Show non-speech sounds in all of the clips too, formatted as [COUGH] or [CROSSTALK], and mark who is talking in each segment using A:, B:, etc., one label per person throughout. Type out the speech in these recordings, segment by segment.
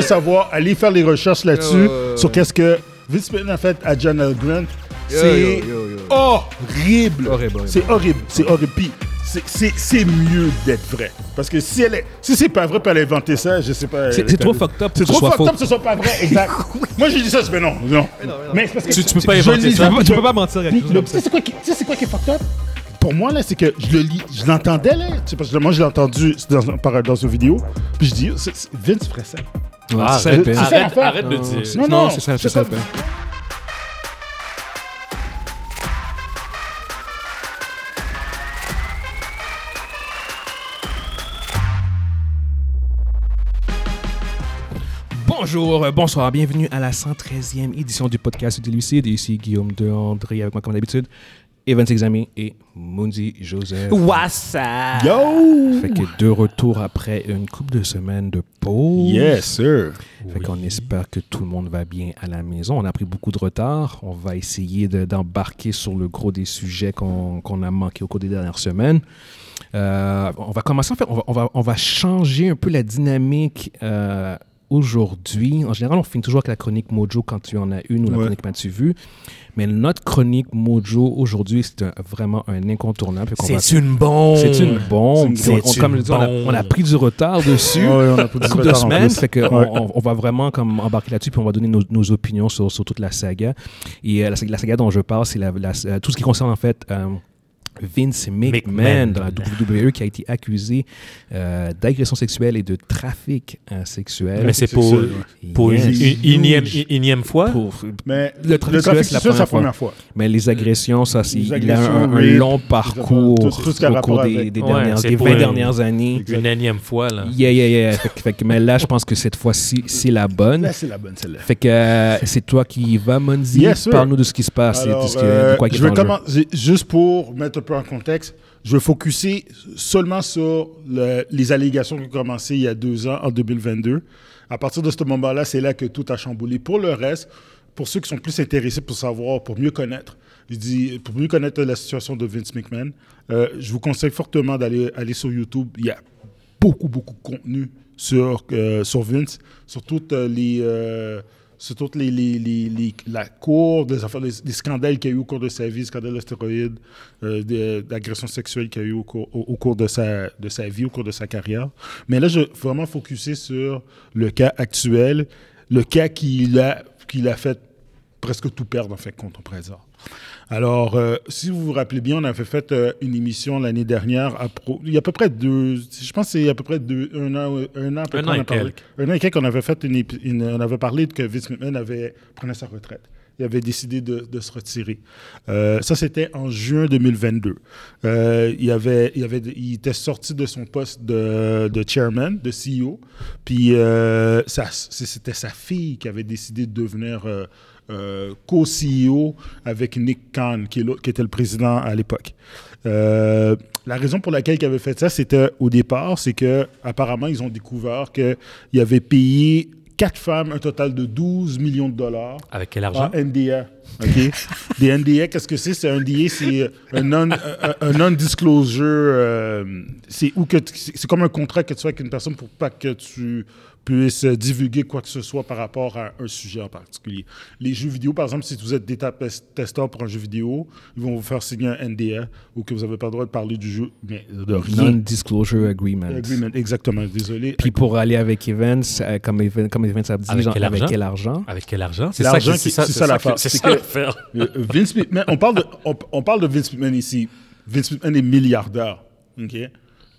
A: savoir, allez faire les recherches là-dessus
B: Ouais, ouais, ouais,
A: sur
B: ouais.
A: qu'est-ce que Vince McMahon a fait à John L. Grant.
B: Yo,
A: C'est
B: yo, yo, yo.
A: horrible.
B: Horrible, horrible.
A: C'est horrible. C'est horrible. Puis c'est- c'est c'est mieux d'être vrai. Parce que si elle est, si c'est pas vrai, puis elle a inventé ça, je sais pas. euh,
C: C'est- c'est trop fucked up pour
A: C'est
C: que ce
A: trop
C: soit
A: fucked
C: faux.
A: up que ce soit pas vrai, exact. Moi, je dis ça, je mais non. non. Mais c'est parce que
C: Tu- tu peux
A: je-
C: pas hein.
A: je
C: inventer
A: lis-
C: ça.
A: je-
B: Tu peux pas mentir à quelque
A: puis
B: chose
A: le-
B: comme
A: Tu
B: ça.
A: sais, c'est quoi qui- tu sais, c'est quoi qui est fucked up? Pour moi, là, c'est que je le lis, je l'entendais, là. Tu sais, parce que moi, je l'ai entendu dans, par, dans une vidéo. Puis je dis, c'est- c'est- Vince ferait ça.
C: Ah,
A: C'est- c'est
C: c'est
A: ça,
C: ça,
D: Arrête,
A: l'affaire.
D: arrête de dire.
A: Non, non,
C: Non, c'est ça,
A: c'est
C: c'est ça.
A: comme-
C: Bonjour, euh, bonsoir, bienvenue à la 113e édition du podcast du Lucide. Ici Guillaume de André avec moi comme d'habitude, Evans Examé et Mundi Joseph.
D: What's up?
A: Yo!
C: Fait que deux retours après une couple de semaines de pause.
A: Yes, sir.
C: Fait qu'on espère que tout le monde va bien à la maison. On a pris beaucoup de retard. On va essayer de- d'embarquer sur le gros des sujets qu'on qu'on a manqué au cours des dernières semaines. Euh, on va commencer, en fait, on va, on va- on va changer un peu la dynamique euh, aujourd'hui. En général, on finit toujours avec la chronique Mojo quand tu en as une ou la
A: Ouais.
C: chronique M'as-tu vu. Mais notre chronique Mojo aujourd'hui, c'est un- vraiment un incontournable. Fait qu'on va-
D: C'est une bombe.
C: c'est une bombe.
D: C'est une
C: On- comme je dis, on, a,
D: bombe.
C: on a pris du retard dessus.
A: Ouais, on a pris du
C: Une [LAUGHS] couple de
A: retard en
C: semaines.
A: plus.
C: Fait que
A: Ouais.
C: on, on- on va vraiment comme embarquer là-dessus, puis on va donner nos, nos opinions sur, sur toute la saga. Et euh, la, saga- la saga dont je parle, c'est la- la- euh, tout ce qui concerne en fait. euh, Vince McMahon,
D: McMahon.
C: dans la WWE qui a été accusé euh, d'agression sexuelle et de trafic euh, sexuel.
D: Mais c'est pour,
A: Sexuel,
D: pour une,
C: Yes.
D: une- énième, une- énième fois.
C: Pour-
A: Mais
C: Le trafic sexuel, c'est la
A: sexuel,
C: première
A: fois.
C: Mais les agressions, ça, c'est,
A: Les
C: il a un,
A: agressions,
C: un
A: rape,
C: long parcours
A: tout- tout ce qui a
C: au cours
A: rapport
C: des,
A: avec.
C: des
D: Ouais,
C: dernières,
D: c'est
C: des
D: pour
C: 20
D: un-
C: dernières années.
D: Une énième fois, là.
C: Yeah, yeah, yeah. Fait, que- fait que- mais là, je pense que cette fois-ci, c'est la bonne.
A: Là, c'est la bonne, celle-là.
C: Fait que euh, c'est toi qui y vas, Monzi.
A: Yes, sir.
C: Parle-nous de ce qui se passe et de,
A: Alors,
C: ce qui- de
A: euh,
C: quoi qui
A: je
C: est
A: vais
C: en jeu.
A: commencer, juste pour mettre un peu en contexte, je vais focuser seulement sur le- les allégations qui ont commencé il y a deux ans, en 2022. À partir de ce moment-là, c'est là que tout a chamboulé. Pour le reste, pour ceux qui sont plus intéressés pour savoir, pour mieux connaître, je dis, pour mieux connaître la situation de Vince McMahon, euh, je vous conseille fortement d'aller aller sur YouTube. Il y a beaucoup, beaucoup de contenu sur, euh, sur Vince, sur toutes euh, les. euh, sur toutes les, les, les- les- la cour des affaires, les, les scandales qu'il y a eu au cours de sa vie, scandale de stéroïdes, euh, de- d'agressions sexuelles qu'il y a eu au cours, au, au cours de, sa, de sa vie, au cours de sa carrière. Mais là, je vais vraiment focuser sur le cas actuel, le cas qui l'a qui l'a fait presque tout perdre, en fait, compte au présent. Alors, euh, si vous vous rappelez bien, on avait fait euh, une émission l'année dernière, à pro- il y a à peu près deux, je pense que c'est à peu près deux, un an, euh, un an, à peu près,
D: Un an
A: on a
D: et
A: parlé-
D: quelques.
A: un an et quelques, on avait fait une, épi- une- on avait parlé de que Vince McMahon avait prenait sa retraite. Il avait décidé de, de se retirer. Euh, ça, c'était en juin 2022. Euh, il, avait, il, avait, il était sorti de son poste de, de chairman, de CEO. Puis euh, ça- c- c'était sa fille qui avait décidé de devenir euh, euh, co-CEO avec Nick Khan, qui, est l'autre- qui était le président à l'époque. Euh, la raison pour laquelle il avait fait ça, c'était au départ, c'est que apparemment ils ont découvert qu'il avait payé quatre femmes un total de 12 millions de dollars
D: Avec quel
A: ah,
D: argent?
A: NDA. OK. Des NDA, qu'est-ce que c'est? C'est un NDA, c'est euh, un non- un- un non-disclosure. euh, c'est où que tu- c'est c'est comme un contrat que tu fais avec une personne pour pas que tu puisses divulguer quoi que ce soit par rapport à un sujet en particulier. Les jeux vidéo, par exemple, si vous êtes data pes- testeur pour un jeu vidéo, ils vont vous faire signer un NDA ou que vous n'avez pas le droit de parler du jeu, mais de rien.
C: Non-disclosure agreement.
A: Agreement, exactement, désolé.
C: Puis pour aller avec Evans, euh, comme Evans, comme Evans a dit,
D: Avec
C: genre,
D: quel
C: avec
D: argent?
C: quel argent
D: Avec quel argent? C'est
A: L'argent
D: que-
A: qui- c'est ça l'affaire.
D: que- C'est
A: C'est
D: ça
A: que-
D: l'affaire.
A: Euh, Vince McMahon, on parle, de, on, on parle de Vince McMahon ici. Vince McMahon est milliardaire. OK?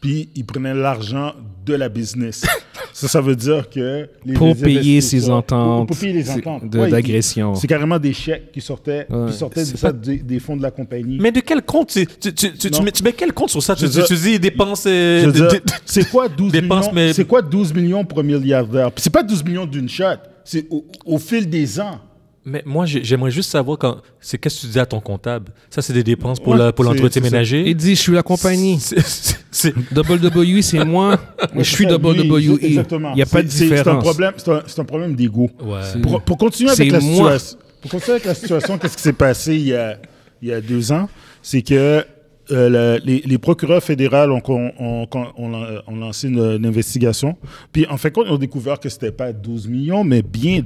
A: Puis il prenait l'argent de la
C: [LAUGHS]
A: business. ça, ça veut dire que. les-
C: Pour
A: les
C: payer
A: investisseurs-
C: ses ententes
A: Pour, pour payer les
C: c'est-
A: ententes.
C: de-
A: Ouais, il-
C: d'agression.
A: C'est carrément des chèques qui sortaient,
C: Ouais.
A: qui sortaient
C: C'est
A: de-
C: pas-
A: des, des fonds de la compagnie.
D: Mais de quel compte? Tu, tu, tu, tu- tu
A: Non.
D: mets, tu mets quel compte sur ça?
A: Je
D: Tu,
A: veux
D: tu,
A: dire-
D: tu dis dépenses...
A: Je
D: euh,
A: veux
D: de-
A: dire,
D: de-
A: c'est quoi 12
D: Dépense,
A: millions
D: mais-
A: C'est quoi 12 millions pour un milliardaire Puis c'est pas 12 millions d'une shot. C'est au, au fil des ans.
D: Mais moi, j'ai- j'aimerais juste savoir quand... C'est qu'est-ce que tu dis à ton comptable? Ça, c'est des dépenses pour
A: Ouais,
D: la- pour
A: c'est-
D: l'entretien
A: c'est ça.
D: ménager?
C: Il dit, je suis la compagnie.
D: C'est- c'est- c'est-
C: WWE,
A: [LAUGHS]
C: c'est moi. je suis
A: C'est ça, lui,
C: WWE.
A: exactement.
C: E. Il n'y a pas de
A: C'est- c'est- C'est un
C: différence.
A: problème, c'est un- c'est un problème d'ego.
D: Ouais.
C: C'est-
A: Pour, pour continuer avec
C: C'est
A: la
C: moi.
A: situation, pour continuer avec la situation, qu'est-ce qui s'est passé il y a, il y a deux ans, c'est que euh, la- les, les procureurs fédéraux ont, con- ont- con- ont lan- ont lancé une, une investigation. Puis en fait, ils ont découvert que c'était pas 12 millions, mais bien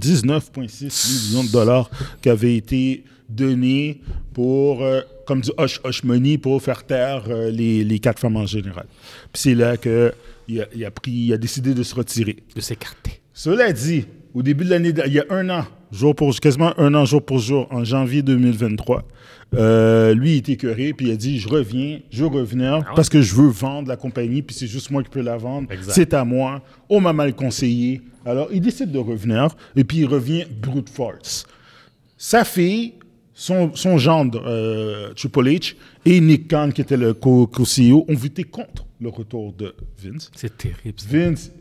A: 19,6 millions de dollars qui avaient été donnés pour, euh, comme du hush hush money, pour faire taire euh, les, les quatre femmes en général. Puis c'est là que il a, il a pris, il a décidé de se retirer.
D: de s'écarter.
A: Cela dit, au début de l'année, il y a un an, jour pour, quasiment un an jour pour jour, en janvier 2023, euh, lui, il était écœuré, puis il a dit Je reviens, je veux revenir parce que je veux vendre la compagnie, puis c'est juste moi qui peux la vendre.
D: Exact.
A: C'est à moi. On m'a mal conseillé. Alors, il décide de revenir, et puis il revient brute force. Sa fille, son, son gendre, euh, Triple H, et Nick Khan, qui était le co- co-CEO, ont voté contre le retour de Vince.
D: C'est terrible. ça.
A: Vince,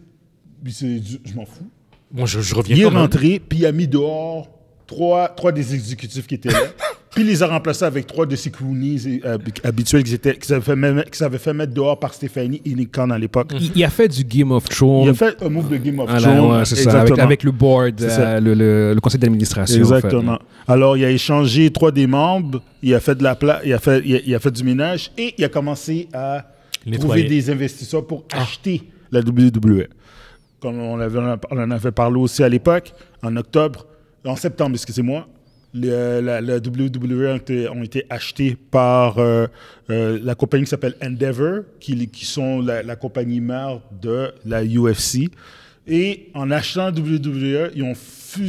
A: il s'est dit, je m'en fous.
D: Moi, je, je reviens
A: Il est
D: quand même.
A: rentré, puis il a mis dehors trois, trois des exécutifs qui étaient
C: [LAUGHS]
A: là. puis il les a remplacés avec trois de ses cronies et, euh, habituels qu'ils étaient- qu'ils avaient, fait même- qu'ils avaient fait mettre dehors par Stéphanie et Nick Khan à l'époque.
C: Il, il a fait du Game of Thrones.
A: Il a fait un move de Game of
C: à la-
A: Thrones.
C: Ah, ouais, c'est ça, avec,
A: Exactement.
C: avec le board,
A: C'est ça.
C: euh, le, le- le conseil d'administration. en fait.
A: Exactement. Alors, il a échangé trois des membres, il a fait, de la pla- il a fait, il a, il a fait du ménage et il a commencé à
D: Nettoyer.
A: trouver des investisseurs pour
C: Ah.
A: acheter la E. WWE. Comme on, avait- on en avait parlé aussi à l'époque, en octobre, en septembre, excusez-moi, le- la, la WWE ont été, ont été achetés par euh, euh, la compagnie qui s'appelle Endeavor, qui, qui sont la, la compagnie mère de la UFC. Et en achetant WWE, ils ont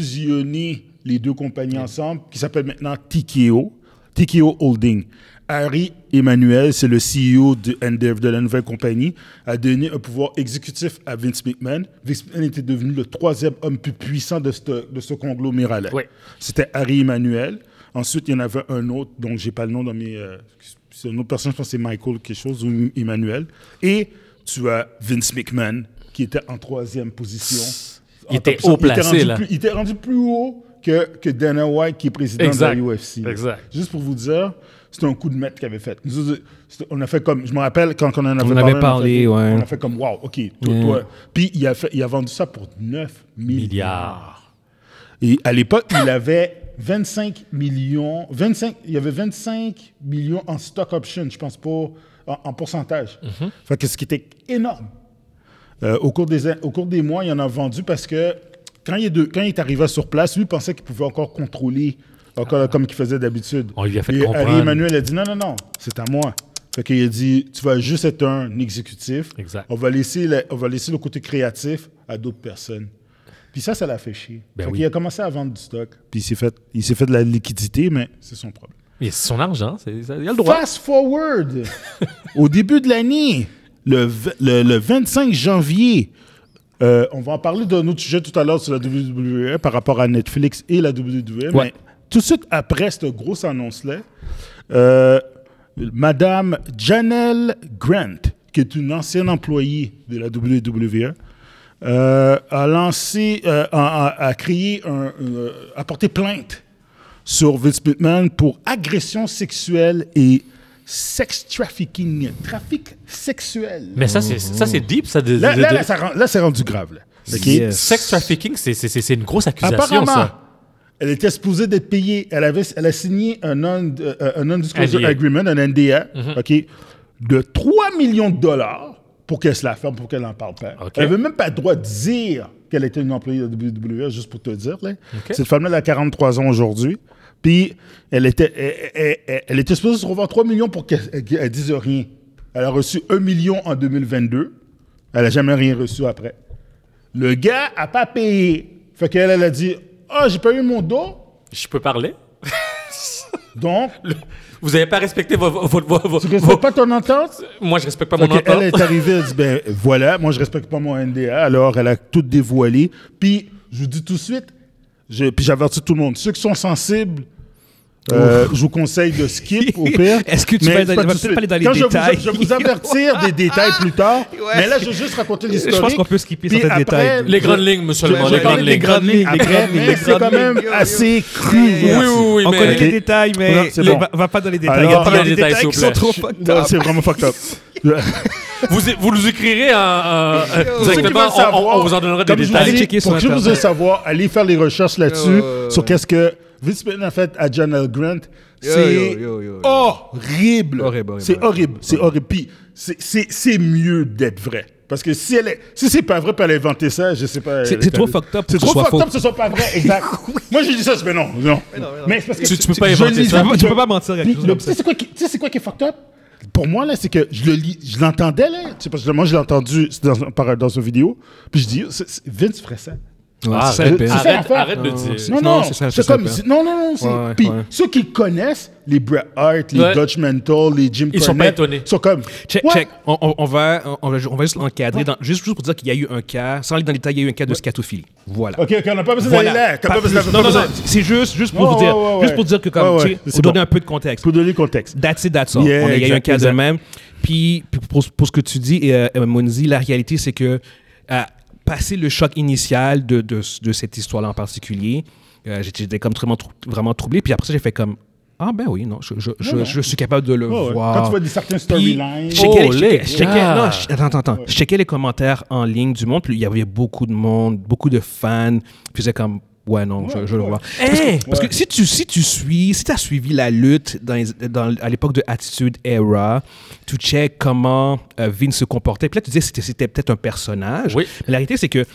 A: fusionné les deux compagnies ensemble, qui s'appelle maintenant TKO, TKO Holding. Harry Emmanuel, c'est le CEO de, Endeavor, de la nouvelle compagnie, a donné un pouvoir exécutif à Vince McMahon. Vince McMahon était devenu le troisième homme plus puissant de, cette- de ce conglomérat-là.
D: Ouais.
A: C'était Harry Emmanuel. Ensuite, il y en avait un autre, donc j'ai pas le nom dans mes. euh, c'est une autre personne, je pense que c'est Michael quelque chose ou Emmanuel. Et tu as Vince McMahon qui était en troisième position.
D: Il
A: En
D: était
A: top-
D: haut placé,
A: rendu
D: là.
A: plus- il était rendu plus haut que, que Dana White qui est président
D: Exact.
A: de la UFC.
D: Exact.
A: Juste pour vous dire, c'était un coup de maître qu'il avait fait. Nous autres, c'était- on a fait comme, je me rappelle quand on en avait
C: On en
A: parlé,
C: avait
A: a
C: parlé,
A: fait-
C: ouais.
A: on a fait comme, wow, ok, toi,
C: Mm.
A: toi. Puis il a, fait, il a vendu ça pour 9 milliards.
D: Milliards.
A: Et à l'époque, il avait 25 millions, 25, il y avait 25 millions en stock option, je pense, pour, en, en pourcentage.
D: Mhm.
A: Fait que ce qui était énorme. Euh, au, cours des, an- au cours des mois, il en a vendu parce que quand il est, de- quand il est arrivé sur place, lui il pensait qu'il pouvait encore contrôler, encore comme il faisait d'habitude.
D: Ah. On lui a fait
A: Et
D: comprendre.
A: Harry Emmanuel a dit non, non, non, c'est à moi. Fait qu'il a dit tu vas juste être un exécutif.
D: Exact.
A: On va laisser, la- on va laisser le côté créatif à d'autres personnes. Puis ça, ça l'a fait chier.
D: Ben
A: fait
D: oui.
A: qu'il a commencé à vendre du stock. Puis il s'est fait, il s'est fait de la liquidité, mais c'est son problème.
D: Mais c'est son argent, c'est- ça- il a le droit.
A: Fast forward, [LAUGHS] au début de l'année, le, v- le, le 25 janvier, euh, on va en parler d'un autre sujet tout à l'heure sur la WWE par rapport à Netflix et la WWE, mais
C: Ouais.
A: tout de suite après cette grosse annonce-là, euh, Madame Janelle Grant, qui est une ancienne employée de la E, WWE, euh, a lancé, euh, a, a- a créé, un, euh, a porté plainte sur Vince McMahon pour agression sexuelle et sex trafficking, trafic sexuel.
D: Mais ça, c'est ça, c'est deep. Ça, de-
A: Mhm. Là,
D: de-
A: là,
D: de-
A: là, ça rend- là, c'est rendu grave. Là. OK?
C: Yeah.
D: Sex trafficking, c'est- c'est c'est- c'est une grosse accusation,
A: Apparemment,
D: ça.
A: elle était supposée d'être payée. Elle, avait, elle a signé un non- euh, un non-disclosure
D: NDA.
A: agreement, un NDA,
D: Mhm.
A: OK, de 3 millions de dollars pour qu'elle se la ferme, pour qu'elle n'en parle pas.
D: OK.
A: Elle n'avait même pas le droit de dire qu'elle était une employée de WWE, juste pour te dire. là.
D: OK.
A: Cette femme-là, elle a 43 ans aujourd'hui. Puis, elle était, elle- elle, elle- elle était supposée se revendre 3 millions pour qu'elle ne dise rien. Elle a reçu 1 million en 2022. Elle n'a jamais rien reçu après. Le gars a pas payé. Fait qu'elle, elle a dit Ah, j'ai pas eu mon dos.
D: Je peux parler?
A: Donc,
D: Vous n'avez pas respecté vos... vos- vos- vos-
A: tu
D: vos-
A: respectes pas ton entente
D: Moi, je respecte pas
A: Fait
D: mon
A: qu'elle
D: entente.
A: est arrivée, elle dit Ben voilà, moi, je respecte pas mon NDA. Alors, elle a tout dévoilé. Puis, je vous dis tout de suite, je- puis j'avertis tout le monde ceux qui sont sensibles, euh, je vous conseille de skip au pire.
C: [LAUGHS] Est-ce que tu
A: Mais
C: vas aller dans-
A: pas
C: vas
A: tout de suite.
C: peut-être pas aller dans les
A: Quand je vous-
C: détails.
A: Je vais vous avertir des détails plus tard.
C: [LAUGHS]
A: Mais là, je vais juste raconter
C: pense
A: l'histoire.
C: qu'on peut skipper certains détails.
D: Les grandes lignes, monsieur le
A: Je-
D: monde,
A: je
D: les
A: vais parler
D: grandes
A: des
D: lignes.
A: grandes lignes
C: Les
A: après,
C: grandes lignes,
A: mais
C: les
A: c'est
C: grandes
A: quand même
B: lignes.
A: assez cru.
D: Oui,
A: merci.
D: oui, oui,
C: On
D: mais...
C: connaît les
A: Ok.
C: détails, mais
A: Non, c'est bon.
C: va, va pas dans les détails.
A: Alors-
C: Il y a
A: Pas dans
D: les
C: des
D: détails,
C: détails,
D: s'il
C: qui
D: vous
C: sont
D: plaît.
C: trop fucked
A: Non,
C: up.
A: C'est vraiment fucked up.
D: [LAUGHS] Vous, vous nous écrirez un- un- un-
A: Pour ceux qui
D: directement,
A: veulent savoir,
D: on, on- on vous en donnera des
A: comme je vous
D: détails.
A: dis,
C: Allez checker
A: pour
C: sur
A: ceux qui
C: Internet.
A: veulent savoir, allez faire les recherches là-dessus
B: Ouais, ouais, ouais,
A: sur
B: ouais.
A: qu'est-ce que Vince McMahon a fait à John L. Grant. C'est
C: yo, yo, yo, yo.
A: horrible.
C: Horrible, horrible,
A: C'est
C: horrible.
A: horrible. C'est horrible. Puis c'est- c'est c'est mieux d'être vrai. Parce que si elle est, si c'est pas vrai, puis elle a inventé ça, je sais pas.
C: C'est-
A: elle-
C: c'est trop
A: elle-
C: fucked up pour
A: C'est
C: que ce
A: trop
C: soit
A: fucked
C: faux.
A: up que ce soit pas vrai,
C: [LAUGHS]
A: exact. Moi, j'ai dit ça, mais non, non. Mais, c'est parce que
D: Tu- tu peux pas
A: je
D: inventer
A: lis-
D: ça.
A: je-
C: Tu peux pas mentir à quelque
A: Puis
C: chose
A: le-
C: comme
A: tu
C: ça.
A: sais c'est quoi qui- tu sais c'est quoi qui est fucked up pour moi là c'est que je le lis je l'entendais là tu sais, parce que moi je l'ai entendu c'est dans, un- par- dans une vidéo puis je dis oh, c'est- c'est- Vince ferait
C: Ben,
A: ça
C: Ouais,
D: Arrête,
C: Ah, c'est ça le pire.
A: c'est ça,
D: arrête,
A: l'affaire.
D: arrête de le
C: Non,
D: dire.
A: non
C: non,
A: non
C: c'est ça,
A: c'est
C: c'est ça,
A: comme
C: le pire.
A: non non non c'est-
C: Ouais,
A: puis
C: ouais.
A: ceux qui connaissent les Bret Hart les
D: Ouais.
A: Dutch Mental les Jim
D: Ils sont
A: Cornette,
D: pas étonnés.
A: sont comme
C: Check,
A: ouais,
C: check. On, on- on va, on, va- on va juste l'encadrer, dans- juste, juste pour dire qu'il y a eu un cas, sans aller dans les détails, il y a eu un cas de scatophilie. Voilà.
A: ok ok on n'a pas besoin
C: Voilà.
A: d'aller là t'as
C: Pas
A: pas besoin
C: plus.
A: pas
C: Non, non,
A: besoin-
C: non, C'est juste, juste pour
A: Ouais,
C: vous dire,
A: ouais, ouais,
C: juste
A: ouais.
C: pour dire que comme,
A: Ouais,
C: tu
A: ouais,
C: sais,
A: c'est
C: on donne
A: bon.
C: un peu de contexte.
A: pour donner le contexte
C: That's it, that's all.
A: Yeah,
C: on a, il y a eu un
A: exact,
C: cas de
A: exact.
C: même. Puis, puis pour, pour ce que tu dis, euh, euh, Monzi, la réalité, c'est que euh, passer le choc initial de, de, de cette histoire-là en particulier, euh, j'étais j'étais comme vraiment, trou- vraiment troublé. Puis après ça, j'ai fait comme ah ben oui, non, je, je, je, je suis capable de le
A: Ouais, ouais.
C: voir.
A: Quand tu vois des certaines
C: Puis,
A: storylines.
C: je checkais-
D: Oh,
C: je checkais-
D: les
C: je checkais-
D: gars.
C: non, je- attends, attends, attends. Je checkais les commentaires en ligne du monde, puis il y avait beaucoup de monde, beaucoup de fans, puis c'est comme, ouais, non, je, je le vois. Eh! Parce, que,
D: Hein?
C: parce que si tu, si tu suis, si tu as suivi la lutte dans les- dans- à l'époque de Attitude Era, tu check comment euh, Vince se comportait, puis là, tu disais c'était, c'était peut-être un personnage.
D: Oui.
C: Mais la réalité, c'est que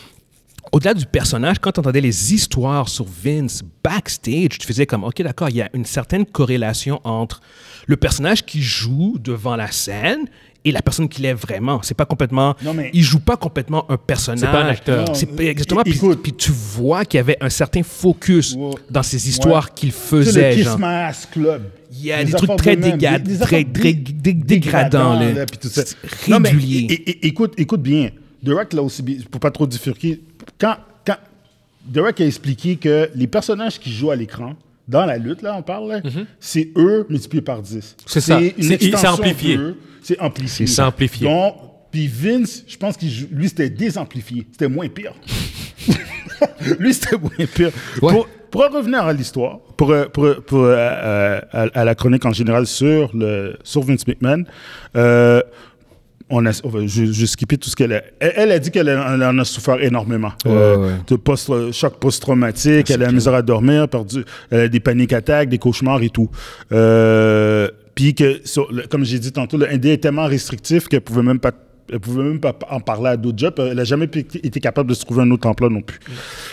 C: au-delà du personnage, quand tu entendais les histoires sur Vince backstage, tu faisais comme, OK, d'accord, il y a une certaine corrélation entre le personnage qui joue devant la scène et la personne qu'il est vraiment. C'est pas complètement...
A: Non, mais-
C: Il joue pas complètement un personnage.
D: C'est pas un acteur.
A: Non,
C: C'est pas-
A: mais-
C: exactement. Puis,
A: écoute.
C: puis tu vois qu'il y avait un certain focus
A: Ouais.
C: dans ces histoires
A: Ouais.
C: qu'il
A: Tu sais,
C: faisait.
A: le Kiss
C: genre.
A: My Ass Club.
C: Il y a des,
A: affaires
C: trucs très,
A: de même,
C: déga-
A: des- des
C: très,
A: affaires
C: très
A: dé-
C: dé- dégradants. là.
A: là, puis tout ça.
C: C'est
A: Non, mais
C: régulier.
A: é- é- écoute, écoute bien. The Rock, là aussi, bien, pour pas trop diffurquer, quand, quand The Rock a expliqué que les personnages qui jouent à l'écran, dans la lutte, là, on parle, là,
C: Mm-hmm.
A: c'est eux multipliés par 10.
D: C'est ça.
A: une
D: C'est-
A: extension
D: c'est amplifié.
A: d'eux. C'est amplifié.
D: C'est amplifié.
A: Donc, puis Vince, je pense que lui, c'était désamplifié. C'était moins
D: [LAUGHS]
A: pire. Lui, c'était moins pire.
C: Ouais.
A: Pour, pour en revenir à l'histoire, pour, euh, pour, pour, euh, euh, à, à la chronique en général sur, le, sur Vince McMahon, euh, on a, on va- je, je vais skipper tout ce qu'elle a. Elle, elle a dit qu'elle en elle en a souffert énormément. Euh,
C: ouais.
A: De post, euh, choc post-traumatique, elle a la misère à dormir, perdu, elle a des paniques attaques, des cauchemars et tout. Euh, Puis que, sur le- comme j'ai dit tantôt, le NDA est tellement restrictif qu'elle pouvait même pas elle pouvait même pas en parler à d'autres jobs. Elle n'a jamais pu- été capable de se trouver un autre emploi non plus.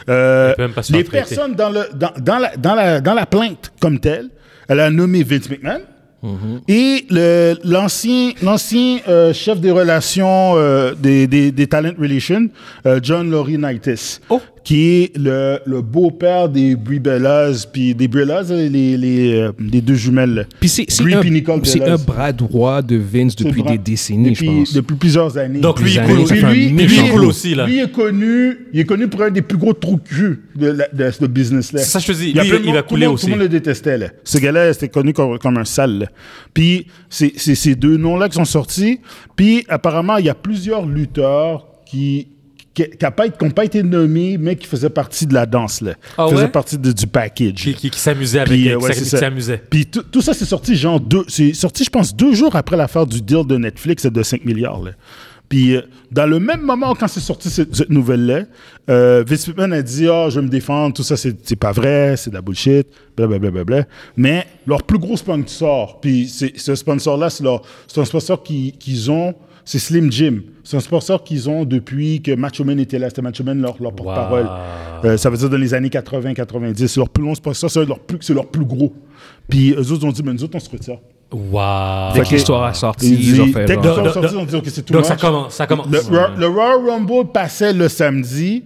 A: Euh,
D: Elle peut même pas se
A: les
D: faire traiter.
A: personnes dans, le, dans, dans la, dans, la, dans la plainte comme telle, elle a nommé Vince McMahon Mm. et le- l'ancien l'ancien, euh, chef des relations euh, des, des, des talent relations, euh, John Laurinaitis,
D: Oh.
A: qui est le, le beau-père des Bribellas, puis des Bribellas, les, les, euh, les deux jumelles. là.
C: Puis c'est c'est
A: Bree
C: un,
A: puis Nicole
C: c'est
A: Bellas.
C: un bras droit de Vince
A: C'est
C: depuis
A: vrai.
C: des décennies,
A: Depuis-
C: je pense.
A: Depuis plusieurs années.
D: Donc, lui,
A: Des
D: il
A: années.
D: coule-
A: Puis
D: ça fait un
A: lui,
C: méchant
A: lui,
C: boulot.
D: aussi, là.
A: lui est connu, il est connu pour un des plus gros trous de cul de, la- de ce business-là.
D: C'est ça que je te dis.
A: y a
D: Lui,
A: plein de
D: il
A: monde-
D: va
A: tout le
D: couler
A: monde-
D: aussi.
A: Tout le monde le détestait, là. Ce gars-là, c'était connu comme, comme un sale, là. Puis, c'est c'est ces deux noms-là qui sont sortis. Puis, apparemment, il y a plusieurs lutteurs qui qui n'ont pas, qui ont pas été nommés, mais qui faisaient partie de la danse, là.
D: Ah
A: Qui faisaient
D: ouais?
A: partie de- du package.
D: Qui, qui, qui s'amusait avec
A: Puis,
D: elle,
A: euh,
D: qui
A: ouais,
D: s'a-
A: c'est
D: qui
A: ça.
D: s'amusait.
A: Puis tout, tout ça, c'est sorti genre deux, c'est sorti, je pense, deux jours après l'affaire du deal de Netflix de 5 milliards. là. Puis euh, dans le même moment, quand c'est sorti cette, cette nouvelle-là, euh, Vince McMahon a dit Ah, je vais me défendre, tout ça, c'est c'est pas vrai, c'est de la bullshit, blablabla. Mais leur plus gros sponsor, puis c'est- ce sponsor-là, c'est leur- c'est un sponsor qui- qu'ils ont, c'est Slim Jim. C'est un sponsor qu'ils ont depuis que Macho Man était là. C'était Macho Man leur, leur porte-parole. Euh, ça veut dire dans les années 80-90. C'est leur plus long sponsor, c'est leur plus, c'est leur plus gros. Puis eux autres ont dit, mais nous autres, on se retire.
D: Waouh.
C: Dès que
A: que-
C: l'histoire a sorti,
A: Ils
C: ils ont
A: disent-
C: fait
A: dès
C: genre-
A: qu'ils sont
D: Donc-
A: sortis, ils ont dit, OK, c'est tout
D: Donc ça commence, ça commence.
A: Le, Ro- le Royal Rumble passait le samedi.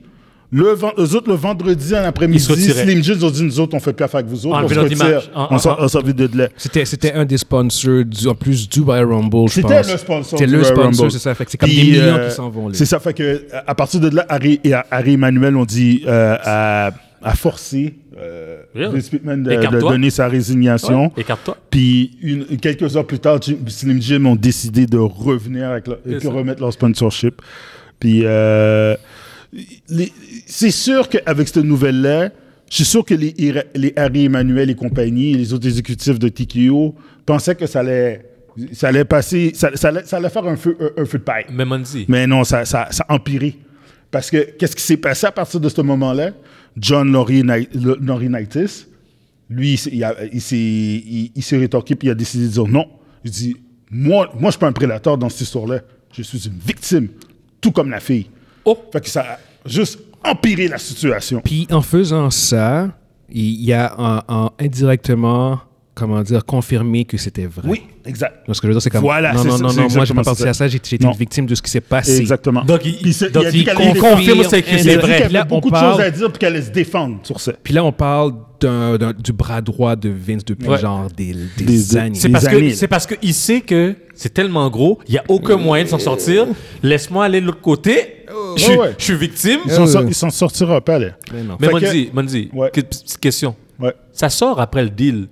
A: Le, ven- eux autres, le vendredi en
D: Ils se
A: après-midi,
D: retiraient.
A: Slim Jim, ils ont dit, nous autres, on fait plus affaire avec vous autres.
D: Enlevez
A: on se
D: notre
A: retire.
D: image. En-
A: on s'en-
D: en-
A: on s'en vit de là.
C: C'était, c'était un des sponsors, du, en plus du Royal Rumble, je pense.
A: C'était le sponsor.
C: C'était
A: du
C: le
A: Royal
C: sponsor,
A: Rumble.
C: c'est ça. Fait que c'est comme
A: Puis,
C: des millions
A: euh,
C: qui s'en vont. là.
A: C'est ça, fait que euh, à- à partir de là, Harry et, euh, Harry et Emmanuel ont dit euh, à, à forcer euh,
D: Really?
A: Vince McMahon de, de
D: Écarte-toi.
A: donner sa résignation.
D: Écarte-toi.
A: Puis une- quelques heures plus tard, Jim- Slim Jim ont décidé de revenir avec leur- et
D: C'est
A: puis
D: ça.
A: remettre leur sponsorship. Puis euh, les- c'est sûr qu'avec cette nouvelle-là, je suis sûr que les, Ira- les Harry Emmanuel et compagnie, les autres exécutifs de TKO, pensaient que ça allait, ça allait passer, ça, ça allait, ça allait faire un feu, un, un feu de paille.
D: Mais Monzi.
A: Mais non, ça, ça, ça a empiré. Parce que qu'est-ce qui s'est passé à partir de ce moment-là? John Laurinaitis Lui, il, s'est- il a- il s'est- il- il s'est rétorqué puis il a décidé de dire non. Il dit Moi, moi je ne suis pas un prédateur dans cette histoire-là. Je suis une victime, tout comme la fille.
D: Oh!
A: Fait que ça a juste empiré la situation.
C: Puis en faisant ça, il y a un- un- indirectement, comment dire, confirmé que c'était vrai.
A: Oui, exact.
C: Donc, ce que je veux dire, c'est comme.
A: Voilà,
C: non,
A: c'est
C: non,
A: ça,
C: non,
A: c'est
C: non, moi, je
A: exactement
C: pas parti
A: ça.
C: à ça, j'ai j'ai été
A: Non.
C: une victive de ce qui s'est passé.
A: Exactement.
D: Donc, il-
A: Puis c'est-
D: donc,
A: a dit
D: il
A: qu'elle allait-
D: confirme c'est-
A: Il
D: que
A: a
D: c'est
A: dit
D: vrai.
A: qu'elle
C: Là,
A: avait
C: on
A: beaucoup de
C: parle-
A: choses à dire puis qu'elle allait se défendre sur ça.
C: Puis là, on parle d'un- d'un- du bras droit de Vince depuis
D: Ouais.
C: genre des, des,
A: Des-
C: années.
D: C'est
A: Des
D: parce,
A: années,
D: que,
A: là.
D: c'est parce qu'il sait que c'est tellement gros, il n'y a aucun moyen de s'en sortir. Laisse-moi aller de l'autre côté. Je suis-
A: ouais, ouais.
D: je suis victime.
A: Ils s'en
C: Euh.
A: sor- ils s'en sortiront pas, là.
C: Mais non.
D: Mais
A: Fait que-
D: Mondi, Mondi,
A: Ouais.
D: que- petite question.
A: Ouais.
D: Ça sort après le deal.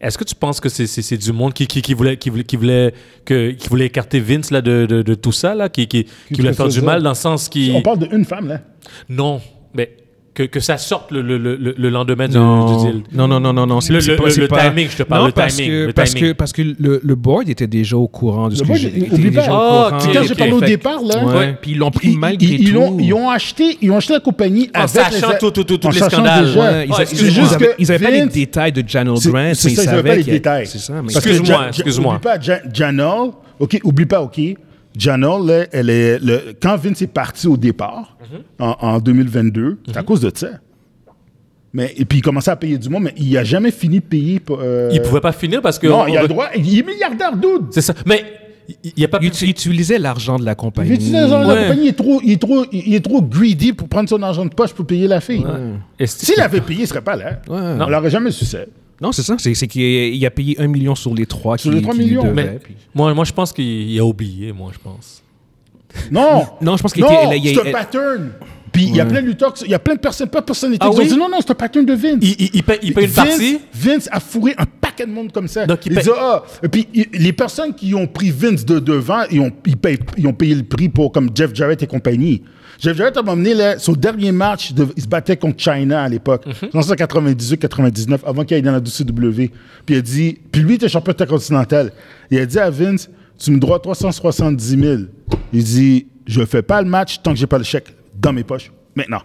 D: Est-ce que tu penses que c'est, c'est- c'est du monde qui, qui, qui voulait, qui, voulait, qui, voulait, que, qui voulait écarter Vince là, de, de, de tout ça, là, qui, qui, qui voulait faire du
A: faisait-
D: mal dans le sens qui...
A: On parle d'une femme, là.
D: Non, mais que, que ça sorte le, le, le, le- le lendemain du- du,
C: Non,
D: deal.
C: non, non, non, non, non. c'est-
D: Le-
C: c'est
D: le-
C: pas-
D: le-
C: c'est
D: le
C: pas-
D: timing, je te parle,
C: Non,
D: le
C: parce
D: timing,
C: que-
D: le
C: parce
D: timing.
C: que parce que le, le board était déjà au courant de ce
A: Le
C: que
A: board,
C: j'ai
A: il-
C: était
A: oublie
C: déjà
D: pas.
C: au
D: Ah,
C: courant.
D: tu-
A: Quand j'ai
D: ok,
A: parlé au
D: fait-
A: départ, là.
C: Ouais.
D: Ouais.
C: Puis ils l'ont pris
A: Ils,
C: malgré
A: ils- ils
C: tout.
A: l'ont- ils ont acheté, ils ont acheté la compagnie
D: En
A: avec
D: sachant
A: les-
D: tout, tout, tout, tous
A: en
D: les
A: sachant
D: scandales.
A: déjà.
C: Ouais, ils, a-
D: Ah,
C: ils-
D: excuse-moi.
C: ils
A: Juste
C: avaient,
A: que
C: ils avaient pas les
A: Vince-
C: détails de Janel
A: C'est- c'est
C: Grant, mais ils
A: ça, ils avaient
C: savaient
A: pas les
C: qu'il y a-
A: détails.
C: C'est ça, mais
A: Parce que
D: Excuse-moi,
A: Jan-
D: excuse-moi.
A: Oublie pas Jan- Janol, OK, oublie pas, OK. Janol, là, elle est, le, quand Vince est parti au départ,
C: Mhm.
A: en, en 2022, c'est à cause de ça. Mais, et puis il commençait à payer du monde, mais il n'a jamais fini de payer. pour, euh,
D: Il ne pouvait pas finir parce que...
A: Non, il a le droit. Il est milliardaire, dude.
D: C'est ça. Mais il n'y a pas
C: ils
D: plus...
C: uti- utilisaient l'argent de la compagnie.
A: Vince, la
D: Ouais.
A: compagnie, il est, trop, il, est trop, il est trop greedy pour prendre son argent de poche pour payer la fille.
D: Est-ce-
A: S'il avait payé, il ne serait pas là.
C: Ouais.
A: On l'aurait jamais su ça.
C: Non, c'est ça. C'est c'est qu'il il a payé un million sur les trois.
A: Sur
C: qu'il-
A: les trois
C: qu'il lui
A: millions.
C: devait,
D: Mais
C: puis-
D: moi, moi, je pense qu'il a oublié, moi, je pense.
A: Non!
C: Non, je pense qu'il
A: Non,
C: était- elle- elle-
A: c'est un
C: elle-
A: pattern! Puis il y a plein de lutteurs, qui- il y a plein de personnes, pas de personnalités,
D: Ah
A: qui ont
D: oui?
A: dit non, non, c'est un pattern de Vince.
D: Il, il, il paye, il paye une
A: Vince,
D: partie
A: Vince a fourré un paquet de monde comme ça.
D: Donc, il
A: Il
D: paye-
A: dit, ah, et puis il- les personnes qui ont pris Vince de devant, ils ont, ils payent- ils ont payé le prix pour comme Jeff Jarrett et compagnie. Jeff Jarrett à un moment donné, là, son dernier match, de- il se battait contre China à l'époque,
D: Mhm.
A: dans 98-99, avant qu'il aille dans la WCW. Puis il a dit, puis lui il était champion intercontinental. Il a dit à Vince, tu me dois 370 000. Il dit, je fais pas le match tant que j'ai pas le chèque dans mes poches maintenant.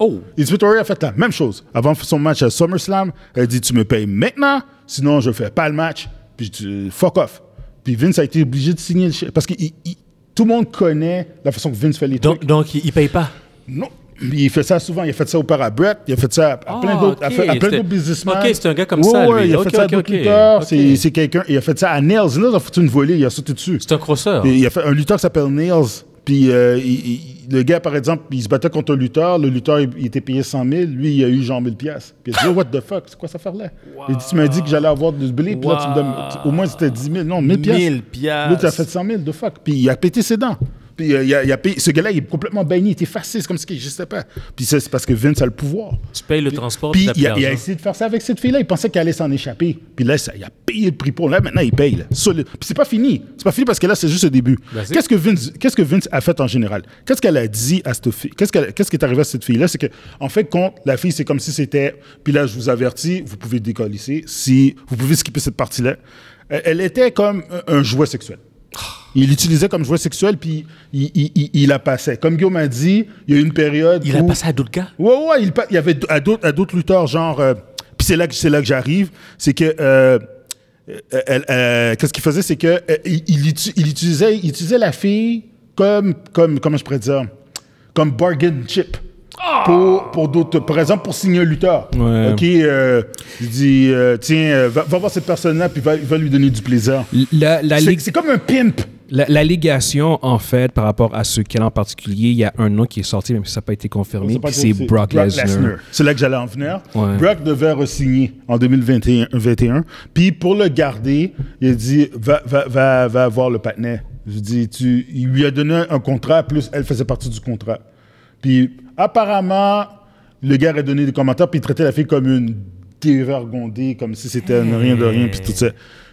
D: Oh!
A: Liz Vittori a fait la même chose. Avant son match à SummerSlam, elle dit Tu me payes maintenant, sinon je fais pas le match. Puis tu fuck off. Puis Vince a été obligé de signer le chèque. Parce que il- il- tout le monde connaît la façon que Vince fait les
D: Donc,
A: trucs.
D: donc il ne paye pas.
A: Non. Puis il fait ça souvent. Il a fait ça au Parabrett. Il a fait ça à, à
D: Ah,
A: plein d'autres à
D: ok.
A: fait- à plein
D: C'était-
A: d'autres businessmen.
D: ok, c'est un gars comme
A: Ouais,
D: ça,
A: ouais,
D: lui.
A: il a
D: Ok,
A: fait ça à
D: ok,
A: d'autres
D: ok.
A: lutteurs. C'est-
D: Ok.
A: C'est quelqu'un. Il a fait ça à Nails. Nails a foutu une volée. Il a sauté dessus.
D: C'est un crosseur.
A: Et il a fait un lutteur qui s'appelle Nails. Puis euh, il- il- le gars, par exemple, il se battait contre un lutteur. Le lutteur, il, il était payé 100 000. Lui, il a eu genre 1000 pièces. Puis il a dit, what the fuck, c'est quoi ça faire là? Il dit, tu m'as dit que j'allais avoir du blé. Puis là, tu me donnes, tu- au moins, c'était 10 000. Non, 1000 pièces.
D: 1000 piastres.
A: Lui, tu as fait 100 000, de fuck. Puis il a pété ses dents. Puis euh, il a, il a payé- ce gars-là, il est complètement banni, il est effacé, c'est comme s'il n'existait pas. Puis ça, c'est parce que Vince a le pouvoir.
D: Tu payes le transport,
A: Puis
D: tu tapes
A: il a, il a
D: l'argent.
A: essayé de faire ça avec cette fille-là. Il pensait qu'elle allait s'en échapper. Puis là, ça- il a payé le prix pour. Là, maintenant, il paye. là. Solide. Puis c'est pas fini. C'est pas fini parce que là, c'est juste le début.
D: Vas-y.
A: Qu'est-ce que, Vince, qu'est-ce que Vince a fait en général? Qu'est-ce qu'elle a dit à cette fille? Qu'est-ce, qu'elle- qu'est-ce qui est arrivé à cette fille-là? C'est que, en fait, quand la fille, c'est comme si c'était. Puis là, je vous avertis, vous pouvez décoller ici. Si vous pouvez skipper cette partie-là. Euh, Elle était comme un un jouet sexuel. Il l'utilisait comme jouet sexuel, puis il, il, il- il la passait. Comme Guillaume a dit, il y a eu une période.
D: Il a
A: où-
D: passé à d'autres gars.
A: Ouais, ouais, il, pa- il y avait d- à d'autres, à d'autres lutteurs, genre. euh, Puis c'est là que c'est là que j'arrive, c'est que. euh, euh, elle- euh, qu'est-ce qu'il faisait, c'est que euh, il, il utu- il utilisait, il utilisait la fille comme, comme, comment je pourrais dire, comme bargain chip pour, pour d'autres, par exemple pour signer un lutteur.
C: Ouais.
A: Ok, euh, il dit, euh, tiens, euh, va, va voir cette personne-là, puis va, va lui donner du plaisir.
C: La, la,
A: C'est,
C: ligue-
A: c'est comme un pimp.
C: la- l'allégation, en fait, par rapport à ce qu'elle en particulier, il y a un nom qui est sorti, même si ça n'a pas été confirmé,
A: pas
C: puis
A: que
C: c'est Brock Lesnar.
A: C'est là que j'allais en venir.
C: Ouais.
A: Brock devait re-signer en 2021. 21. Puis pour le garder, il a dit va, va, va, va voir le patinet. Je dis, tu, il lui a donné un contrat, plus elle faisait partie du contrat. Puis apparemment, le gars a donné des commentaires, puis il traitait la fille comme une dévergondée, comme si c'était un rien de rien, puis tout ça.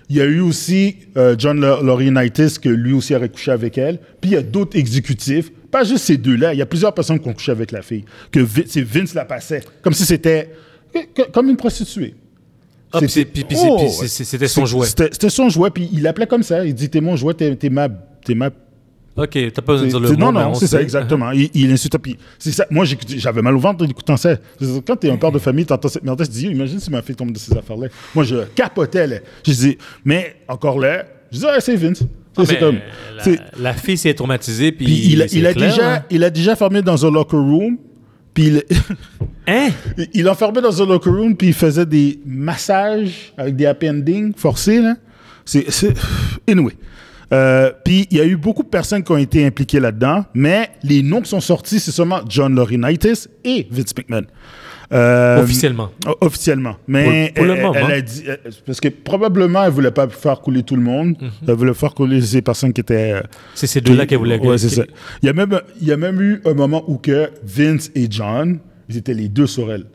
A: Il y a eu aussi euh, John Lo- Laurinaitis, que lui aussi aurait couché avec elle. Puis il y a d'autres exécutifs, pas juste ces deux-là, il y a plusieurs personnes qui ont couché avec la fille, que Vi- c'est Vince la passait, comme si c'était que- que- comme une prostituée.
D: Ah, puis c'est-
A: C'était-
D: puis- puis c'est-
A: Oh,
D: puis c'est- c'est- c'était son
A: c'est-
D: jouet.
A: C'était c'était son jouet, puis il l'appelait comme ça. Il dit T'es mon jouet, t'es t'es ma, t'es ma
D: Ok, t'as pas besoin de dire le
A: C'est-
D: mot.
A: non,
D: mais on
A: non, c'est ça,
D: sait.
A: exactement. Il, il insulte. Puis, c'est ça. Moi, j'écoutais- j'avais mal au ventre en écoutant ça. C'est- Quand t'es un père de famille, t'entends cette merde, tu te dis, imagine si ma fille tombe de ces affaires-là. Moi, je capotais, là. Je dis, mais encore là, je dis, ah, c'est Vince. Tu sais,
D: Ah,
A: c'est
D: mais
A: comme. c'est-
D: La, la fille s'est traumatisée, puis.
A: Puis il, a- il a
D: c'est clair,
A: déjà,
D: hein.
A: il a déjà fermé dans un locker room. Puis il, [LAUGHS]
D: Hein?
A: il l'enfermait dans un locker room, puis il faisait des massages avec des happy endings forcés. Là. C'est, c'est... Anyway. Euh, puis il y a eu beaucoup de personnes qui ont été impliquées là-dedans, mais les noms qui sont sortis, c'est seulement John Laurinaitis et Vince McMahon. Euh,
D: Officiellement.
A: o- Officiellement. Mais
D: Pour- pour le
A: elle,
D: moment.
A: elle a dit. euh, Parce que probablement, elle ne voulait pas faire couler tout le monde.
D: Mhm.
A: Elle voulait faire couler ces personnes qui étaient. euh,
D: C'est ces deux-là qu'elle voulait.
A: Ouais, c'est ça. Il y, a même, il y a même eu un moment où que Vince et John, ils étaient les deux sur elle.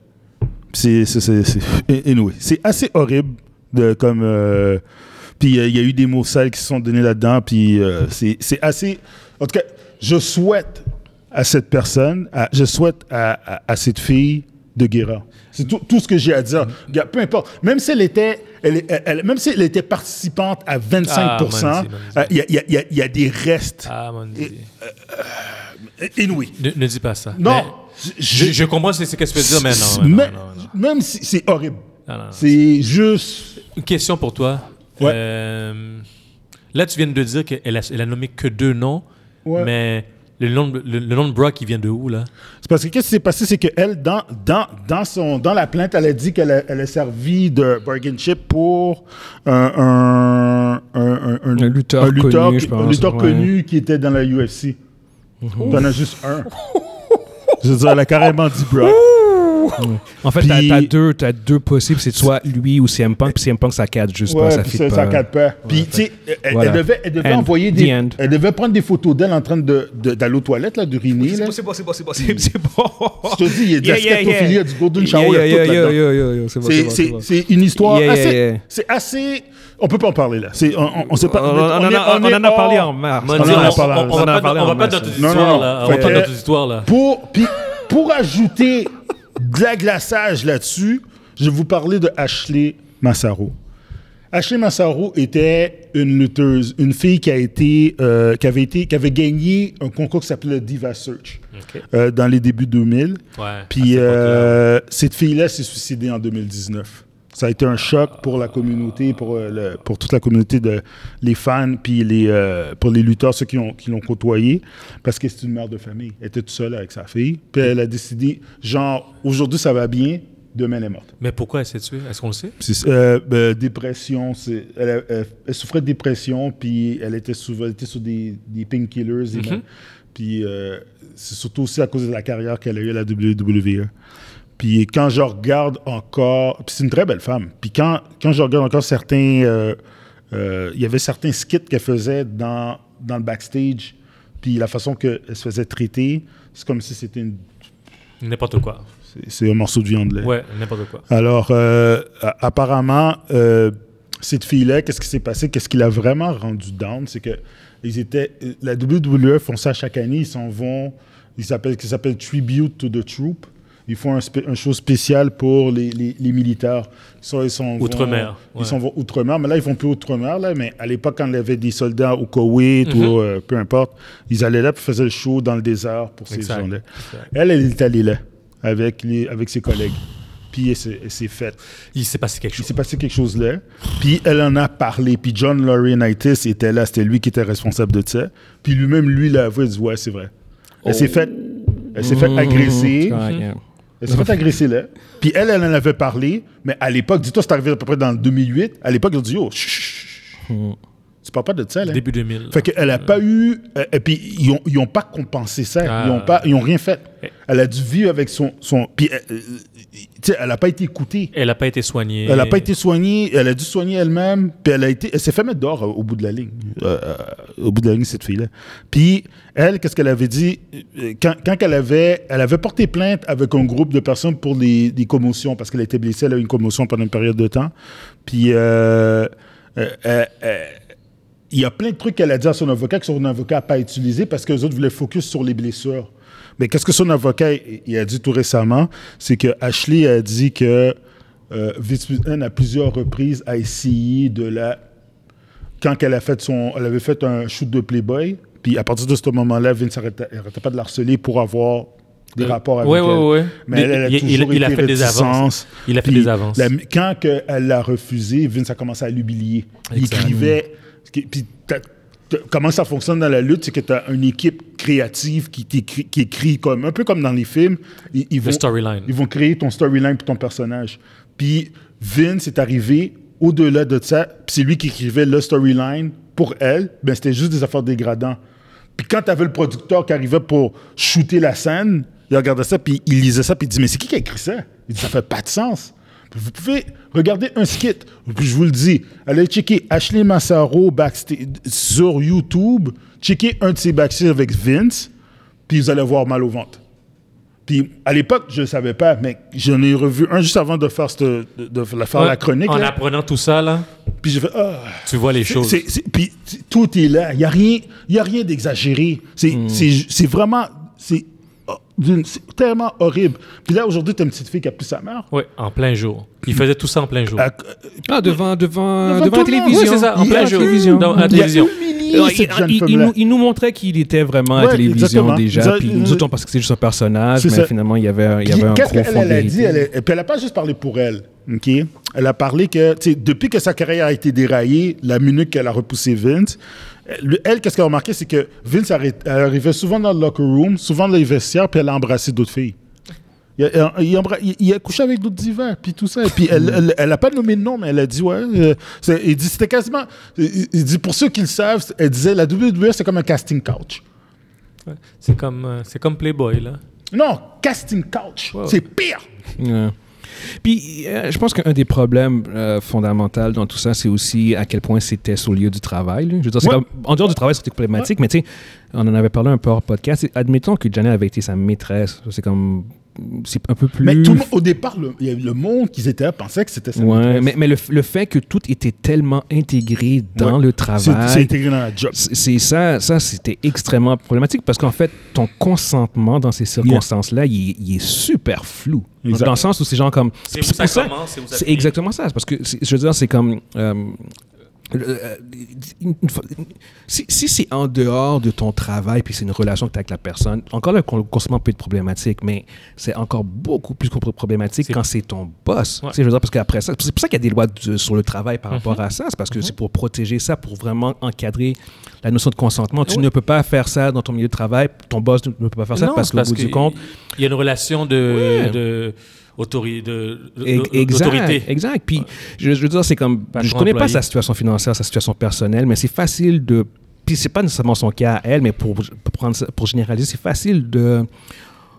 A: C'est c'est- c'est- c'est- anyway, c'est assez horrible. De, comme, euh, puis euh, il y a eu des mots sales qui se sont donnés là-dedans. Puis euh, c'est c'est assez. En tout cas, je souhaite à cette personne, à- je souhaite à, à- à cette fille de guérir. C'est tout, tout ce que j'ai à dire.
D: Mm-hmm.
A: Regarde, Peu importe. Même si elle était, elle- elle- elle- même si elle était participante à 25%,
D: Ah, Mandy,
A: euh, il y, a- il y a- il y a- il y a des restes
D: Ah, mon Dieu.
A: inouïs.
D: Ne, ne dis pas ça.
A: Non,
D: Mais-
A: je-
D: Je, je comprends ce ce qu'elle se peut dire, mais non.
A: Mais-
D: non, non, non.
A: Même si c'est horrible.
D: Non, non, non.
A: C'est juste.
D: Une question pour toi.
A: Ouais.
D: Euh, là, tu viens de dire qu'elle a, elle a nommé que deux noms,
A: Ouais.
D: mais le nom, de- le, le nom de Brock, il vient de où, là
A: C'est parce que qu'est-ce qui s'est passé, c'est qu'elle, dans, dans, dans, son, dans la plainte, elle a dit qu'elle a, elle a servi de bargain chip pour un, un, un, un- un-
C: Un lutteur
A: un lutteur,
C: connu,
A: qui,
C: je
A: un
C: pense,
A: lutteur
C: ouais.
A: connu qui était dans la UFC. T'en as juste un. Je veux dire, elle a carrément dit Brock.
C: En fait,
A: Puis-
C: t'as t'as deux, t'as deux possibles. C'est soit lui ou CM Punk. Puis CM Punk, ça cadre juste pas. Ça
A: puis
C: fit
A: ça,
C: pas.
A: ça cadre pas. Puis, tu sais, elle- elle,
C: Voilà.
A: devait, elle devait
C: And
A: envoyer
C: the
A: des.
C: end.
A: Elle devait prendre des photos d'elle en train de- de- d'aller aux toilettes, là, d'uriner. là.
C: C'est bon, c'est bon, c'est bon, c'est bon, c'est bon.
A: Je te dis, il y a de la scatophilie, il y a du golden shower, il y a
C: Yeah, yeah,
A: tout
C: yeah,
A: là-dedans.
C: yeah, yeah, yeah, C'est bon,
A: C'est-
C: c'est bon,
A: c'est-
C: c'est bon.
A: C'est une histoire
C: Yeah, yeah,
A: assez.
C: yeah.
A: C'est assez. On peut pas en parler là. C'est- On, on- on sait pas.
C: On en
A: est-
C: a- on
A: est
C: en a parlé
A: hors-
C: en mars.
D: On
A: en a
D: va
A: parlé en- on en
D: pas
C: parlé
D: on va
C: en
D: pas
C: mars.
D: dans toute
A: Non,
D: histoire,
A: non,
D: là. On
A: fait
D: va pas
A: que-
D: dans toute histoire, là.
A: Pour, puis, pour ajouter de l'aglaçage là-dessus, je vais vous parler de Ashley Massaro. Ashley Massaro était une lutteuse, une fille qui a été, euh, qui avait été, qui avait gagné un concours qui s'appelait le Diva Search
D: Ok.
A: euh, dans les débuts 2000.
D: Ouais, à
A: Puis
D: cette
A: euh, cette fille-là s'est suicidée en 2019. Ça a été un choc pour la communauté, pour, euh, le- pour toute la communauté de les fans, puis les, euh, pour les lutteurs, ceux qui ont- qui l'ont côtoyée, parce que c'est une mère de famille. Elle était toute seule avec sa fille, puis elle a décidé, genre, aujourd'hui ça va bien, demain elle est morte.
D: Mais pourquoi elle s'est tuée Est-ce qu'on le sait
A: C'est- euh, ben, dépression, c'est- elle, a- elle- elle souffrait de dépression, puis elle était, souvent, elle était sur des, des painkillers. des ma- Puis euh, c'est surtout aussi à cause de la carrière qu'elle a eue à la WWE. Puis quand je regarde encore, puis c'est une très belle femme. Puis quand, quand je regarde encore certains, euh, euh, il y avait certains skits qu'elle faisait dans, dans le backstage, puis la façon qu'elle se faisait traiter, c'est comme si c'était une-
D: N'importe quoi.
A: c'est- c'est un morceau de viande. Là.
D: Ouais, n'importe quoi.
A: Alors, euh, a- apparemment, euh, cette fille-là, qu'est-ce qui s'est passé? Qu'est-ce qui l'a vraiment rendu down? C'est que ils étaient, euh, la WWE font ça chaque année. Ils s'en vont, ils s'appellent, qui s'appelle Tribute to the Troop. Ils font un, spé- un chose spéciale pour les, les- les militaires. Soit ils sont
D: Outre-mer,
A: Ils
D: ouais.
A: s'en vont outre-mer, mais là, ils vont plus outre-mer. Là, mais à l'époque, quand il y avait des soldats au Koweït
D: Mhm.
A: ou euh, peu importe, ils allaient là et faisaient le show dans le désert pour ces
D: Exact.
A: gens-là.
D: Exact.
A: Elle, elle est allée là avec, les, avec ses collègues. Puis elle s'est- elle s'est faite.
D: Il s'est passé quelque
A: Il
D: chose.
A: s'est passé quelque chose là. Puis elle en a parlé. Puis John Laurinaitis était là. C'était lui qui était responsable de ça. Puis lui-même, lui, il a avoué, il dit Ouais, c'est vrai. Elle
D: Oh.
A: s'est faite. Elle s'est
D: Mmh.
A: faite agresser.
C: Ouais, Ah, yeah.
A: Elle s'est faite agresser là. Puis elle, elle en avait parlé. Mais à l'époque, dis-toi, c'est arrivé à peu près dans le 2008. À l'époque, ils ont dit Yo, chut, chut, chut. Tu parles pas de ça là.
D: Hmm. Début 2000. là.
A: Fait qu'elle a pas eu. euh, et puis, ils ont, ils ont pas compensé ça.
D: Ah.
A: Ils ont pas, ils ont rien fait.
D: Eh.
A: Elle a dû vivre avec son. son puis, euh, euh, tu sais, elle a pas été écoutée.
D: Elle n'a pas été soignée.
A: Elle n'a pas été soignée, elle a dû soigner elle-même, puis elle a été, elle s'est fait mettre dehors euh, au bout de la ligne, Euh, euh, au bout de la ligne cette fille-là. Puis elle, qu'est-ce qu'elle avait dit Euh, quand, quand elle avait, elle avait porté plainte avec un groupe de personnes pour des, des commotions parce qu'elle était blessée, elle a eu une commotion pendant une période de temps. Puis euh, euh, euh, euh, il y a plein de trucs qu'elle a dit à son avocat que son avocat n'a pas utilisé parce que les autres voulaient focus sur les blessures. Mais qu'est-ce que son avocat il il a dit tout récemment, c'est que Ashley a dit que euh, Vince McMahon, à plusieurs reprises a essayé de la quand elle a fait son elle avait fait un shoot de Playboy Puis à partir de ce moment-là, Vince n'arrêtait arrêtait pas de l'harceler pour avoir des
D: Euh,
A: rapports avec
D: ouais,
A: elle.
D: ouais, ouais.
A: Mais elle, elle a
D: Il- il-
A: toujours
D: il a
A: été
D: fait des
A: réticence.
D: avances. Il a fait
A: Puis
D: des avances.
A: la- Euh, quand que elle l'a refusé, Vince a commencé à l'humilier. Il
D: Exact.
A: écrivait. ce qui- Puis t'as- t'as- comment ça fonctionne dans la lutte, c'est que tu as une équipe créative qui, t'écrit- qui écrit comme un peu comme dans les films. Ils, ils vont,
D: storyline.
A: Ils vont créer ton storyline pour ton personnage. Puis Vince est arrivé au-delà de ça. Puis c'est lui qui écrivait le storyline pour elle. Ben c'était juste des affaires dégradantes. Puis quand tu avais le producteur qui arrivait pour shooter la scène, il regardait ça, puis il lisait ça, puis il dit Mais c'est qui qui a écrit ça Il dit Ça fait pas de sens. Puis Vous pouvez regarder un skit. Puis je vous le dis, allez checker Ashley Massaro backsta- sur YouTube, checker un de ses backstage avec Vince, puis vous allez avoir mal au ventre. Puis à l'époque, je ne savais pas, mais j'en ai revu un juste avant de faire, cette- de, de faire la chronique.
D: En
A: là.
D: apprenant tout ça, là,
A: Puis j'ai fait Ah
D: tu vois les choses.
A: c'est- c'est- puis t- tout est là. Il n'y a rien, y a rien d'exagéré. C'est
C: Hmm.
A: c'est- c'est vraiment. C'est oh, d'une- c'est tellement horrible. Puis là, aujourd'hui, tu une petite fille qui a plus sa mère. Euh,
D: Oui, en plein jour.
A: Hmm.
D: Il faisait tout ça en plein jour.
A: À-
C: Ah, devant, devant,
A: Devant
C: devant,
A: tout
C: la
A: le monde.
C: télévision.
D: Oui, c'est ça, en
C: Il-
D: plein
C: à la
D: jour.
C: télévision.
D: Dans- à la
A: il a
D: télévision.
A: humilié
C: Alors, il,
A: cette jeune
C: il- il
A: femme-là.
C: nous, il nous montrait qu'il était vraiment à la
A: Ouais,
C: télévision
A: exactement.
C: déjà.
A: Exact-
C: Puis nous autres, on pensait que c'était juste un personnage,
A: C'est
C: mais
A: ça.
C: finalement, il y avait, un- il y avait un
A: Qu'est-ce
C: gros
A: qu'elle
C: fond de
A: elle a dit?
C: vérité.
A: Elle a- et puis elle n'a pas juste parlé pour elle. OK? Elle a parlé que, tu sais, depuis que sa carrière a été déraillée, la minute qu'elle a repoussé Vince, elle, elle, qu'est-ce qu'elle a remarqué? C'est que Vince arri- elle arrivait souvent dans le locker room, souvent dans les vestiaires, puis elle a embrassé d'autres filles. Il a, il a- il a- il a couché avec d'autres divins, puis tout ça. Et puis elle n'a pas nommé de nom, mais elle a dit, ouais. euh, c'est- il dit, c'était quasiment. Il, il dit, pour ceux qui le savent, elle disait, la WWE, c'est comme un casting couch.
D: Ouais. C'est comme, euh, c'est comme Playboy, là.
A: Non, casting couch.
D: Wow.
A: C'est pire.
C: Ouais. Puis, euh, je pense qu'un des problèmes euh, fondamentaux dans tout ça, c'est aussi à quel point c'était sur le lieu du travail. là. Je veux dire, c'est
A: Ouais.
C: comme- en dehors du travail, c'était problématique, mais tu sais, on en avait parlé un peu hors podcast. Et Admettons que Janet avait été sa maîtresse. C'est comme. C'est un peu plus.
A: Mais tout le monde- au départ, le, il y a eu le monde qu'ils étaient là pensait que c'était ça.
C: Ouais, mais, mais le, f- le fait que tout était tellement intégré dans
A: Ouais.
C: le
A: C'est c'est
C: travail,
A: intégré dans la job.
C: c'est c'est ça, ça c'était extrêmement problématique parce qu'en fait, ton consentement dans ces circonstances-là, il, est- il est super flou.
A: Exact.
C: Dans le sens où c'est genre comme.
D: C'est où ça commence, c'est où ça
C: C'est
D: finit.
C: exactement ça. c'est Parce que c'est- je veux dire, c'est comme. euh, le- euh, une- une fois- si si c'est en dehors de ton travail, puis c'est une relation que tu as avec la personne, encore le con- consentement peut être problématique, mais c'est encore beaucoup plus compr- problématique
D: C'est-
C: quand c'est ton boss.
D: Ouais. Mm-hmm.
C: Tu sais, Je veux dire, parce qu'après ça, c'est pour ça qu'il y a des lois de- sur le travail par rapport à ça, c'est parce que c'est pour protéger ça, pour vraiment encadrer la notion de consentement. Tu ne peux pas faire ça dans ton milieu de travail, ton boss ne ne peut pas faire ça
D: Non,
C: parce
D: c'est
C: qu'au bout du
D: que
C: compte,
D: Il y a une relation de.
C: Ouais.
D: de autori- de- de-
C: Ex- Exact,
D: d'autorité.
C: exact. Puis, je, je veux dire, c'est comme, je
D: trop
C: connais pas
D: employé.
C: sa situation financière, sa situation personnelle, mais c'est facile de, puis c'est pas nécessairement son cas à elle, mais pour, pour prendre, ça- pour généraliser, c'est facile de,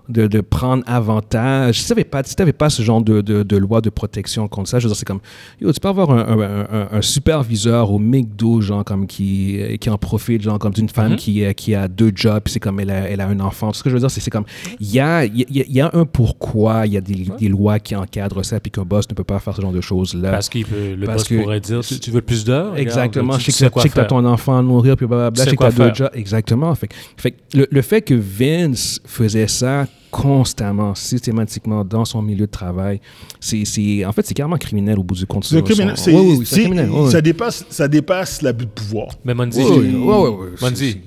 C: de, de prendre avantage. Si t'avais pas, si t'avais pas ce genre de, de, de loi de protection contre ça, je veux dire, c'est comme, yo, tu peux avoir un, un- un- un superviseur au McDo, genre, comme qui, euh, qui en profite, genre, comme d'une femme qui, euh, qui a deux jobs, puis c'est comme, elle a, elle a un enfant. Ce que je veux dire, c'est c'est comme, il y a, il y, a- il y a- il y a un pourquoi, il y a des, des lois qui encadrent ça, puis qu'un boss ne peut pas faire ce genre de choses-là.
D: Parce que le
C: Parce
D: boss
C: que-
D: pourrait dire tu, tu veux plus d'heures
C: Exactement.
D: Regarde,
C: Je
D: tu- tu
C: sais
D: sais
C: que
D: quoi
C: tu as
D: faire.
C: ton enfant à nourrir, puis blablabla.
D: Tu
C: Je
D: sais
C: sais que
D: quoi
C: t'as deux
D: faire.
C: jobs. Exactement. Fait, que- fait que le, le fait que Vince faisait ça constamment, systématiquement dans son milieu de travail, c'est, c'est- en fait, c'est carrément criminel au bout du compte.
A: C'est
C: Son-
A: criminel.
C: son-
A: C'est-
C: Ouais, ouais, ouais, c'est
A: c'est-
C: criminel, ouais, ouais.
A: Ça dépasse, ça dépasse l'abus de pouvoir.
D: Mais Mandy,
C: Ouais, ouais, ouais, ouais, ouais, c'est-
D: Mandy,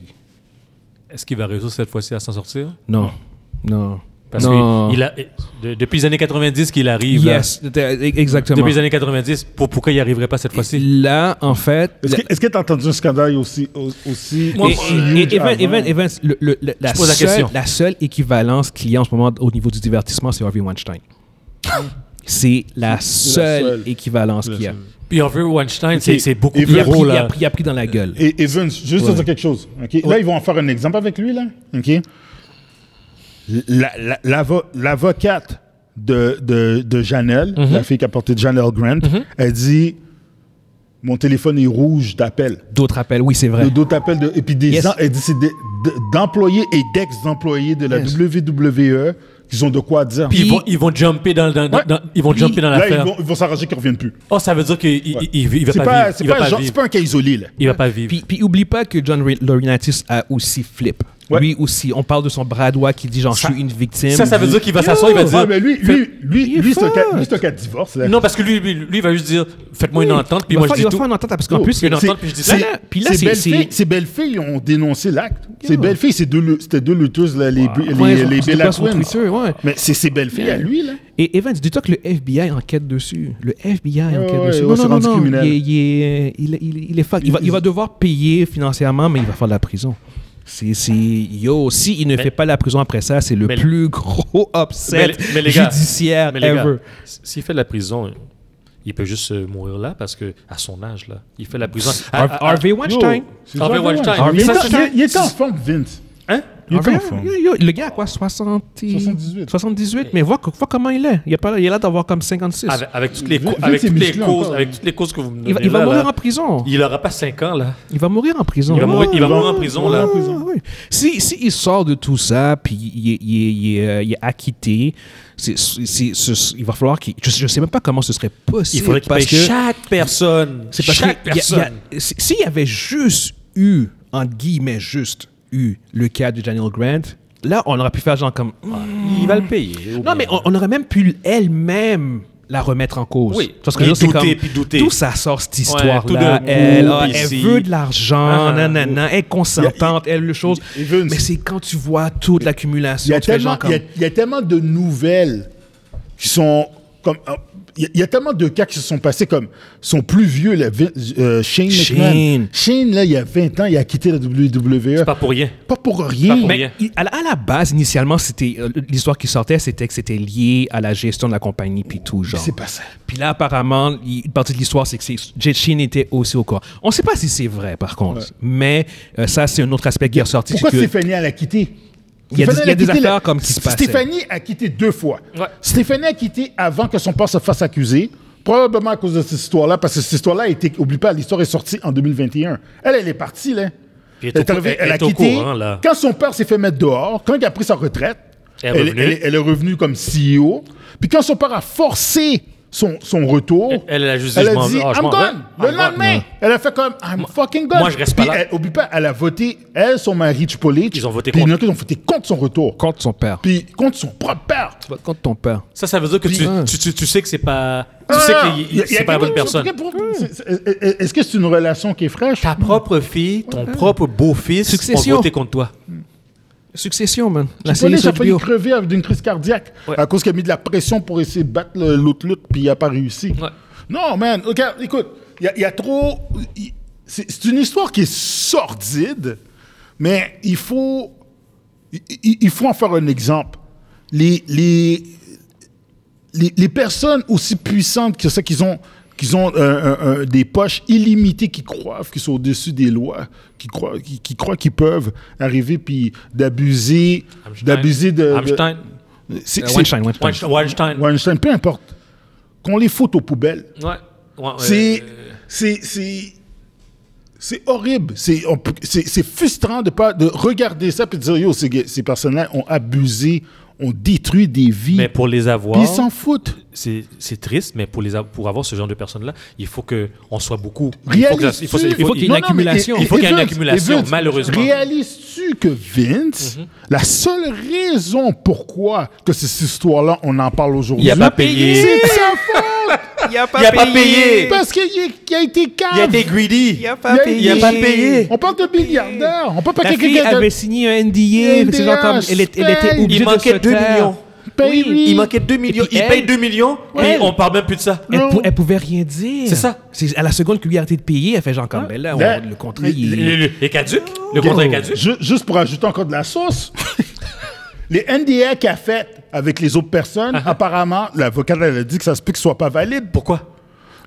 D: est-ce qu'il va réussir cette fois-ci à s'en sortir
C: Non. Non.
D: Parce
C: non.
D: que il a, de- depuis les années 90 qu'il arrive. là.
C: Yes, t'as- e- exactement.
D: Depuis les années 90, pour- pourquoi il n'y arriverait pas cette fois-ci
C: Là, en fait.
A: Est-ce
C: la-
A: que- est-ce que tu as entendu un scandale aussi, au- aussi,
D: Moi,
A: aussi
D: moi,
A: huge
C: Et- et- Evan-
A: avant?
C: Evan- Evans, le- le- le- la,
D: Je pose la
C: seule,
D: question.
C: la seule équivalence qu'il y a en ce moment au niveau du divertissement, c'est Harvey Weinstein. C'est la seule,
A: seule.
C: équivalence qu'il y a.
D: Puis Harvey Weinstein, c'est- c'est beaucoup
A: Il
C: Il
D: plus
C: a, pris,
D: gros
C: il, a
D: là.
C: pris, il a pris dans la gueule.
A: Et Evans, juste
C: Ouais.
A: te dire quelque chose. ok? Là, ils vont en faire un exemple avec lui. là. ok? La- la- l'avo- L'avocate de, de, de Janelle,
C: Mhm.
A: la fille qui a porté Janelle Grant, elle dit Mon téléphone est rouge d'appel.
C: D'autres appels, oui, c'est vrai.
A: De- D'autres appels, de, et puis des
C: Yes.
A: gens- elle dit c'est des- de- d'employés et d'ex-employés de la
C: Yes.
A: WWE qui ont de quoi dire.
D: Puis ils
C: Puis-
D: vont, ils vont jumper dans, dans- dans-
A: Ouais.
D: dans- ils vont
A: Puis
D: jumper dans
A: Là, ils
D: l'affaire.
A: vont- ils vont s'arranger qu'ils ne reviennent plus.
D: Oh, ça veut dire qu'il
A: Ouais.
D: il- il- il va
A: C'est
D: pas,
A: pas,
D: vivre.
A: c'est
D: Il va
A: pas
D: pas
A: genre-
D: vivre.
A: c'est pas un cas isolé. Là.
D: Il va pas vivre.
C: Puis, puis oublie pas que John Re- Laurinaitis a aussi flip.
A: Ouais.
C: Lui aussi, on parle de son bradois qui dit genre je suis une victime.
D: Ça, ça veut
C: du-
D: dire qu'il va s'asseoir, il va dire.
A: Ah, mais lui, lui,
C: Il
A: lui,
C: est
A: lui, c'est un cas-
C: fuck.
A: lui, c'est un cas de divorce. là.
D: Non, parce que lui, lui, lui, il va juste dire faites-moi une
C: Oui.
D: entente, puis
C: Il va
D: moi je
C: faire-
D: dis
C: il va
D: tout.
C: faire une entente parce qu'en
A: Oh,
C: plus,
D: Une
C: il-
A: C'est-
D: entente, puis je dis
A: c'est-
D: ça.
C: là, puis là,
A: ces
C: c'est-
A: belles
C: c'est-
A: filles- ces belles filles ont dénoncé l'acte.
C: Yeah.
A: Ces belles filles, c'est deux lu- c'était deux lutteuses, là, les, bu- les,
C: Ouais, ils ont
A: les
C: posté
A: Bella
C: quoi sur
A: Twins.
C: Twitter, ouais.
A: Mais c'est ces belles filles à lui, là.
C: Et Evans, dis-toi que le FBI enquête dessus. Le FBI
A: Ouais,
C: enquête
A: ouais,
C: dessus.
A: on
C: Non,
A: s'est
C: non, non,
A: rendu
C: non. Il,
A: criminel.
C: est- il est- il est- il est- il est fuck. Il va, il va devoir payer financièrement, mais il va faire de la prison. C'est, c'est- yo, si il ne fait pas la prison après ça, c'est le
D: mais-
C: plus gros [LAUGHS] upset
D: Mais les- mais les gars,
C: judiciaire
D: Mais les gars,
C: ever.
D: s- s'il fait de la prison, il peut juste euh, mourir là parce que à son âge là, il fait de la prison. À-
C: Harv-
D: à- à-
C: Harvey Weinstein.
A: Yo, c'est
D: Harvey
A: Harvey
D: Weinstein.
A: Weinstein. Il est
D: Ça,
A: en-
D: c'est-
A: il est- Il est en forme, Vince.
D: Hein?
A: Il est en
C: Harvey-
A: forme.
C: yo, yo, le gars a quoi, 60...
A: 78.
C: 78, mais vois, vois comment il est. Il, est pas- il est là d'avoir comme 56.
D: Avec, avec toutes les,
A: Vu-
D: cau-
A: vu
D: avec
A: ses
D: toutes les
A: muscles
D: causes,
A: encore.
D: avec toutes les causes que vous me donnez
C: il va, il va
D: ben, là,
C: mourir
D: là,
C: en prison.
D: il aura pas 5 ans là.
C: Il va mourir en prison.
D: Il va
C: Ouais.
D: mourir, il va
A: il va-
D: mourir en prison
A: il va
D: là.
A: mourir en prison.
C: Ah, oui. Si, si il sort de tout ça, puis il, est- il est- il est, euh, il est acquitté, c'est- c'est- ce- il va falloir qu'il... Je ne sais même pas comment ce serait possible.
D: Il faudrait qu'il
C: parce
D: paye
C: que
D: chaque personne.
C: c'est parce
D: chaque
C: que il y a- il y a-
D: personne.
C: si- S'il y avait juste eu, entre guillemets, juste eu le cas de Daniel Grant, là, on aurait pu faire genre comme... hmm.
D: Ah, Il va le payer.
C: Non, mais on, on aurait même pu elle-même la remettre en cause.
D: Oui.
C: Parce
D: Et
C: là, c'est
D: douter,
C: comme,
D: puis douter.
C: D'où ça sort cette
D: tout
C: histoire-là?
D: d'un coup,
C: elle, ah,
D: puis
C: elle
D: si-
C: veut de l'argent,
D: Ah,
C: nanana, elle est consentante, elle le chose.
A: il- il veut une-
C: Mais c'est quand tu vois toute
A: Il y,
C: l'accumulation,
A: a
C: tu fais
A: tellement,
C: genre comme...
A: il y a- il y a tellement de nouvelles qui sont comme. euh, Il y a- il y, a tellement de cas qui se sont passés comme sont plus vieux. Là, Vin- euh, Shane McMahon.
C: Shane.
A: Shane, là, il y a 20 ans, il a quitté la WWE.
D: C'est
A: Pas,
D: pas pour rien.
A: pour rien.
D: pas pour
A: Mais-
D: rien.
C: Il- à, la, à la base, initialement, c'était euh, l'histoire qui sortait, c'était que c'était lié à la gestion de la compagnie puis tout genre.
A: C'est pas ça.
C: Puis là, apparemment, il- une partie de l'histoire, c'est que c'est- Jet Shin était aussi au corps. On ne sait pas si c'est vrai, par contre. Mais euh, ça, c'est un autre aspect qui est ressorti.
A: Pourquoi
C: c'est que-
A: Stéphanie, elle a quitté
C: Il y a des-
A: Stéphanie,
C: il y a
A: elle
C: des
A: quitté
C: affaires comme qui se passaient.
A: Stéphanie a quitté deux fois.
D: Ouais.
A: Stéphanie a quitté avant que son père se fasse accuser, probablement à cause de cette histoire-là, parce que cette histoire-là a été. Oublie pas, l'histoire est sortie en 2021. Elle, elle est partie, là.
D: Puis elle est au cou- elle est au courant, là.
A: Quand son père s'est fait mettre dehors, quand il a pris sa retraite,
D: Elle est revenue.
A: elle- elle est revenue comme CEO. Puis quand son père a forcé son, son retour,
D: Elle- elle a juste dit,
A: elle
D: je m'en-
A: dit
D: ah, je
A: I'm
D: m'en vais.
A: gone. Le
D: I'm gone.
A: lendemain,
D: Ouais.
A: elle a fait comme I'm fucking gone.
D: moi, je reste pas
A: Puis
D: là.
A: elle- oublie pas, elle a voté, elle, son mari, Chipolite.
D: Ils ont voté
A: puis
D: contre.
A: il y en a qui ont voté contre son retour.
C: Contre son père.
A: Puis contre son propre père.
C: Contre ton père.
D: Ça, ça veut dire que tu,
C: Puis-
D: tu, tu, tu sais que c'est pas. Tu
A: Ah,
D: sais
A: il y a-
D: que
A: il y a
D: c'est pas la bonne
A: quelque chose-
D: personne.
A: pour- c'est- c'est- est- Est-ce que c'est une relation qui est fraîche?
D: Ta propre fille, ton propre beau-fils ont
C: Succession.
D: voté contre toi.
C: Succession, man. La série
A: Chipolite,
C: sur
A: j'ai failli
C: HBO.
A: crever avec d'une crise cardiaque
D: Ouais.
A: à cause qu'il a mis de la pression pour essayer de battre le- l'autre lutte, puis il n'a pas réussi.
D: Ouais.
A: Non, man, regarde, écoute, il y, a- il y a trop. il- C'est c'est une histoire qui est sordide, mais il faut, il, il- il faut en faire un exemple. Les, les, les, les personnes aussi puissantes que ça, qu'ils ont, qu'ils ont euh, un- un- des poches illimitées, qui croient, qui sont au-dessus des lois, qui croient, qui, qui croient qu'ils peuvent arriver puis d'abuser, d'abuser euh, de. de-
D: Einstein.
A: c'est-
C: Euh,
A: c'est-
C: Weinstein, Weinstein.
D: Weinstein. Weinstein. Ouais.
A: Weinstein, peu importe. Qu'on les foute aux poubelles.
D: Ouais, ouais,
A: C'est,
D: euh,
A: c'est, c'est, c'est horrible. C'est, on peut- c'est, c'est frustrant de pas de regarder ça puis de dire yo ces, gars- ces personnes-là ont abusé, ont détruit des vies.
D: Mais pour les
A: Puis
D: avoir,
A: ils s'en foutent.
D: c'est c'est triste, mais pour, les, a- pour avoir ce genre de personnes-là, il faut qu'on soit beaucoup. Il faut que
A: Réalises-tu
D: ça- il faut- il faut-
C: qu'il y ait
A: Non,
C: une
A: non, mais-
C: accumulation.
A: et-
D: Il faut
A: et-
D: qu'il y ait une
A: et Vince,
D: accumulation,
A: et Vince,
D: malheureusement. Mhm.
A: Réalises-tu que Vince, la seule raison pourquoi que cette histoire-là, on en parle aujourd'hui,
D: Il a pas payé.
A: c'est de sa faute
C: Il a pas,
D: Il a pas payé.
A: parce qu'il est- il a été calme.
D: Il a été greedy.
C: Il a pas payé.
A: Il a
D: pas payé.
A: On parle de milliardaires. On parle pas
C: La
A: quelqu'un
C: fille
A: qui a-
C: avait signé un NDA. mais c'est genre comme- elle, est- elle était obligée
D: Il manquait
C: de se
D: 2
C: taire.
D: millions.
A: Paye,
C: Oui.
A: lui.
D: Il manquait 2 millions.
C: puis
D: Il
C: elle-
D: paye 2 millions, et
C: elle-
D: on parle même plus de ça.
C: Elle,
A: Non.
C: pou- elle pouvait rien dire.
D: C'est ça.
C: C'est à la seconde que lui a arrêté de payer, elle fait genre comme, ben là, on-
A: Ben,
C: le contrat, il...
D: Le- le- le- Il est caduque. Le contrat est caduque.
A: Ju- Juste pour ajouter encore de la
C: [LAUGHS]
A: sauce, les NDA qu'elle a fait avec les autres
C: Ah
A: personnes, apparemment, l'avocat elle a dit que ça se peut qu'ils soient pas valides.
D: Pourquoi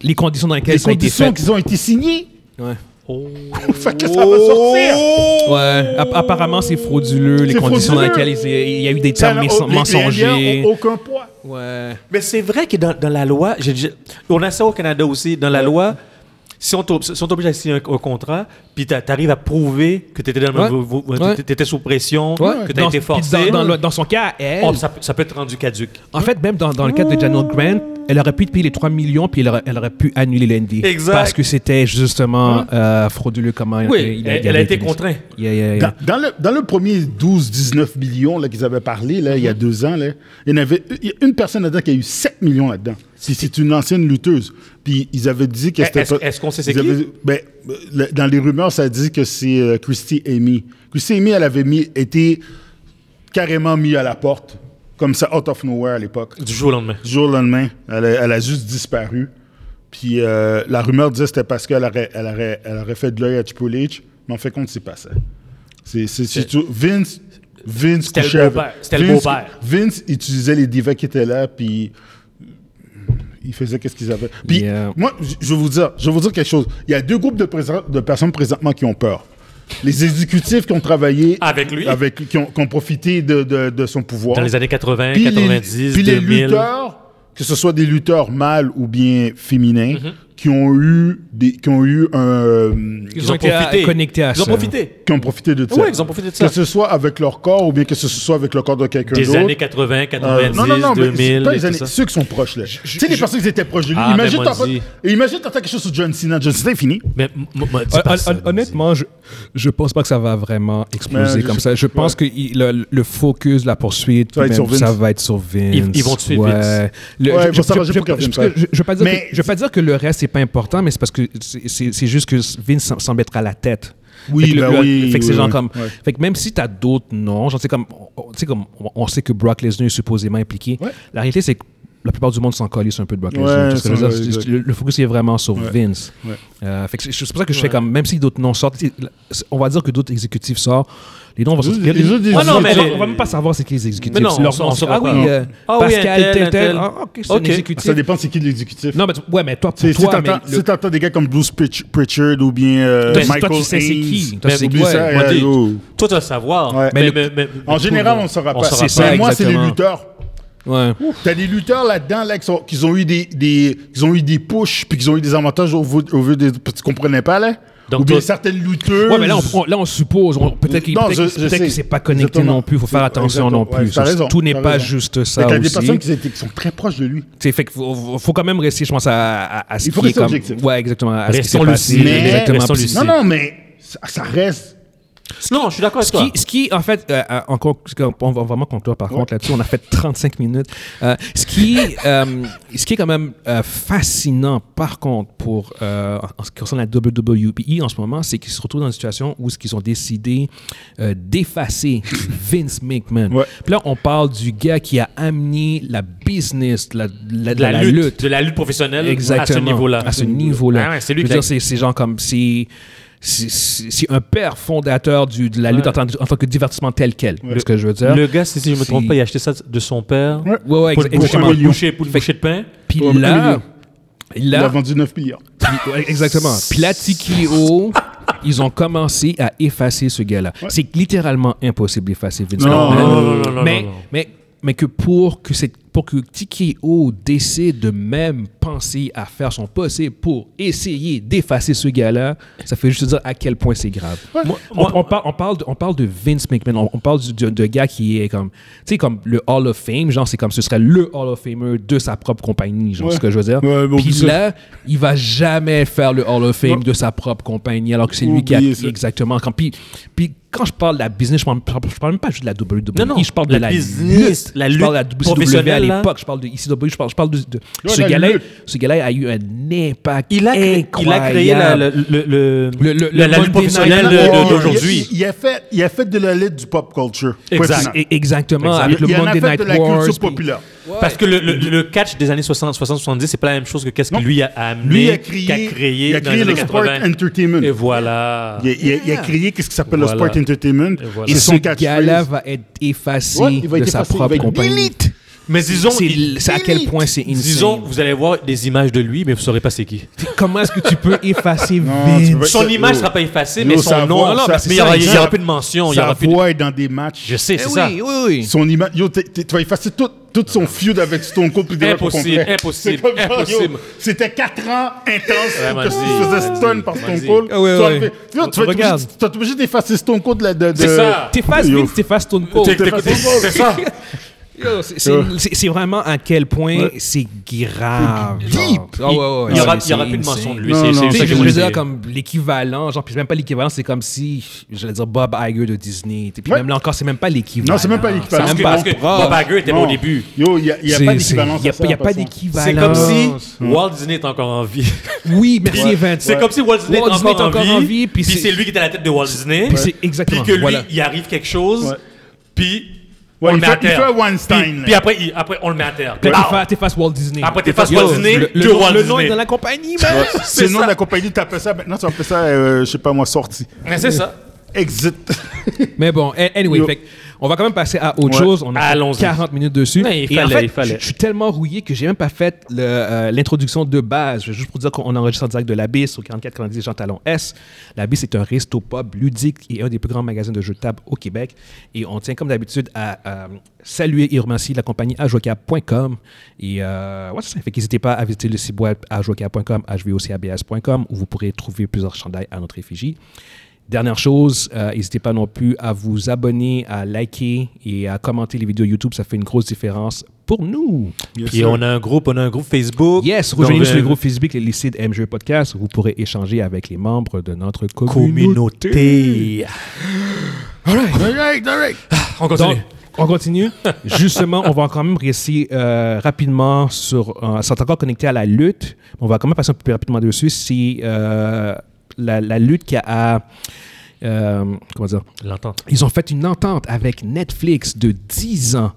C: les conditions dans lesquelles
A: Les
C: ça a été
A: conditions
C: fait.
A: qu'ils ont été signées.
C: Ouais.
A: [LAUGHS]
C: Oh.
A: fait que ça va sortir.
C: Ouais. App- Apparemment, c'est frauduleux, les
A: C'est
C: conditions
A: frauduleux.
C: dans lesquelles il y- il y a eu des
A: Ça
C: termes
A: n'a-
D: Ben,
C: mes-
D: oh,
A: les- les
C: mensongers.
A: NDA ont aucun poids.
C: Ouais.
D: Mais c'est vrai que dans, dans la loi, j'ai déjà- on a ça au Canada aussi, dans la loi, si on t'ob- si on t'oblige à signer un, un contrat, puis t'a- t'arrives à prouver que t'étais dans le-
C: Ouais.
D: vous- vous- vous-
C: Ouais.
D: t'étais sous pression, que t'as
C: Dans-
D: été
C: puis
D: forcé,
C: Dans, dans le- dans son cas, elle,
D: oh, ça, peut- ça peut être rendu caduque.
C: en fait, même dans, dans le cadre de Daniel Grant, elle aurait pu te payer les 3 millions, puis elle aurait, elle aurait pu annuler l'ND.
D: Exact.
C: Parce que c'était justement
D: Hein?
C: euh, frauduleux comment il- il-
D: Oui,
C: il
D: elle,
C: avait
D: elle a été
C: été-
D: contrainte.
C: Yeah, yeah, yeah.
A: Dans, dans le, dans le premier 12-19 millions là, qu'ils avaient parlé là, il
D: Mhm.
A: y a deux ans, là, il y en avait il y a une personne là-dedans qui a eu 7 millions là-dedans. Puis c'est une ancienne lutteuse. Puis ils avaient dit que
D: Eh,
A: c'était
D: est-ce-
A: pas-
D: est-ce qu'on sait c'est
A: ils
D: qui?
A: avaient- ben, le- dans les rumeurs, ça dit que c'est euh, Christy Amy. Christy Amy, elle avait mis, été carrément mise à la porte, comme ça, out of nowhere à l'époque.
D: Du jour au lendemain.
A: Du jour au lendemain, elle a, elle a juste disparu. Puis euh, la rumeur disait que c'était parce qu'elle aurait, elle aurait, elle aurait fait de l'œil à Triple H, mais en fait compte, c'est pas ça. C'est, c'est, c'est tout- Vince, Vince
D: C'était le
A: couchait avec-
D: beau-père. C'était le
A: Vince-
D: beau-père.
A: Vince utilisait les divas qui étaient là, puis ils faisaient qu'est-ce qu'ils avaient. Puis
C: Yeah.
A: moi, j- je vais vous dire, je vais vous dire quelque chose. Il y a deux groupes de, présent- de personnes présentement qui ont peur. Les exécutifs qui ont travaillé
D: Avec lui.
A: avec, qui, ont, qui ont profité de, de- de son pouvoir
D: Dans les années 80,
A: puis
D: 90,
A: les, puis les
D: 2000.
A: lutteurs, que ce soit des lutteurs mâles ou bien féminins, qui ont eu des, qui ont eu un,
C: Ils ont été à- connectés à
D: Ils ont
C: ça.
D: profité.
A: qui ont profité de ça.
D: Ouais, ils ont profité de ça.
A: Que ce soit avec leur corps ou bien que ce soit avec le corps de quelqu'un d'autre.
D: Des années 80, 90,
A: Euh, non, non, non, mais c'est
D: 2000.
A: pas les
D: et tout
A: années,
D: ça.
A: ceux qui sont proches, là. Tu sais, les personnes qui étaient proches de lui.
D: Ah,
A: imagine,
D: mais
A: t'entends-
D: maudit.
A: imagine, t'entends quelque chose sur John Cena. John Cena est fini.
D: Mais m- m- m- dis
C: Hon-
D: pas
C: hon-
D: ça,
C: honnêtement, je, je pense pas que ça va vraiment exploser
A: Mais je
C: comme
A: sais
C: ça.
A: pas.
C: Je pense que il- le, le focus, la poursuite,
A: Ça va être
C: même,
A: sur Vince.
C: ça va être sur Vince.
D: Ils- ils vont tuer
C: ouais.
D: Vince.
C: Le-
A: Ouais,
C: je-
A: ils vont
C: je-
A: s'arranger
C: je-
A: pour qu'il
C: je-
A: revienne
C: parce que
A: pas.
C: je- je veux pas dire
A: Mais-
C: que- je veux pas dire que le reste n'est pas important, mais c'est parce que c'est- c'est c'est juste que Vince sem- semble être à la tête.
A: Oui,
C: fait que le-
A: ben
C: le-
A: oui,
C: Fait que c'est
A: oui,
C: genre
A: oui.
C: comme.
A: Ouais.
C: Fait que même si t'as d'autres noms, genre, tu sais, comme, on, tu sais, comme on- on sait que Brock Lesnar est supposément impliqué,
A: Ouais.
C: la réalité c'est que la plupart du monde s'en colle un peu de Brock
A: Ouais,
C: Lesnar. tu sais ce que je veux
A: c'est-
C: dire?
A: exact.
C: le, le focus est vraiment sur
A: Ouais.
C: Vince.
A: Ouais.
C: Euh, fait que c'est c'est pour ça que je fais comme, même si d'autres noms sortent, tu sais, la- c'est- on va dire que d'autres exécutifs sortent, les noms vont sortir.
A: les autres
C: on,
A: exécutifs-
C: non, mais
D: Ouais, non, mais
C: on va même pas savoir c'est qui les exécutifs.
D: Mais non,
C: C'est leur
D: on-
C: nom.
D: on saura
C: ah oui,
D: pas.
C: euh,
D: Ah oui, un
C: Pascal,
D: tel, un
C: tel, tel.
D: tel.
C: Ah, ok, c'est un
D: Ok.
C: exécutif.
A: Ça dépend c'est qui l'exécutif.
C: Non, mais tu- ouais, mais toi,
A: Tu sais,
C: pour
A: si
C: toi, mais
A: t'entends
C: le-
A: si t'entends des gars comme Bruce Pritch- Pritchard ou bien euh,
C: Mais toi,
A: Michael
C: tu sais c'est
A: Haynes,
C: qui. Toi,
A: ben,
C: c'est-
A: oublie
C: ouais,
A: ça,
D: moi,
A: euh,
D: dis-
A: oh.
D: Toi, tu vas le savoir.
A: Ouais.
C: Mais
D: mais-
C: le-
D: mais- mais
A: En
D: tout
A: général,
D: le
A: on ne saura
D: monde-
A: pas.
D: saura
A: Mais
C: C'est ça,
A: moi, c'est les
C: exactement.
A: lutteurs.
C: Ouais.
A: T'as des lutteurs là-dedans là, qui, sont- qui ont eu des, des, qui ont eu des pushs puis qui ont eu des avantages au, vu- au vu des. Tu comprenais pas, là?
D: Donc,
A: Ou bien
D: toi-
A: certaines lutteuses.
C: Ouais, mais là, on, on- là, on suppose. on- Peut-être qu'il-
A: Non,
C: peut-être
A: je-
C: que
A: je sais.
C: c'est pas connecté
A: Exactement.
C: non plus. Il faut faire
A: C'est-
C: attention
A: exactement.
C: non
A: Ouais,
C: plus.
A: t'as raison,
C: Tout n'est
A: t'as
C: pas
A: raison.
C: juste
A: Fait
C: ça
A: que t'as des
C: aussi.
A: personnes qui, étaient- qui sont très proches de lui.
C: T'sais, fait que faut, faut quand même rester, je pense, à, à, à ce
A: Il faut
C: qui est
A: rester
C: comme...
A: objectif.
C: Ouais, exactement. À ce qui
D: Restons
C: s'est passé.
D: lucides.
A: Mais-
C: Exactement.
D: Restons
C: Puis-
D: lucides.
A: Non, non, mais ça, ça reste.
D: Non, je suis d'accord avec
C: Ce
D: toi.
C: qui, ce qui, en fait, euh, euh, en conc- on va vraiment conclure par contre là-dessus, on a fait 35 minutes. Euh, ce, qui, euh, ce qui est quand même euh, fascinant par contre pour, euh, en ce qui concerne la WWE en ce moment, c'est qu'ils se retrouvent dans une situation où ils ont décidé euh, d'effacer Vince McMahon.
A: Ouais.
C: Puis là, on parle du gars qui a amené la business, la, la,
D: De la,
C: la
D: lutte,
C: lutte
D: de la lutte professionnelle
C: Exactement.
D: à ce niveau-là.
C: À ce niveau-là.
D: Ah ouais, c'est lui
C: Je veux
D: qui
C: dire, c'est
D: l'a-
C: c'est genre comme si, si, si- si un père fondateur du, de la lutte en, tant- en tant que divertissement tel quel. C'est ce que je veux dire.
D: Le gars, si, si je me
C: Si-
D: trompe pas, il a acheté ça de son père.
A: Ouais.
C: Ouais, ouais, ex-
D: Pour le boucher,
C: exactement.
D: pour le boucher, pour le boucher de pain.
C: Puis
A: Pour le
C: là,
A: million. Il a
C: là,
A: vendu 9 milliards.
C: puis- ouais, exactement. Puis là, TKO, ils ont commencé à effacer ce gars-là. C'est littéralement impossible d'effacer Vince
A: Non,
C: McMahon.
D: non, non, non, non,
C: mais,
D: non, non.
C: mais, mais que pour que cette pour que TKO décide de même penser à faire son possible pour essayer d'effacer ce gars-là, ça fait juste dire à quel point c'est grave.
D: Moi-
C: On,
D: moi-
C: on parle, on, parle de, on parle de Vince McMahon, on, on parle du- de, de gars qui est comme, tu sais, comme le Hall of Fame, genre c'est comme ce serait le Hall of Famer de sa propre compagnie, genre
A: Ouais.
C: ce que je veux dire.
A: Ouais, mais
C: Puis
A: oublie ça.
C: là, Euh, il va jamais faire le Hall of Fame de sa propre compagnie, alors que c'est lui qui a
A: Oubliez ça.
C: exactement. Quand, puis, puis quand je parle de la business, je parle, je parle même pas juste de la WWE,
D: Non, non,
C: je parle de la,
D: la business,
C: lutte,
D: la
C: je parle
D: lutte
C: de la WCW à
D: professionnelle, là.
C: l'époque, je parle de E ICW, je parle, je parle de, de-
A: Ouais,
C: ce
A: la
C: gars-là.
A: lutte.
C: Ce gars-là a eu un impact
D: Il a, créé- il a
C: incroyable.
D: créé la, le- le- le-
C: Le- le- le
D: la- la lutte
C: Monday Night
D: professionnelle de-
C: Raw.
D: de- d'aujourd'hui.
A: Il, il a fait, il a fait de la lettre du pop culture.
D: Exact.
A: Point final.
C: Et- e- Exactement,
D: Exact.
C: avec le
A: il en a
C: Monday
A: fait
C: Night
A: de la
C: Wars.
A: culture
C: puis-
A: populaire.
D: Parce que le, le, le catch des années 60-70, c'est pas la même chose que qu'est-ce que
A: Non.
D: lui a amené,
A: Lui, il a créé,
D: qu'a créé,
A: il a
D: dans
A: créé
D: les
A: le
D: années
A: sport
D: 80.
A: entertainment.
D: Et voilà.
A: Il a, il a- il a créé ce qui s'appelle
D: Voilà.
A: le sport entertainment.
D: Et voilà.
A: C'est
C: Et
A: son
C: ce
A: catchphrase.
C: gars-là va être effacé
A: Ouais, il va
C: de
A: être
C: sa
A: effacé, il
C: propre
A: va être
C: compagnie.
A: delete.
D: Mais disons,
C: C'est
D: il-
C: c'est à quel point c'est insane.
D: disons, vous allez voir des images de lui, mais vous saurez pas c'est qui.
C: Comment est-ce que tu peux effacer
A: Non, tu
C: Vince?
A: peux-
D: Son
A: ça-
D: image
A: oh.
D: sera pas effacée,
A: No,
D: mais son
A: sa
D: nom,
A: voix,
D: non, non,
A: sa-
D: mais
A: c'est
D: il y aura,
A: ça,
D: il y
A: exact.
D: aura plus de mention, il y
A: Sa
D: aura plus de-
A: voix est dans des matchs.
D: Je sais,
C: Eh
D: c'est
A: oh.
D: ça.
C: oui, oui.
A: Son image. Yo, t'es- t'es- tu vas effacer tout, tout son feud avec Stone Cold puis des mecs au
D: Impossible,
A: complet.
D: impossible,
A: C'est comme ça, yo,
D: impossible.
A: C'était 4 ans intenses que
D: vas-y,
A: tu faisais stun par
D: vas-y.
A: Stone Cold.
C: Ah ouais,
A: Tu vas
C: ouais.
A: enlever- Yo, Tu vas être obligé-
C: Regarde.
A: tu vas être obligé d'effacer Stone Cold de la. de- de-
D: C'est ça.
C: T'effaces
A: Yo.
C: Vince, t'effaces Stone Cold.
D: T'es- t'es- C'est ça.
C: Yo, c'est- c'est- C'est c'est vraiment à quel point
A: Ouais.
C: c'est grave.
A: Deep.
C: genre. Ah ouais, ouais, ouais,
D: Il n'y aura,
C: c'est-
D: il y aura
C: c'est
D: plus de
C: insane.
D: mention de lui.
A: Non,
D: c'est-
A: non,
D: c'est
C: Tu
D: ça
C: sais,
D: que
C: Je
D: je
C: veux
D: veux
C: dire, comme l'équivalent, genre, puis c'est même pas l'équivalent, c'est comme si, j'allais dire Bob Iger de Disney. Puis
A: Ouais.
C: même là encore, c'est même pas l'équivalent.
A: Non, c'est même pas l'équivalent.
C: C'est même
D: Parce que,
C: pas
D: parce que Bob Iger était
A: Non.
D: au début.
A: Yo, il n'y a, il y a
C: C'est-
A: pas
C: c'est-
A: d'équivalence.
C: y
A: à
C: a
A: ça,
C: pas- y a
A: en
C: pas
A: passant.
C: d'équivalent.
D: C'est comme si Walt Disney était encore en vie.
C: Oui, merci, Evan.
D: C'est comme si Walt Disney
C: Walt
D: était
C: Disney
D: encore,
C: est encore
D: en vie.
C: en vie, puis
D: puis
C: c'est-
D: c'est lui qui était à la tête de Walt Disney.
C: Puis c'est exactement,
D: Puis que lui,
C: voilà.
D: il arrive quelque chose.
A: Ouais.
D: Puis
A: Ouais, il
D: on le met
A: fait-
D: à
A: il
D: terre.
A: fait Weinstein,
D: Puis,
A: là.
D: puis après, il- après, on le met à terre.
C: T'es
D: Pow!
C: face- t'es face Walt Disney.
D: Après, t'es
C: T'es face-
D: face Walt
C: Yo,
D: Disney,
C: le-
D: de
C: Le nom-
D: Walt
C: le nom est
D: Disney.
C: dans la compagnie, man. [LAUGHS]
A: C'est le nom
D: ça.
A: de la compagnie, tu appelles ça, maintenant tu appelles ça, euh, je sais pas moi, sortie.
D: Mais c'est ça.
C: [LAUGHS]
A: Exit.
C: Mais bon, a- anyway,
A: Yo.
C: fait que on va quand même passer à autre
A: Ouais.
C: chose. On a fait
D: Allons-y.
C: 40 minutes dessus.
D: Mais il
C: Et en
D: fallait,
C: fait,
D: il fallait.
C: Je, je suis tellement rouillé que j'ai même pas fait le, euh, l'introduction de base. Juste pour dire qu'on enregistre en direct de l'Abysse au 4490 Jean Talon S. L'Abysse est un resto pub ludique et un des plus grands magasins de jeux de table au Québec. Et on tient comme d'habitude à euh, saluer et remercier la compagnie ajoca.com. Et euh, ouais, c'est ça. Fait qu'hésitez pas à visiter le site web ajoca.com, hvocabs.com où vous pourrez trouver plusieurs chandails à notre effigie. Dernière chose, euh, n'hésitez pas non plus à vous abonner, à liker et à commenter les vidéos YouTube. Ça fait une grosse différence pour nous.
D: Puis on a un groupe, on a un groupe Facebook.
C: Yes, rejoignez-nous
D: Donc,
C: sur les
D: euh,
C: groupes Facebook, les lycées de MGE Podcast. Vous pourrez échanger avec les membres de notre communauté.
D: communauté.
A: Direct, direct.
D: On continue.
C: Donc, on
D: [LAUGHS]
C: continue. Justement, on va quand même rester euh, rapidement sur. euh, sans encore connecté à la lutte. mais On va quand même passer un peu plus rapidement dessus. C'est euh, la, la lutte qui a. euh, comment dire
D: L'entente.
C: Ils ont fait une entente avec Netflix de 10 ans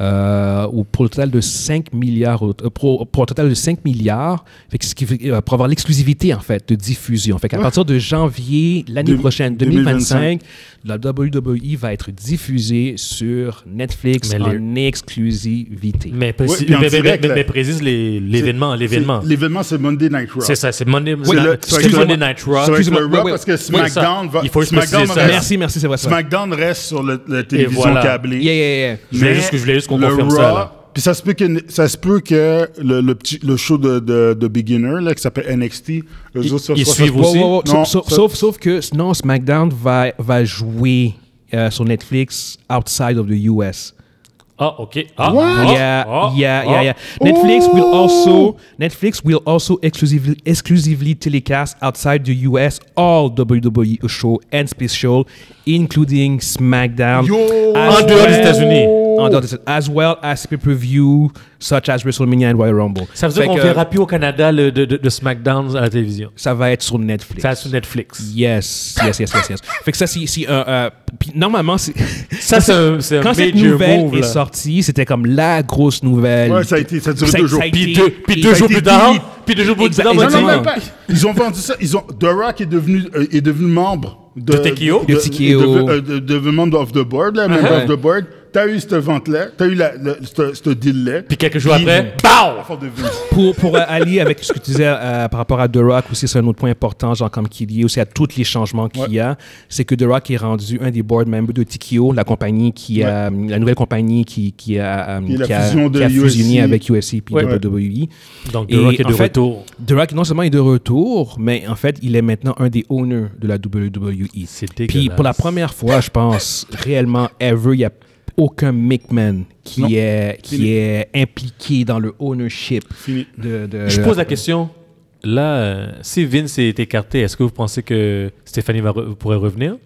C: euh, au- pour le total de 5 milliards, euh, pour, pour un total de 5 milliards, fait que ce qui fait- euh, pour avoir l'exclusivité en fait de diffusion. Fait qu'à partir de janvier l'année
A: Deux-
C: prochaine, 2025, la WWE va être diffusée sur Netflix
D: Mais les-
C: en exclusivité.
D: Mais,
A: Ouais,
D: précise-
A: puis en
D: mais- mais-
A: direct,
D: mais-
A: là.
D: mais précise les- l'événement, l'événement.
A: C'est- L'événement, c'est Monday Night Raw.
D: C'est ça, c'est Monday,
A: C'est le- ça va être
D: c'est Monday Night
A: Ça
D: Raw.
A: va être
C: Excusez-moi,
A: le
C: ouais,
A: Raw
C: ouais.
A: parce que
C: Ouais,
A: SmackDown
D: ça.
A: va.
D: Il faut que je
A: SmackDown va
D: précise ça.
A: rester-
C: Merci, merci, c'est vrai ça.
A: SmackDown reste sur le- la télévision
D: voilà.
A: câblée.
C: Yeah, yeah, yeah.
D: Je voulais
A: Mais
D: juste, que- je voulais juste qu'on
A: le
D: confirme
A: Raw-
D: ça. Là.
A: Puis ça se peut que, ça se peut que le, le petit, le show de, de, de Beginner, là, qui s'appelle NXT, eux
D: Ils-
A: autres, ça-
D: ils
A: ça-
D: suivent
A: ça-
D: aussi.
C: Wow, wow, wow.
A: Non,
C: sauf,
A: ça-
C: sauf, sauf que non, SmackDown va, va jouer euh, sur Netflix outside of the US.
D: Ah, OK. Ah,
A: What? Oh.
D: ah,
C: yeah,
D: ah,
C: yeah,
D: ah.
C: yeah, yeah. Netflix will also Netflix will also exclusively exclusively telecast outside the US all WWE show and special, including SmackDown.
A: Yo!
C: as
D: En dehors des États-Unis.
C: En dehors des États- As well as pay-per-view such as WrestleMania and Royal Rumble.
D: Ça veut dire
C: Fait
D: qu'on
C: que,
D: verra plus au Canada le, de, de, de SmackDown à la télévision.
C: ça va être sur Netflix.
D: Ça sur Netflix.
C: Yes, yes, yes, yes, yes. fait que ça, c'est... c'est, euh, euh, puis normalement, c'est-
D: Ça, c'est un, c'est
C: [LAUGHS]
D: un
C: quand cette
D: major
C: nouvelle
D: move.
C: est
D: là.
C: sortie, c'était comme la grosse nouvelle.
A: Ouais, ça a été- ça a duré deux jours.
C: a
D: Puis
C: été-
D: deux, puis
C: et-
D: deux
C: ça a
D: jours
C: été
D: plus tard,
C: dit.
D: puis deux jours plus
C: Exact-
D: tard, on
A: Non,
D: dit-
A: non,
C: Exactement.
A: même pas. Ils ont vendu ça. Ils ont, The Rock est devenu, euh, est devenu membre de,
D: De TKO.
C: De TKO.
A: est devenu- euh, de- devenu membre of the board, là, member
D: Ah, Ouais.
A: of the board. T'as eu cette vente-là, t'as eu la, la- ce, ce deal-là.
D: puis quelques jours
A: Puis-
D: après, BAU!
A: Fort de vue.
C: pour, pour euh, aller avec ce que tu disais euh, par rapport à The Rock aussi, c'est un autre point important, genre comme qu'il y a aussi à tous les changements qu'il y a, c'est que The Rock est rendu un des board members de TKO, la compagnie qui a, la nouvelle compagnie qui, qui a, euh,
A: Qui est la
C: qui a-
A: fusion de
C: qui a fusionné
A: UFC.
C: avec UFC puis
D: Ouais.
C: WWE.
D: Donc, The
C: Et
D: Rock est
C: en
D: de
C: fait,
D: retour.
C: The Rock non seulement est de retour, mais en fait il est maintenant un des owners de la WWE.
D: C'est
C: Puis
D: dégueulasse.
C: pour la première fois, je pense réellement ever, il n'y a aucun McMahon
A: Non.
C: qui est,
A: Fini.
C: qui est impliqué dans le ownership
A: Fini.
C: de, de
D: Je pose la question. Là, euh, si Vince est écarté, est-ce que vous pensez que Stéphanie va re- pourrait revenir?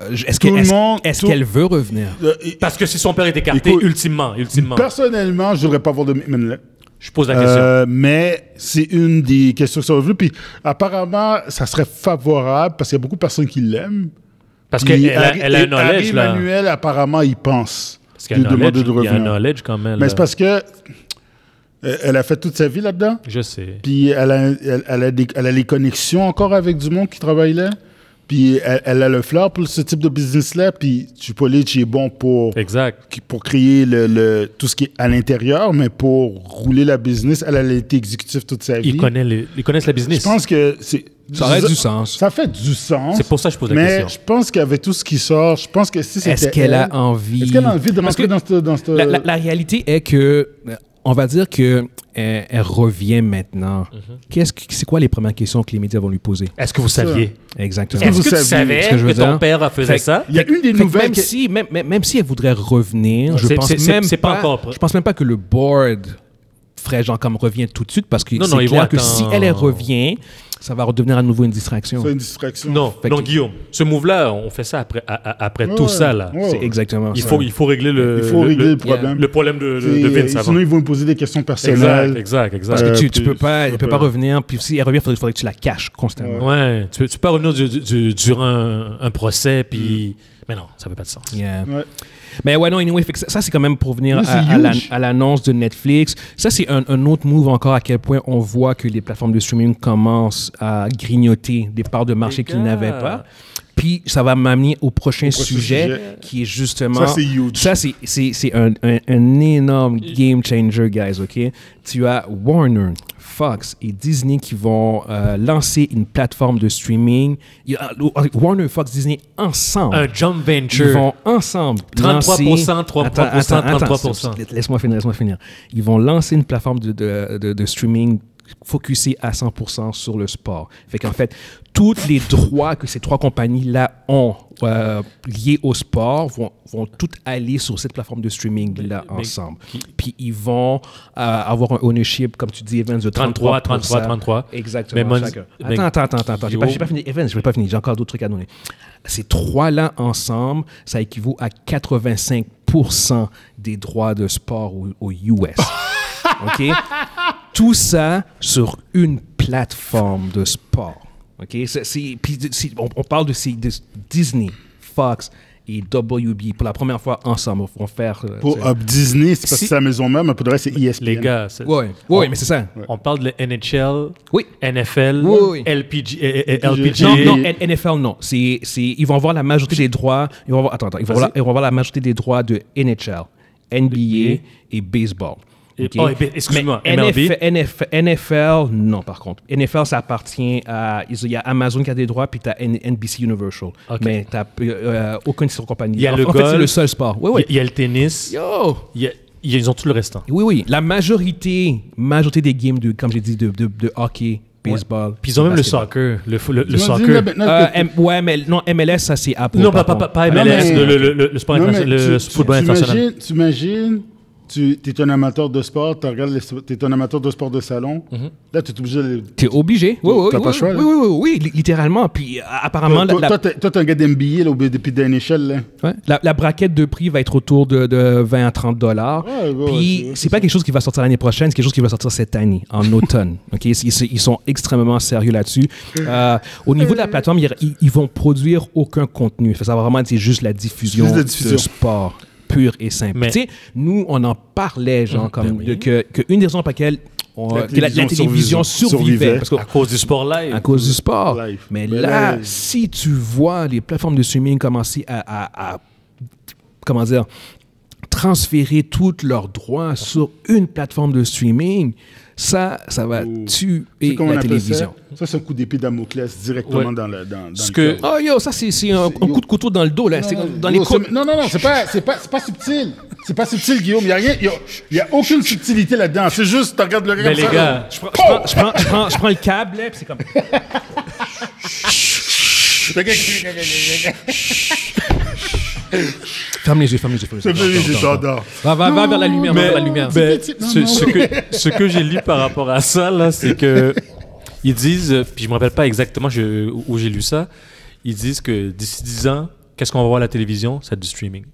C: Euh, Est-ce
A: Tout
C: que-
A: le
C: est-ce-
A: monde-
C: est-ce
A: tout-
C: qu'elle veut revenir?
A: Euh, et-
D: Parce que si son père est écarté,
A: Écoute,
D: ultimement, ultimement.
A: Personnellement, je voudrais pas avoir de McMahon là.
D: Je pose la question.
A: Euh, mais c'est une des questions qui sont revenues. Puis apparemment, ça serait favorable parce qu'il y a beaucoup de personnes qui l'aiment.
D: Parce
A: Puis
D: qu'elle a,
A: Harry-
D: elle a un
A: et Harry
D: knowledge, là.
A: Manuel, apparemment, il pense.
D: Parce qu'elle a un
A: lui demander
D: knowledge, il y a un knowledge quand même.
A: Mais
D: là.
A: c'est parce que euh, elle a fait toute sa vie là-dedans.
D: Je sais.
A: Puis elle a, elle, elle a des, elle a les connexions encore avec du monde qui travaille là. Puis elle, elle a le flair pour ce type de business-là. Puis Chipolite, il est bon pour,
D: Exact.
A: qui- pour créer le, le- tout ce qui est à l'intérieur, mais pour rouler la business. Elle, elle a été exécutive toute sa vie.
D: Ils connaissent, les- ils connaissent la business.
A: Je pense que c'est.
C: Ça aurait du sens.
A: Ça fait du sens.
D: C'est pour ça que je pose la
A: mais
D: question.
A: je pense qu'avec tout ce qui sort, je pense que si c'était.
C: Est-ce qu'elle a
A: elle,
C: envie?
A: Est-ce qu'elle a envie de
C: Parce
A: rentrer
C: que
A: dans ce. Dans ce
C: La, la- la réalité est que euh, on va dire que elle, elle revient maintenant. Qu'est-ce que- c'est quoi les premières questions que les médias vont lui poser
D: Est-ce que vous
A: ça.
D: saviez?
C: Exactement.
D: Est-ce que tu
A: saviez-
D: savais
C: Est-ce que je
D: que,
C: veux
D: ton
C: dire?
D: père faisait
C: Fait-
D: ça?
A: Il y a une des
C: Fait que
A: nouvelles.
C: même,
A: que-
C: si, même, même- même si elle voudrait revenir, je
D: C'est-
C: pense
D: c'est- c'est-
C: même
D: c'est pas encore-
C: Je pense même pas que le board ferait genre comme revient tout de suite parce que
D: Non, non,
C: c'est
D: ils vont
C: clair que si
D: attendre.
C: elle, elle revient, ça va redevenir à nouveau une distraction.
A: C'est une distraction.
D: Non,
C: Fait
D: non,
C: que-
D: Guillaume, ce move-là, on fait ça après, à- à- après
A: Ouais,
D: tout
A: ouais.
D: ça, là.
A: Ouais,
C: C'est
A: ouais.
C: exactement
D: Il
C: ça.
D: faut, il faut régler le,
A: Il faut
D: le-
A: régler le
D: le,
A: problème.
D: le problème de, de, de
A: C'est-
D: Vince
A: euh,
D: avant.
A: Sinon, ils vont lui poser des questions
D: Exact,
A: personnelles.
D: exact, exact.
C: Parce que
A: Euh,
C: tu, tu
A: puis-
C: peux pas,
A: tu
C: elle
A: peux
C: peut pas
A: pas.
C: revenir. Puis si elle revient, il faudrait, faudrait que tu la caches constamment.
D: Ouais, tu, tu peux revenir du- du- du- durant un, un procès, puis. Mais Mm. non, ça fait pas de sens.
C: Yeah.
A: Ouais.
C: Mais ouais, non, anyway, fait que ça, ça, c'est quand même pour venir
A: Oui,
C: à,
A: c'est
C: à la-
A: huge.
C: à l'annonce de Netflix. Ça, c'est un, un autre move encore à quel point on voit que les plateformes de streaming commencents à grignoter des parts de marché
D: Les
C: qu'ils
D: gars.
C: n'avaient pas. Puis ça va m'amener au prochain
A: prochain
C: sujet,
A: sujet.
C: qui est
A: Ça,
C: justement.
A: c'est huge.
C: Ça, c'est- c'est c'est un, un- un énorme game changer, guys, OK? Tu as Warner, Fox et Disney qui vont euh, lancer une plateforme de streaming. Il y a- Warner, Fox, Disney ensemble.
D: Un jump venture.
C: Ils vont ensemble
D: 33%,
C: lancer-
D: 33%,
C: Attends, attends, attends,
D: 33%.
C: c'est- Laisse-moi finir, laisse-moi finir. Ils vont lancer une plateforme de, de- de- de streaming focusée à 100% sur le sport. Fait qu'en fait, tous les droits que ces trois compagnies-là ont euh, liés au sport vont, vont toutes aller sur cette plateforme de streaming-là
D: mais-
C: ensemble. Puis ils vont euh, avoir un ownership, comme tu dis, Evans, de 33%.
D: 33, 33, 33.
C: Exactement.
D: Mais Mons-
C: chacun.
D: mais-
C: Attends, attends, attends, attends, attends. J'ai pas,
D: Yo.
C: j'ai pas fini. Evans, j'ai pas fini. J'ai encore d'autres trucs à donner. Ces trois-là ensemble, ça équivaut à 85% des droits de sport au, au US. OK? Tout ça sur une plateforme de sport. OK? C'est- c'est- puis de- c'est- on, on parle de, ces, de Disney, Fox et WB pour la première fois ensemble. Ils vont faire. euh,
A: Pour
C: c'est-
A: Hop Disney, c'est parce
C: Si-
A: que c'est la maison même, mais pour le reste, c'est E ESPN.
D: Les gars, c'est-
C: Ouais, ouais, mais c'est ça.
D: on parle de NHL,
C: Oui.
D: NFL,
C: Oui, oui.
D: LPG, eh, eh, eh,
A: Non,
D: LPG.
C: Non,
A: Et-
C: non, N- NFL, non. C'est, c'est, ils vont avoir la majorité des droits. Ils vont avoir, attends, attends, ils, vont avoir, ils vont avoir la majorité des droits de NHL, NBA et baseball.
D: Et-
C: Ok?
D: oh, et ben, excuse-moi,
C: Mais
D: MLB?
C: NF- NF- NFL, non, par contre. NFL, ça appartient à. Il y a Amazon qui a des droits, puis tu as NBC Universal.
D: Ok.
C: Mais tu n'as aucune de ces compagnies.
D: Il y a
C: en
D: le
C: en fait, c'est
D: golf.
C: le seul sport. Oui,
D: Il y a-
C: oui.
D: il y, a le tennis.
C: Yo!
D: Il y a- il y a- ils ont tout le restant.
C: Oui, oui. La majorité, majorité des games, de, comme j'ai dit, de, de, de hockey, baseball.
D: Puis ils ont même le
C: basketball.
D: soccer. Le, fo- le, le
A: Ils m'ont dit, là,
D: soccer.
A: maintenant
C: Euh,
A: que-
C: M- ouais, mais non, MLS, ça c'est Apple.
D: Non, pas,
C: par
D: pas, pas,
C: contre.
D: pas
C: Ah, non,
D: MLS,
A: mais-
D: le, le, le, le sport
A: Non, mais
D: international, le
A: tu-
D: football
A: tu-
D: international.
A: t'imagines- T'imagines, tu es un amateur de sport, tu regardes, tu es un amateur de sport de salon.
D: Mhm.
A: Là, tu es obligé de.
C: T'es obligé. Oui, oui,
A: T'as
C: oui,
A: pas le
C: oui,
A: choix,
C: oui,
A: là.
C: oui, oui, oui, li- littéralement. Puis euh, apparemment, la-
A: Toi,
C: la,
A: toi, t'es- toi, t'es un gars d'NBA, là, au- depuis d'une échelle, là.
C: ouais, la- la braquette de prix va être autour de, de 20 à 30 dollars.
A: Ouais, ouais,
C: Puis
A: ouais, c'est-
C: c'est pas quelque chose qui va sortir l'année prochaine, c'est quelque chose qui va sortir cette année,
A: [LAUGHS]
C: en automne. Ok, Ils, ils- ils sont extrêmement sérieux là-dessus. Euh, au niveau de la plateforme, ils, ils- ils vont produire aucun contenu. Ça va vraiment être juste la diffusion,
A: Juste la diffusion.
C: de sport pur et simple.
D: Mais- Mm. Ben
C: Tu sais, nous, on en parlait, genre, comme
D: oui.
C: de- que, que une des raisons pour laquelle on-
A: La
C: que la, la
A: télévision
C: télévision
A: survivait.
C: survivait,
A: Survivait.
C: parce que-
D: À cause du sport live.
C: à cause du sport.
A: Live.
C: Mais,
A: Mais
C: là,
A: là,
C: si tu vois les plateformes de streaming commencer à, à- à- comment dire, transférer tous leurs droits sur une plateforme de streaming, ça, ça va
A: Ouh.
C: tuer
A: Tu sais comment on
C: la
A: appelle ça?
C: télévision.
A: Ça, c'est un coup d'épée Damoclès directement
D: Ouais.
A: dans le. Dans, dans
D: Ce
A: le
D: que-
A: cœur.
C: Oh yo, ça c'est c'est un, un
A: yo.
C: coup de couteau dans le dos là. C'est
A: Non,
C: dans
A: yo,
C: les
A: c'est-
C: côtes.
A: non, non, non, c'est pas, c'est pas, c'est pas subtil. C'est pas subtil, Guillaume. Il n'y a, rien- y a, y a aucune subtilité là-dedans. C'est juste, tu regardes le regard.
D: Mais les
A: ça,
D: gars,
C: Je prends, je prends- je prends- je prends- je prends le câble là, puis c'est comme.
A: le gars qui-
C: Ferme les yeux, ferme les yeux, ferme les yeux.
A: Ferme les yeux,
C: Attends, attends,
A: j'adore.
C: attends. Va, va, va vers la lumière, va
D: Mais,
C: vers la lumière.
D: mais
A: Petit, petit,
D: ce,
A: non,
D: ce
A: non.
D: que, ce que j'ai lu par rapport à ça, là, c'est que ils disent, euh, puis je me rappelle pas exactement je- où où j'ai lu ça, ils disent que d'ici 10 ans, qu'est-ce qu'on va voir à la télévision C'est du streaming.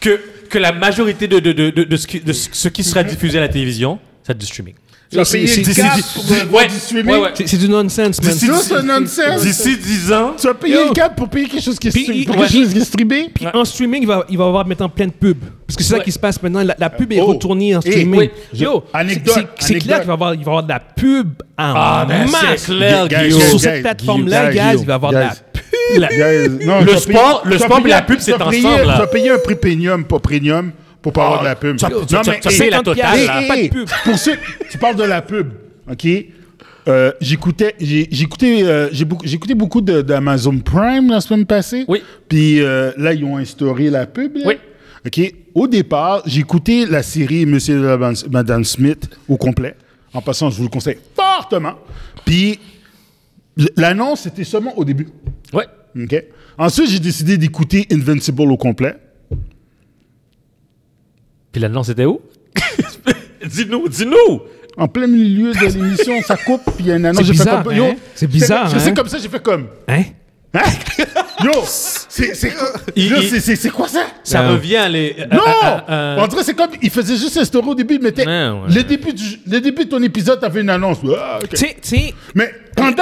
D: que, que la majorité de, de, de, de, de ce qui, de ce qui sera diffusé à la télévision, c'est du streaming.
A: Tu vas payer
C: C'est-
A: le
C: c'est-
A: câble
D: c'est-
A: pour euh, voir
D: ouais,
A: du streaming.
D: ouais, ouais.
C: C'est c'est du nonsense, man.
A: C'est juste un nonsense.
D: D'ici 10 ans,
A: Tu vas payer
C: Yo.
A: le câble pour payer quelque chose qui est
C: Puis,
A: streamé.
C: il-
A: Pour
C: ouais.
A: quelque chose qui est streamé.
C: Puis en streaming, il va, il va avoir maintenant plein de pubs. Parce que c'est ça
D: Ouais.
C: qui se passe maintenant. La, la pub est
A: Oh.
C: retournée en
A: Eh,
C: streaming.
A: oui.
C: Yo,
A: Je-
C: c'est-
A: anecdote,
C: c'est- c'est clair
A: anecdote.
C: qu'il va y avoir, il va y avoir de la pub en
D: Ah, ben, c'est
C: masse.
D: clair,
A: Guys,
D: Guillaume.
A: guys,
C: Sur cette
A: guys,
C: plateforme-là,
A: guys,
C: guys,
A: Guillaume,
C: il va y avoir de la
A: guys.
C: pub.
D: La-
A: Guys, non,
D: le
A: t'as payé-
D: sport, le
A: t'as
D: sport et
A: payé-
D: la pub, c'est
A: t'as payé-
D: ensemble. là. Ah,
A: Tu as payé un prix premium, pas premium, pour
D: Oh,
A: pas avoir de la pub.
D: tu- tu- tu- tu-
A: hey,
D: c'est la
C: 50
D: totale,
A: hey,
C: piastres,
D: Ah là.
A: hey,
C: pas de
A: hey,
C: pub.
A: Pour ceux, tu parles de la pub, OK? Euh, j'écoutais j'ai- j'écoutais euh, j'ai beaucoup- j'écoutais beaucoup de- d'Amazon Prime la semaine passée
D: Oui.
A: puis euh, là ils ont instauré la pub là.
D: Oui.
A: OK au départ, j'ai écouté la série Monsieur et Madame- Madame Smith au complet. En passant, je vous le conseille fortement. Puis, l'annonce, c'était seulement au début.
D: Ouais.
A: OK? Ensuite, j'ai décidé d'écouter Invincible au complet.
D: Puis l'annonce était où [LAUGHS] Dis-nous, dis-nous
A: En plein milieu de l'émission, ça coupe, puis il y a une annonce.
C: C'est
A: j'ai fait
C: bizarre,
A: comme- yo,
C: hein? C'est bizarre,
A: Je sais
C: hein?
A: comme ça, j'ai fait comme.
C: Hein?
A: [LAUGHS] Hein? Yo! C'est c'est quoi-
D: Il-
A: là,
D: il-
A: c'est- c'est- c'est quoi ça?
D: Ça
C: Euh,
D: revient à les. à-
A: Non!
D: à- à- à-
A: On dirait que c'est comme, il faisait juste un story au début, il mettait.
D: Ouais, ouais.
A: Le, début du- le début de ton épisode, t'avais une annonce. Ah, ok.
C: Tu sais- tu sais,
A: Mais pendant.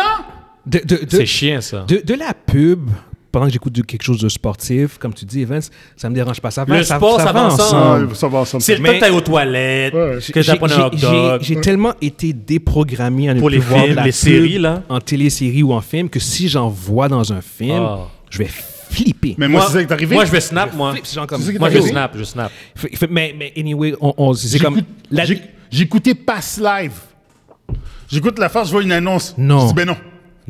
C: de- de- de-
D: C'est chiant, ça.
C: De, de la pub, pendant que j'écoute du- quelque chose de sportif, comme tu dis, Vince, ça me dérange pas. Ça va,
D: Le sport, ça va ensemble.
A: Ah, ça va ensemble.
D: C'est le temps
C: Mais-
D: que t'ailles aux toilettes,
A: Ouais.
D: que
C: J'ai-
D: t'apprennes un hot
C: j'ai- j'ai-
D: dog.
C: J'ai tellement été déprogrammé en ne
D: Pour les
C: plus voir de
D: films,
C: la
D: les
C: pub
D: séries, là.
C: En télésérie ou en film, que si j'en vois dans un film,
D: Ah.
C: je vais flipper.
A: Mais moi, c'est ça qui est arrivé.
D: Moi, je vais snap, moi.
C: Flip, Ah, c'est genre comme-
A: C'est ça qui est
D: Moi, je
A: arrivé.
D: snap, je snap.
C: Fait- fait- mais, mais anyway, on, on- c'est comme.
A: J'écoute-
C: la-
A: j'éc- J'écoutais Pass Live. J'écoute la farce, je vois une annonce.
C: Non.
A: Je dis, ben non.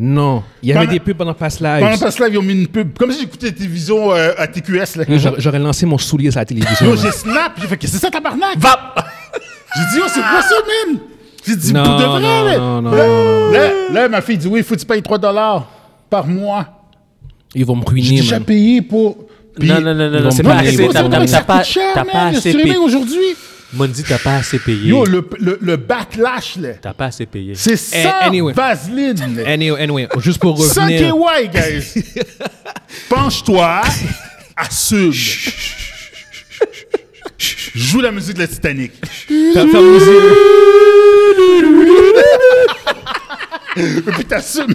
C: non, il y avait
A: Pendant-
C: des pubs pendant Pass Live.
A: Pendant Pass Live, ils ont mis une pub. Comme si j'écoutais la télévision euh, à TQS. Là.
C: Là, J'aurais j'aurais lancé mon soulier sur la télévision.
A: Yo,
C: là.
A: j'ai snap. J'ai fait, qu'est-ce que c'est ça, tabarnak?
D: Vap
A: J'ai dit, oh, c'est quoi ça, man? J'ai dit,
C: Non,
A: pour de vrai,
C: non,
A: là.
C: non, non,
A: là,
C: non,
A: là, là, ma fille dit, oui, faut que tu payes 3 par mois.
C: Ils vont me
A: J'ai
C: ruiner,
A: déjà
C: man.
A: payé pour. Puis-
D: Non, non, non, non,
C: vont
D: non, c'est
C: me
D: pas
A: Non,
C: payer
A: mais
D: assez.
A: c'est
C: les
D: T'as
A: pas ça,
C: abonnements.
A: ça
D: t'as pas,
A: coûte cher,
D: t'as
A: man,
D: pas
A: le
D: assez
A: streaming
D: payé.
A: aujourd'hui.
D: Mondi, t'as pas assez payé.
A: Yo, le, le, le backlash, là.
D: T'as pas assez payé.
A: C'est ça,
C: anyway.
A: Vaseline.
D: Eh,
A: là.
C: Anyway, anyway, juste pour
A: Ça qui est
C: revenir.
A: ouais, guys.
D: [LAUGHS]
A: Penche-toi, assume. Joue la musique de la Titanic.
C: Ferme- ferme les yeux.
A: Et puis t'assumes.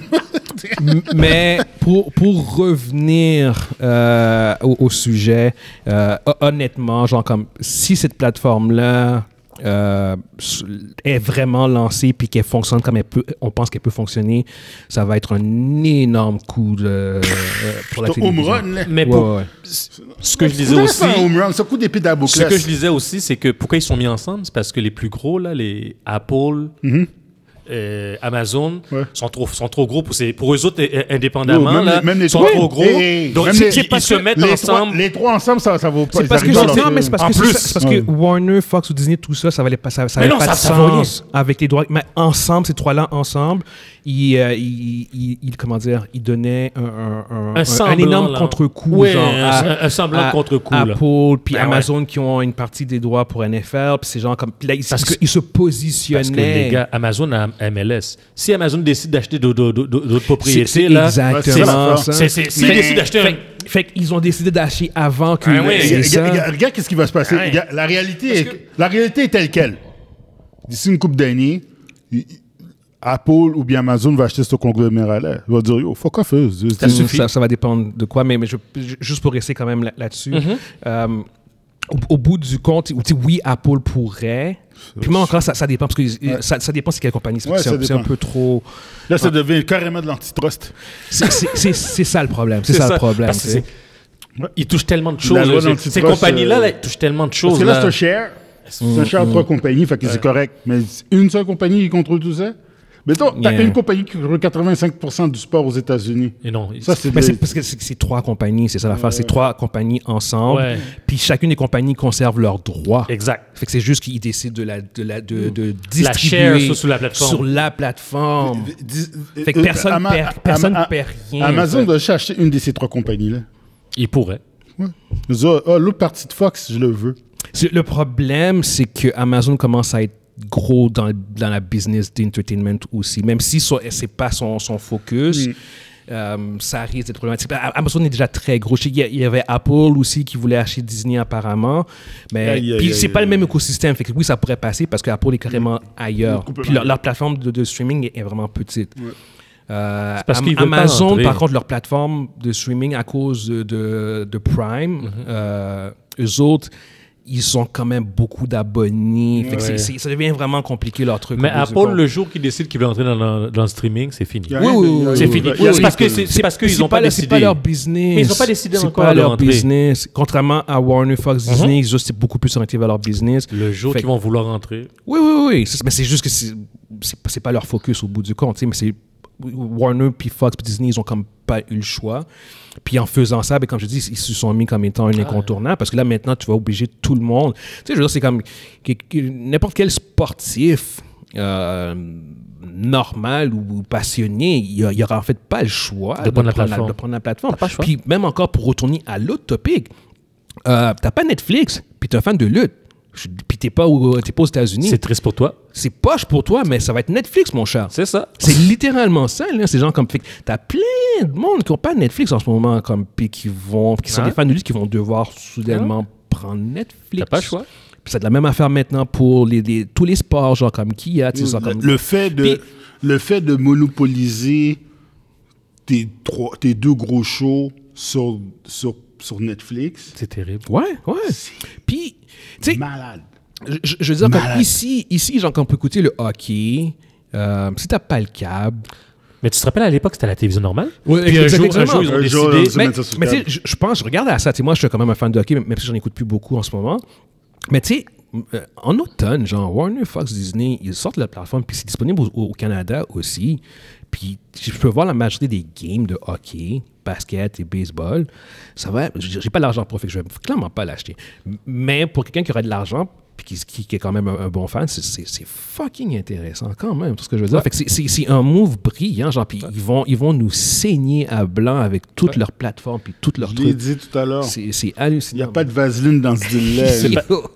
C: M- mais pour, pour revenir euh, au, au sujet, euh, ho- honnêtement, genre comme si cette plateforme-là euh, s- est vraiment lancée puis qu'elle fonctionne comme elle peut, on pense qu'elle peut fonctionner, ça va être un énorme coup de, euh, pour la
A: Ton home
C: télévision.
A: run, là.
D: Mais
C: Ouais,
D: pour-
C: ouais, ouais.
D: ce que je lisais
A: Faudrait
D: aussi,
A: faire un home run, c'est un coup d'épée
D: ce
A: d'Aboclès.
D: que je lisais aussi, c'est que pourquoi ils sont mis ensemble, c'est parce que les plus gros là, les Apple, euh, Amazon,
A: Mhm. Ouais.
D: sont trop sont trop gros pour ces- pour eux autres euh, indépendamment
A: Yo, même
D: là,
A: les- même les
D: sont
A: trois.
D: trop gros,
A: Hey, hey,
D: donc
A: même
D: ils,
A: les-
D: ils- ils se mettent
A: les
D: ensemble.
A: Trois, les trois ensemble, ça, ça vaut pas.
C: C'est
A: ils
C: parce que
A: arrivent pas,
C: non,
A: là.
C: mais c'est parce
D: En
C: que c'est
D: plus.
C: ça- c'est parce que
A: Ouais.
C: Warner, Fox ou Disney, tout ça, ça valait pas, ça, ça
D: Mais
C: avait
D: non,
C: pas
D: ça-
C: de
D: ça vaut
C: sens avec les droits. Mais ensemble, ces trois-là ensemble, ils, euh, ils, ils- ils- comment dire, ils donnaient un, un- un- un-
D: semblant,
C: un énorme
D: là.
C: contre-coup,
D: Ouais,
C: genre
D: un-
C: à-
D: un semblant
C: à-
D: de contre-coup, là.
C: Apple puis
D: Ben
C: Amazon qui ont une partie des droits pour NFL, puis ces gens comme puis là, ils,
D: Parce
C: ils se-
D: que-
C: ils se
D: Parce que les
C: positionnaient.
D: gars, Amazon a MLS. Si Amazon décide d'acheter d'au- d'au- d'au- d'autres
C: C'est- c'est
D: propriétés, là,
C: exactement
A: Ouais,
C: ça.
A: c'est
D: c'est- c'est- s'ils
A: Mais-
D: décident d'acheter un-
C: Fait qu'ils ont décidé d'acheter avant que.
D: Ah ouais.
C: c'est
A: Et Regarde,
C: ça.
A: regarde- regarde qu'est-ce qui va se passer.
D: Ouais.
A: Regarde, La, réalité est, la réalité est telle qu'elle. D'ici une coupe d'années, y- y- Apple ou bien Amazon va acheter ce conglomérat-là. Il va dire, yo, fuck off. eux. C'est-
D: Ça
A: c'est-
D: suffit.
C: Ça, ça va dépendre de quoi, mais, mais je- ju- juste pour rester quand même là- là-dessus.
D: Mm-hmm.
C: euh, au, au bout du compte, ou tu sais, oui, Apple pourrait. Puis moi encore, ça, ça dépend, parce que euh, ça, ça dépend c'est quelle compagnie. C'est
A: Ouais,
C: c'est
A: ça
C: un, c'est un
A: dépend.
C: peu trop.
A: Là, ça devient carrément de l'antitrust.
C: c'est- C'est c'est- c'est ça le problème. C'est
D: C'est
C: ça,
D: ça,
C: le problème.
D: parce que
C: tu sais.
D: ils touchent tellement de
A: La loi
D: choses. Ces- Ces
A: d'antitrust,
D: compagnies-là,
A: euh,
D: là, ils touchent tellement de
A: Parce
D: choses.
A: que là,
D: là.
A: c'est un share. C'est un share à
C: Mm-hmm.
A: trois compagnies, fait que c'est correct. Mais une seule compagnie qui contrôle tout ça? Mettons, t'as
C: Yeah.
A: une compagnie qui contrôle 85% du sport aux États-Unis.
D: Et non,
A: Ça, c'est
C: Mais
A: des-
C: c'est parce que c'est c'est trois compagnies, c'est ça l'affaire. C'est trois compagnies ensemble.
D: Ouais.
C: Puis chacune des compagnies conserve leurs droits.
D: exact.
C: Fait que c'est juste qu'ils décident de la, de la de, de
D: Mm. La
C: distribuer
D: share, ça, sur la plateforme.
C: sur la plateforme.
A: Dis-
C: Fait que
A: euh,
C: personne
A: Ama-
C: perd- personne
A: Ama-
C: perd rien, en
A: Amazon
C: fait.
A: doit chercher une de ces trois compagnies-là.
D: Ils pourraient.
A: Ouais. Ils disent, Ah, l'autre partie de Fox, je le veux.
C: C'est- Le problème, c'est que Amazon commence à être gros dans, dans la business d'entertainment aussi. Même si so- c'est pas son, son focus, euh, ça risque d'être problématique. A- Amazon est déjà très gros. Je sais qu'il y a- Il y avait Apple aussi qui voulait acheter Disney apparemment. Mais
A: Aïe, aïe,
C: puis
A: aïe,
C: c'est
A: aïe,
C: pas le
A: aïe.
C: même écosystème. Fait que oui, ça pourrait passer parce qu'Apple est carrément ailleurs.
A: Complètement.
C: Puis leur, leur plateforme de, de streaming est, est vraiment petite. Euh,
D: parce
C: Am-
D: qu'ils veulent pas
C: Amazon,
D: rentrer.
C: par contre, leur plateforme de streaming à cause de, de, de Prime,
D: Mhm.
C: euh, eux autres, ils ont quand même beaucoup d'abonnés. Fait que c'est-
D: Ouais.
C: c'est- ça devient vraiment compliqué leur truc.
D: Mais
C: au bout du
D: Apple,
C: compte.
D: le jour qu'ils décident qu'ils veulent entrer dans, le- dans le streaming, c'est fini.
A: Il y a
C: Oui,
A: rien de-
C: oui,
A: il y a-
C: oui,
A: il y
D: C'est
A: a-
D: fini.
A: il y a-
D: c'est parce que c'est c'est parce qu'ils
C: C'est
D: n'ont pas,
C: leur-
D: décidé.
C: C'est pas leur business.
D: Mais ils ont pas décidé
C: C'est
D: encore
C: pas
D: de
C: leur
D: rentrer. Mhm.
C: business. Contrairement à Warner, Fox, Disney, ils ont- c'est beaucoup plus orienté vers leur business.
D: Le jour
C: Fait
D: qu'ils vont vouloir entrer.
C: Oui, oui, oui. C'est- Mais c'est juste que c'est- c'est pas- c'est pas leur focus au bout du compte. tu sais, Mais c'est Warner, puis Fox, puis Disney, ils ont comme pas eu le choix. Puis en faisant ça, ben, comme je dis, ils se sont mis comme étant
D: Ah.
C: un incontournable parce que là, maintenant, tu vas obliger tout le monde. Tu sais, je veux dire, c'est comme que- que n'importe quel sportif euh, normal ou passionné, il n'y aura en fait pas le choix
D: De prendre la plateforme.
C: de prendre la plateforme.
B: T'as pas le choix.
C: Puis même encore pour retourner à l'autre topic, euh, t'as pas Netflix, puis t'es un fan de lutte. Je- Puis t'es pas, au- t'es pas aux États-Unis.
D: C'est triste pour toi.
C: C'est poche pour toi, mais ça va être Netflix, mon cher.
D: C'est ça.
C: C'est littéralement ça, là, ces gens comme. fait que T'as plein de monde qui n'ont pas Netflix en ce moment, comme, puis qui vont, qui sont
D: Ouais.
C: des fans de lutte qui vont devoir soudainement prendre Netflix.
D: T'as pas le choix.
C: Puis c'est de la même affaire maintenant pour les, les- tous les sports, genre comme qui a, tu sais, genre
A: Le,
C: comme.
A: le fait de,
C: Puis-
A: le fait de monopoliser tes, trois, tes deux gros shows sur, sur, sur Netflix,
D: C'est terrible.
C: Ouais, ouais. Puis, tu sais,
A: malade.
C: je, je- je veux dire, comme
A: Malade.
C: ici, ici, genre, quand on peut écouter le hockey, euh, si t'as pas le câble.
D: Mais tu te rappelles à l'époque, c'était la télévision normale?
C: Oui,
D: Puis un jour, un jour, ils ont
A: Un
D: décidé.
A: jour, ils ont-
C: mais,
A: mettre ça sous
C: mais tu
A: câble.
C: sais, je, je pense, je regarde à ça. Tu sais, moi, je suis quand même un fan de hockey, même si j'en écoute plus beaucoup en ce moment. Mais tu sais, euh, en automne, genre Warner, Fox, Disney, ils sortent la plateforme, puis c'est disponible au, au Canada aussi. Puis je peux voir la majorité des games de hockey, basket et baseball. Ça va, j'ai j'ai pas l'argent pour, fait que je vais clairement pas l'acheter. M- Mais pour quelqu'un qui aurait de l'argent, puis qui, qui- qui est quand même un, un bon fan, c'est- c'est c'est fucking intéressant quand même, tout ce que je veux dire. Fait que c'est- c'est c'est un move brillant, genre, puis ils vont, ils vont nous saigner à blanc avec toutes leurs plateformes, puis toutes leurs
A: Je l'ai
C: trucs.
A: dit tout à l'heure,
C: C'est c'est
A: il
C: hallucinant.
A: n'y a pas de vaseline dans ce deal-là.
C: Yo.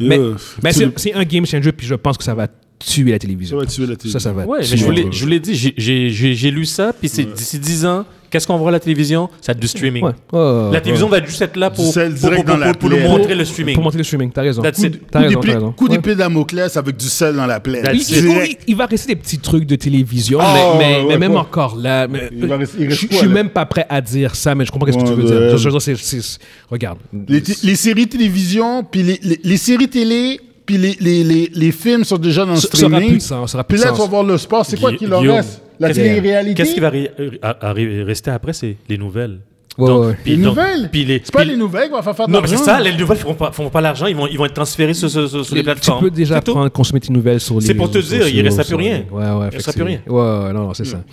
C: Mais,
A: Yo,
C: mais
A: tu-
C: c'est c'est un game changer, puis je pense que ça va tuer la télévision.
A: Ça va tuer la
C: Ça, ça
A: télévision.
C: va
D: Ouais, mais
C: tuer.
D: je vous l'ai- je vous l'ai dit, j'ai- j'ai- j'ai j'ai lu ça, puis c'est d'ici 10 ans, qu'est-ce qu'on voit à la télévision? Ça va être du streaming.
C: Ouais. Oh,
D: La télévision va juste être là pour,
A: C'est
D: pour,
A: direct
D: pour-
A: dans
D: pour-
A: la
D: pour nous
A: plaie.
D: montrer le streaming.
C: Pour monter le streaming, t'as raison.
D: That's it.
C: T'as
A: Coup
C: raison,
A: d'épée-
C: t'as raison.
A: Coup
C: Ouais.
A: d'épée Damoclès avec du sel dans la plaie.
D: That's
C: Il,
D: it.
C: il-
A: Direct.
C: il va rester des petits trucs de télévision,
A: Ah,
C: mais, mais-
A: ouais,
C: mais
A: ouais,
C: même
A: ouais.
C: encore là. mais-
A: Il va rester- il reste
C: je, je
A: quoi,
C: suis
A: là?
C: même pas prêt à dire ça, mais je comprends ce que tu
A: Ouais,
C: veux dire.
A: ouais.
C: Je- je veux dire, c'est- c'est- c'est- regarde.
A: Les, t- les séries télévision, puis les, les- les séries télé, puis les, les, les, les films sont déjà dans le
C: Ça- ça aura
A: streaming.
C: plus de sens, ça aura plus
A: puis
C: de
A: là,
C: sens.
A: tu vas voir le sport. C'est quoi
D: Guilla-
A: qui leur
D: Guillaume,
A: reste La
D: qu'est-ce-
A: télé-réalité
D: Qu'est-ce qui va ré- à- à- ré- rester après? C'est les nouvelles.
C: Ouais,
D: Donc,
C: ouais.
D: puis
A: Les
D: donc-
A: nouvelles
D: puis les-
A: C'est pas
D: puis-
A: les nouvelles qu'on va faire faire de
D: Non, mais c'est
A: l'argent.
D: ça, les nouvelles feront pas, feront pas l'argent, ils vont, ils vont être transférés sur, sur- sur- sur les
C: tu
D: plateformes.
C: peux déjà
D: C'est tout.
C: prendre, consommer tes nouvelles sur les
D: C'est pour te
C: réseaux
D: dire, il
C: sociaux,
D: reste à
C: sur
D: plus rien. Mm.
C: les- Ouais, ouais,
D: Il
C: fait
D: reste à
C: que
D: plus
C: c'est- Ouais, ouais, non, non, c'est ça.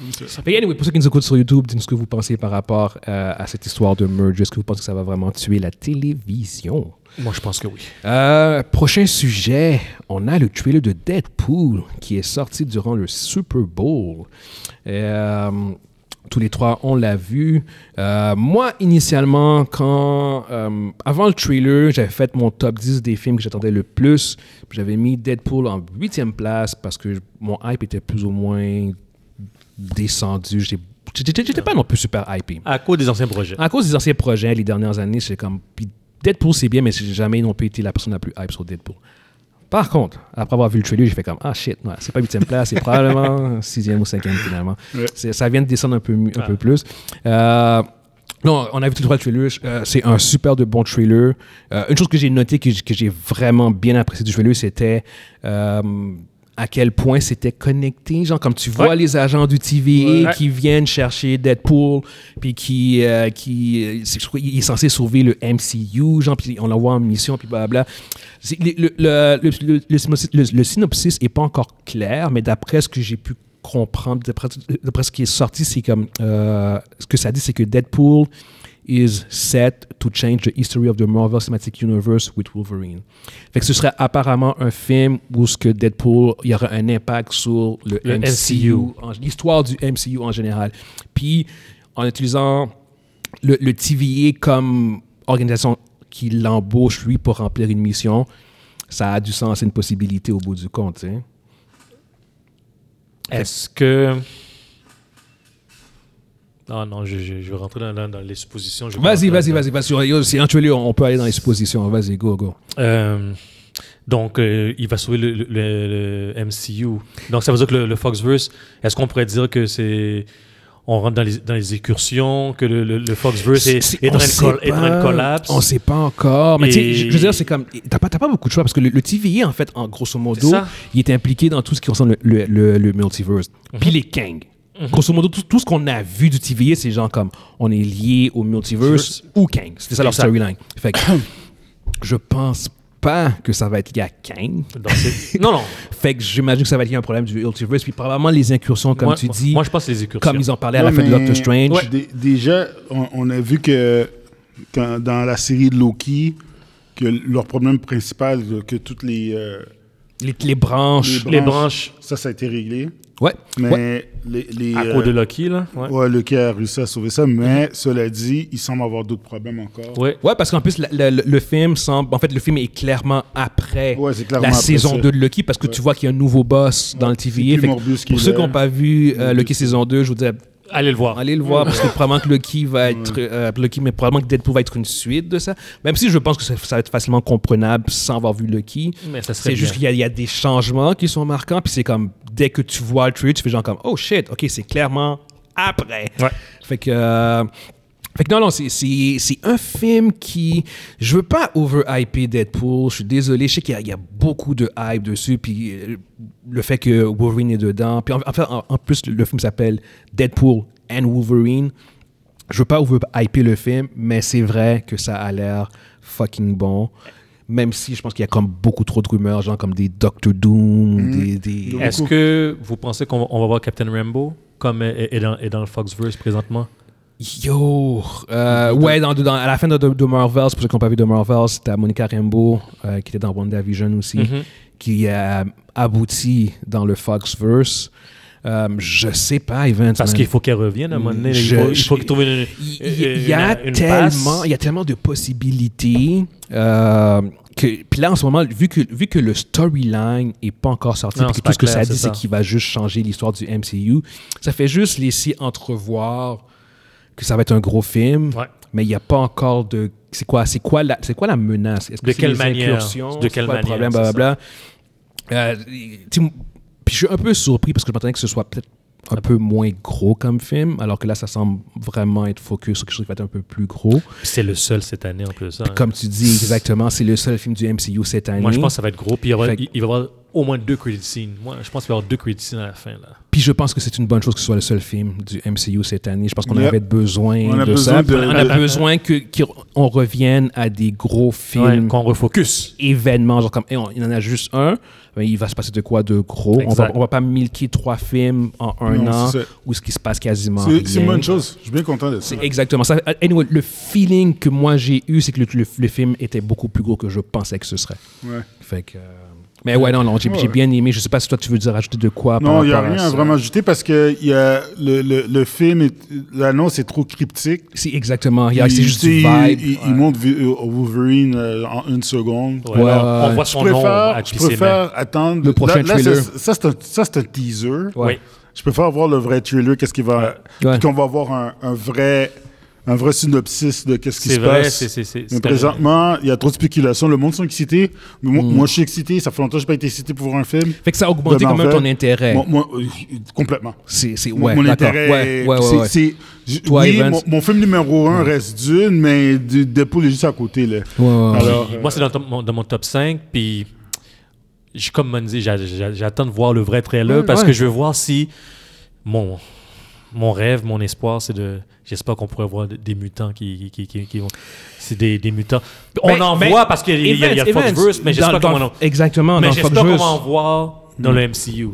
C: Mais anyway, pour ceux qui nous écoutent sur YouTube, dites-nous ce que vous pensez par rapport euh, à cette histoire de merge. Est-ce que vous pensez que ça va vraiment tuer la télévision?
D: Moi, je pense que oui.
C: Euh, prochain sujet, on a le trailer de Deadpool qui est sorti durant le Super Bowl. Euh, tous les trois, on l'a vu. Euh, moi, initialement, quand euh, avant le trailer, j'avais fait mon top 10 des films que j'attendais le plus. Puis J'avais mis Deadpool en huitième place parce que mon hype était plus ou moins descendu. J'étais- J'étais j'étais pas non plus super hypé.
D: À cause des anciens projets.
C: À cause des anciens projets, les dernières années, c'est comme. Puis Deadpool, c'est bien, mais j'ai jamais non plus été la personne la plus hype sur Deadpool. Par contre, après avoir vu le trailer, j'ai fait comme Ah shit, non, c'est pas 8 place, c'est probablement 6 ou 5 finalement. C'est- Ça vient de descendre un peu, mieux- un peu plus. Euh, non, on a vu tout le droit le trailer. Euh, c'est un super de bon trailer. Euh, une chose que j'ai notée, que, j- que j'ai vraiment bien apprécié du trailer, c'était euh, à quel point c'était connecté. Genre, comme tu vois
D: Ouais.
C: les agents du TVA
D: Ouais.
C: qui viennent chercher Deadpool, puis qui, euh, qui euh, c'est- je crois, il est censé sauver le MCU, genre, puis on l'envoie en mission, puis blablabla. C'est- Le, le, le, le- le synopsis- le- le synopsis n'est pas encore clair, mais d'après ce que j'ai pu comprendre, d'après d'après ce qui est sorti, c'est comme euh, ce que ça dit, c'est que Deadpool is set to change the history of the Marvel Cinematic Universe with Wolverine. Fait que ce serait apparemment un film où ce que Deadpool, il y aurait un impact sur le,
D: Le
C: MCU, en- l'histoire du MCU en général. Puis en utilisant le, le TVA comme organisation qui l'embauche lui pour remplir une mission, ça a du sens, c'est une possibilité au bout du compte. tu sais.
D: Est-ce que. Ah non, je, je, je vais rentrer dans, dans- dans les suppositions. je vais
C: Vas-y,
D: pas rentrer
C: vas-y,
D: dans-
C: vas-y, vas-y. C'est un trailer, on peut aller dans les suppositions. Vas-y, go, go.
D: Euh, donc, euh, il va sauver le, le- le- le MCU. Donc, ça veut dire que le, le Foxverse, est-ce qu'on pourrait dire que c'est. On rentre dans les, dans les incursions, que le, le- le Foxverse est, est en
C: on
D: train de
C: sait
D: col- est en train de
C: pas.
D: collapse.
C: On sait pas encore. Mais tu sais,
D: Et-
C: je je veux dire, c'est comme. T'as pas, t'as pas beaucoup de choix parce que le, le TVA, en fait, en grosso
D: C'est
C: modo,
D: ça.
C: il est impliqué dans tout ce qui concerne le, le- le- le multiverse.
D: Mhm.
C: Puis les Kang. Grosso modo, tout, tout ce qu'on a vu du TVA, c'est genre comme on est lié au multiverse ou Kang. C'était ça leur
D: Exact.
C: storyline. Fait que [COUGHS] je pense pas que ça va être lié à Kang.
D: Dans
C: [LAUGHS]
D: ces- non, non.
C: Fait que j'imagine que ça va être lié à un problème du Ultiverse, puis probablement les incursions, comme
D: moi,
C: tu
D: moi-
C: dis,
D: Moi, je pense que les écursions.
C: comme ils en parlaient à
A: Ouais,
C: la fin de
A: mais-
C: Doctor Strange.
A: Ouais. Dé- Déjà, on, on a vu que quand- dans la série de Loki, que leur problème principal, euh, que toutes les, euh,
C: Les, les branches.
D: Les branches.
A: ça, ça a été réglé.
C: Ouais.
A: Mais
C: Ouais.
A: les, les,
D: À
A: euh,
D: cause de Loki, là. Ouais.
A: ouais, Loki a réussi à sauver ça, mais cela dit, il semble avoir d'autres problèmes encore.
D: Ouais.
C: Mhm. Ouais, parce qu'en plus, la- la- le, le film semble. En fait, le film est clairement après
A: Ouais, c'est clairement
C: la
A: après
C: saison
A: ça.
C: 2 de Loki, parce que tu vois qu'il y a un nouveau boss dans le
A: plus
C: TVA. Fait que
A: Morbius qui
C: pour
A: est
C: ceux
A: là.
C: qui n'ont pas vu euh, Loki saison 2, je vous dirais,
D: Allez le voir.
C: allez le voir, parce que probablement que Loki va être. euh, Loki, mais probablement que Deadpool va être une suite de ça. Même si je pense que ça, ça va être facilement comprenable sans avoir vu Loki.
D: Mais ça serait
C: C'est juste
D: bien.
C: qu'il y, a- il y a des changements qui sont marquants, puis c'est comme dès que tu vois le trailer, tu fais genre comme oh shit, ok, c'est clairement après.
D: Ouais.
C: Fait que. euh, fait que non, non, c'est- c'est c'est un film qui... Je veux pas over-hyper Deadpool, je suis désolé, je sais qu'il y, a- il y a beaucoup de hype dessus, puis euh, le fait que Wolverine est dedans, puis en, en fait, en, en plus, le, le film s'appelle Deadpool and Wolverine. Je veux pas over-hyper le film, mais c'est vrai que ça a l'air fucking bon, même si je pense qu'il y a comme beaucoup trop de rumeurs, genre comme des Doctor Doom,
D: Mm.
C: des... des-
A: Ouais.
D: Est-ce que vous pensez qu'on va- on va voir Captain Rambo comme est, est dans, est dans le Foxverse présentement
C: Yo! Euh, ouais, dans, dans- à la fin de, de, de Marvel, c'est pour ça qu'on n'a pas vu de Marvel, c'était Monica Rambeau, euh, qui était dans WandaVision aussi,
D: Mm-hmm.
C: qui a abouti dans le Foxverse. Euh, je sais pas, Evans.
D: Parce
C: man.
D: qu'il faut qu'elle revienne à un moment donné. là. Il
C: Je-
D: faut, il
C: je-
D: faut qu'il trouve une.
C: Il- il il y, a
D: une- une
C: tellement,
D: passe.
C: il y a tellement de possibilités. euh, que- Puis là, en ce moment, vu que, vu que le storyline n'est pas encore sorti,
D: Non,
C: puis que
D: c'est
C: tout
D: pas
C: ce que
D: clair,
C: ça dit,
D: c'est ça.
C: c'est qu'il va juste changer l'histoire du MCU, ça fait juste laisser entrevoir que ça va être un gros film,
D: Ouais.
C: mais il n'y a pas encore de... C'est quoi, c'est quoi, la, c'est quoi la menace? Est-ce que
D: De
C: c'est
D: quelle
C: les
D: manière?
C: incursions?
D: De
C: C'est
D: quelle
C: quoi le
D: manière,
C: problème,
D: c'est ça.
C: blablabla? Euh, tu sais, puis je suis un peu surpris parce que je m'attendais que ce soit peut-être un peu moins gros comme film, alors que là, ça semble vraiment être focus sur quelque chose qui va être un peu plus gros.
D: C'est le seul cette année en plus. hein.
C: Comme tu dis exactement, c'est le seul film du MCU cette année.
D: Moi, je pense que ça va être gros. Puis il, y aura-
C: Fait que-
D: il- il va y avoir au moins deux credits scenes. Moi, je pense qu'il va y avoir deux credits scenes à la fin. Là.
C: Puis je pense que c'est une bonne chose que ce soit le seul film du MCU cette année. Je pense qu'on
A: Yep.
C: avait besoin
A: On a
C: de
A: besoin
C: ça.
A: de-
C: on a
D: de-
C: besoin que- qu'on revienne à des gros films
D: Ouais, Qu'on refocus.
C: événements, genre comme hey, on- il en a juste un, mais il va se passer de quoi de gros. On va,
D: Exact.
C: on va pas milquer trois films en un
A: Non,
C: an
A: c'est ça.
C: où ce qui se passe quasiment
A: C'est c'est une
C: rien.
A: bonne chose. Je suis bien content de ça.
C: Exactement. Ça, anyway, le feeling que moi j'ai eu, c'est que le, le- le film était beaucoup plus gros que je pensais que ce serait.
A: Ouais.
C: Fait que, euh, mais ouais, non, non, j'ai
A: Ouais.
C: j'ai bien aimé. Je sais pas si toi tu veux dire rajouter de quoi. par
A: Non, il n'y a
C: rapport à
A: rien à
C: ça.
A: vraiment ajouter parce que il y a le, le, le film, est- l'annonce est trop cryptique.
C: C'est exactement. il y a- C'est
A: Il-
C: juste
A: tu
C: du
A: sais,
C: vibe.
A: Il, il
C: Ouais.
A: montre vi- euh, Wolverine euh, en une seconde.
D: Ouais, là,
C: ouais,
D: on
C: ouais.
D: voit
A: Je
D: son nom Oh à
A: préfère, je
D: puis ses mains.
A: préfère attendre
C: Le prochain
A: Là- là,
C: trailer.
A: ça, ça, c'est un, ça, c'est un teaser.
C: Ouais.
D: Oui.
A: Je préfère voir le vrai trailer, qu'est-ce qui va,
C: Ouais.
A: puis qu'on va avoir un, un vrai, un vrai synopsis de qu'est-ce qui
D: C'est
A: se
D: vrai,
A: passe.
D: c'est- c'est- c'est-
A: Mais
D: c'est-
A: présentement, il y a trop de spéculation. Le monde sont excités. Mais Moi, moi, je suis excité. Ça fait longtemps que je n'ai pas été excité pour un film.
C: Mm. Fait que ça a augmenté
A: de
C: quand même
A: Marvel.
C: ton intérêt.
A: Moi- moi, euh, complètement.
C: C'est c'est-
A: Mon-
C: ouais,
A: mon
C: d'accord.
A: intérêt.
C: Ouais, ouais, ouais,
A: c'est-
C: ouais.
A: c'est- j-
C: Toi,
A: oui,
C: Evans?
A: mon, mon film numéro un reste Dune, mais du- Deadpool est juste à côté. Là.
C: Ouais, ouais, ouais.
A: Alors,
D: Puis moi, c'est dans, ton- mon- dans mon top 5. Puis, je, comme Monzi, j'a- j'a- j'attends de voir le vrai trailer
C: Ouais,
D: parce
C: ouais.
D: que je veux voir si mon, mon rêve, mon espoir, c'est de. J'espère qu'on pourrait voir de- des mutants qui, qui, qui, qui vont. C'est des, des mutants. On
C: Mais-
D: en
C: mais-
D: voit parce qu'il y a- il y a, il y a
C: Evans,
D: Foxverse,
C: Evans,
D: mais
C: dans-
D: j'espère qu'on
C: dans-
D: en
C: Exactement,
D: Mais
C: dans
D: j'espère qu'on
C: Foxverse.
D: va en voir dans le MCU.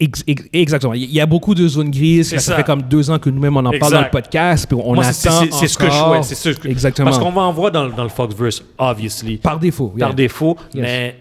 C: Ex- ex- Exactement. Il y a beaucoup de zones grises.
D: C'est
C: Là, ça,
D: ça.
C: fait comme deux ans que nous-mêmes, on en parle
D: Exact.
C: dans le podcast. Puis on
D: Moi, c'est-
C: attend
D: c'est c'est ce que je
C: encore.
D: ouais, c'est ce que-
C: Exactement.
D: Parce qu'on va en voir dans, dans le Foxverse, obviously. Par,
C: Par défaut. yeah.
D: défaut,
C: Yes.
D: mais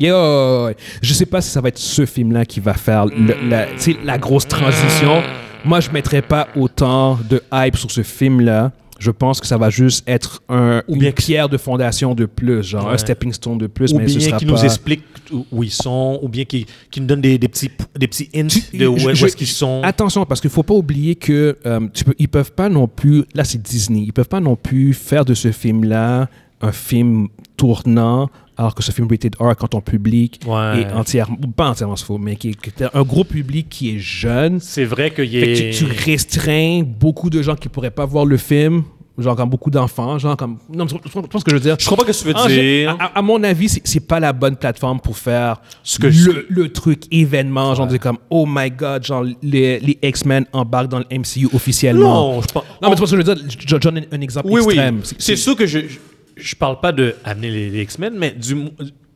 C: Yeah, ouais, ouais, ouais. Je sais pas si ça va être ce film-là qui va faire
D: Mm.
C: le- la, tu sais, la grosse transition. Moi, je mettrais pas autant de hype sur ce film-là. Je pense que ça va juste être un, une
D: bien que-
C: pierre de fondation de plus, genre un
D: Ouais.
C: stepping stone de plus,
D: ou
C: mais ce
D: bien
C: sera
D: qui
C: pas...
D: nous explique où- où ils sont, ou bien qui, qui nous donne des, des petits, des petits hints de où,
C: Je-
D: où
C: je-
D: est-ce qu'ils sont.
C: Attention, parce qu'il faut pas oublier que euh, tu peux, ils peuvent pas non plus. Là, c'est Disney. Ils peuvent pas non plus faire de ce film-là un film tournant, alors que ce film rated R quand ton public
D: Ouais.
C: est entièrement, ou pas entièrement c'est faux, mais qui est, qui est un gros public qui est jeune.
D: C'est vrai qu'il y
C: Fait que
D: a...
C: tu, tu restreins beaucoup de gens qui pourraient pas voir le film, genre comme beaucoup d'enfants, genre comme. Non, tu tu comprends ce que je veux dire?
D: Je crois pas que tu veux
C: En gé-
D: dire.
C: à, à- à mon avis, c'est- c'est pas la bonne plateforme pour faire
D: Ce que
C: le,
D: je-
C: le truc événement, genre de comme oh my god, genre les, les X-Men embarquent dans le MCU officiellement.
D: Non, je pense...
C: Non, mais tu vois ce que je veux dire? Je- je- J'en ai un exemple
D: oui, oui.
C: extrême. C'est-
D: C'est sûr que je... je- je parle pas de amener les, les X-Men, mais du, mo-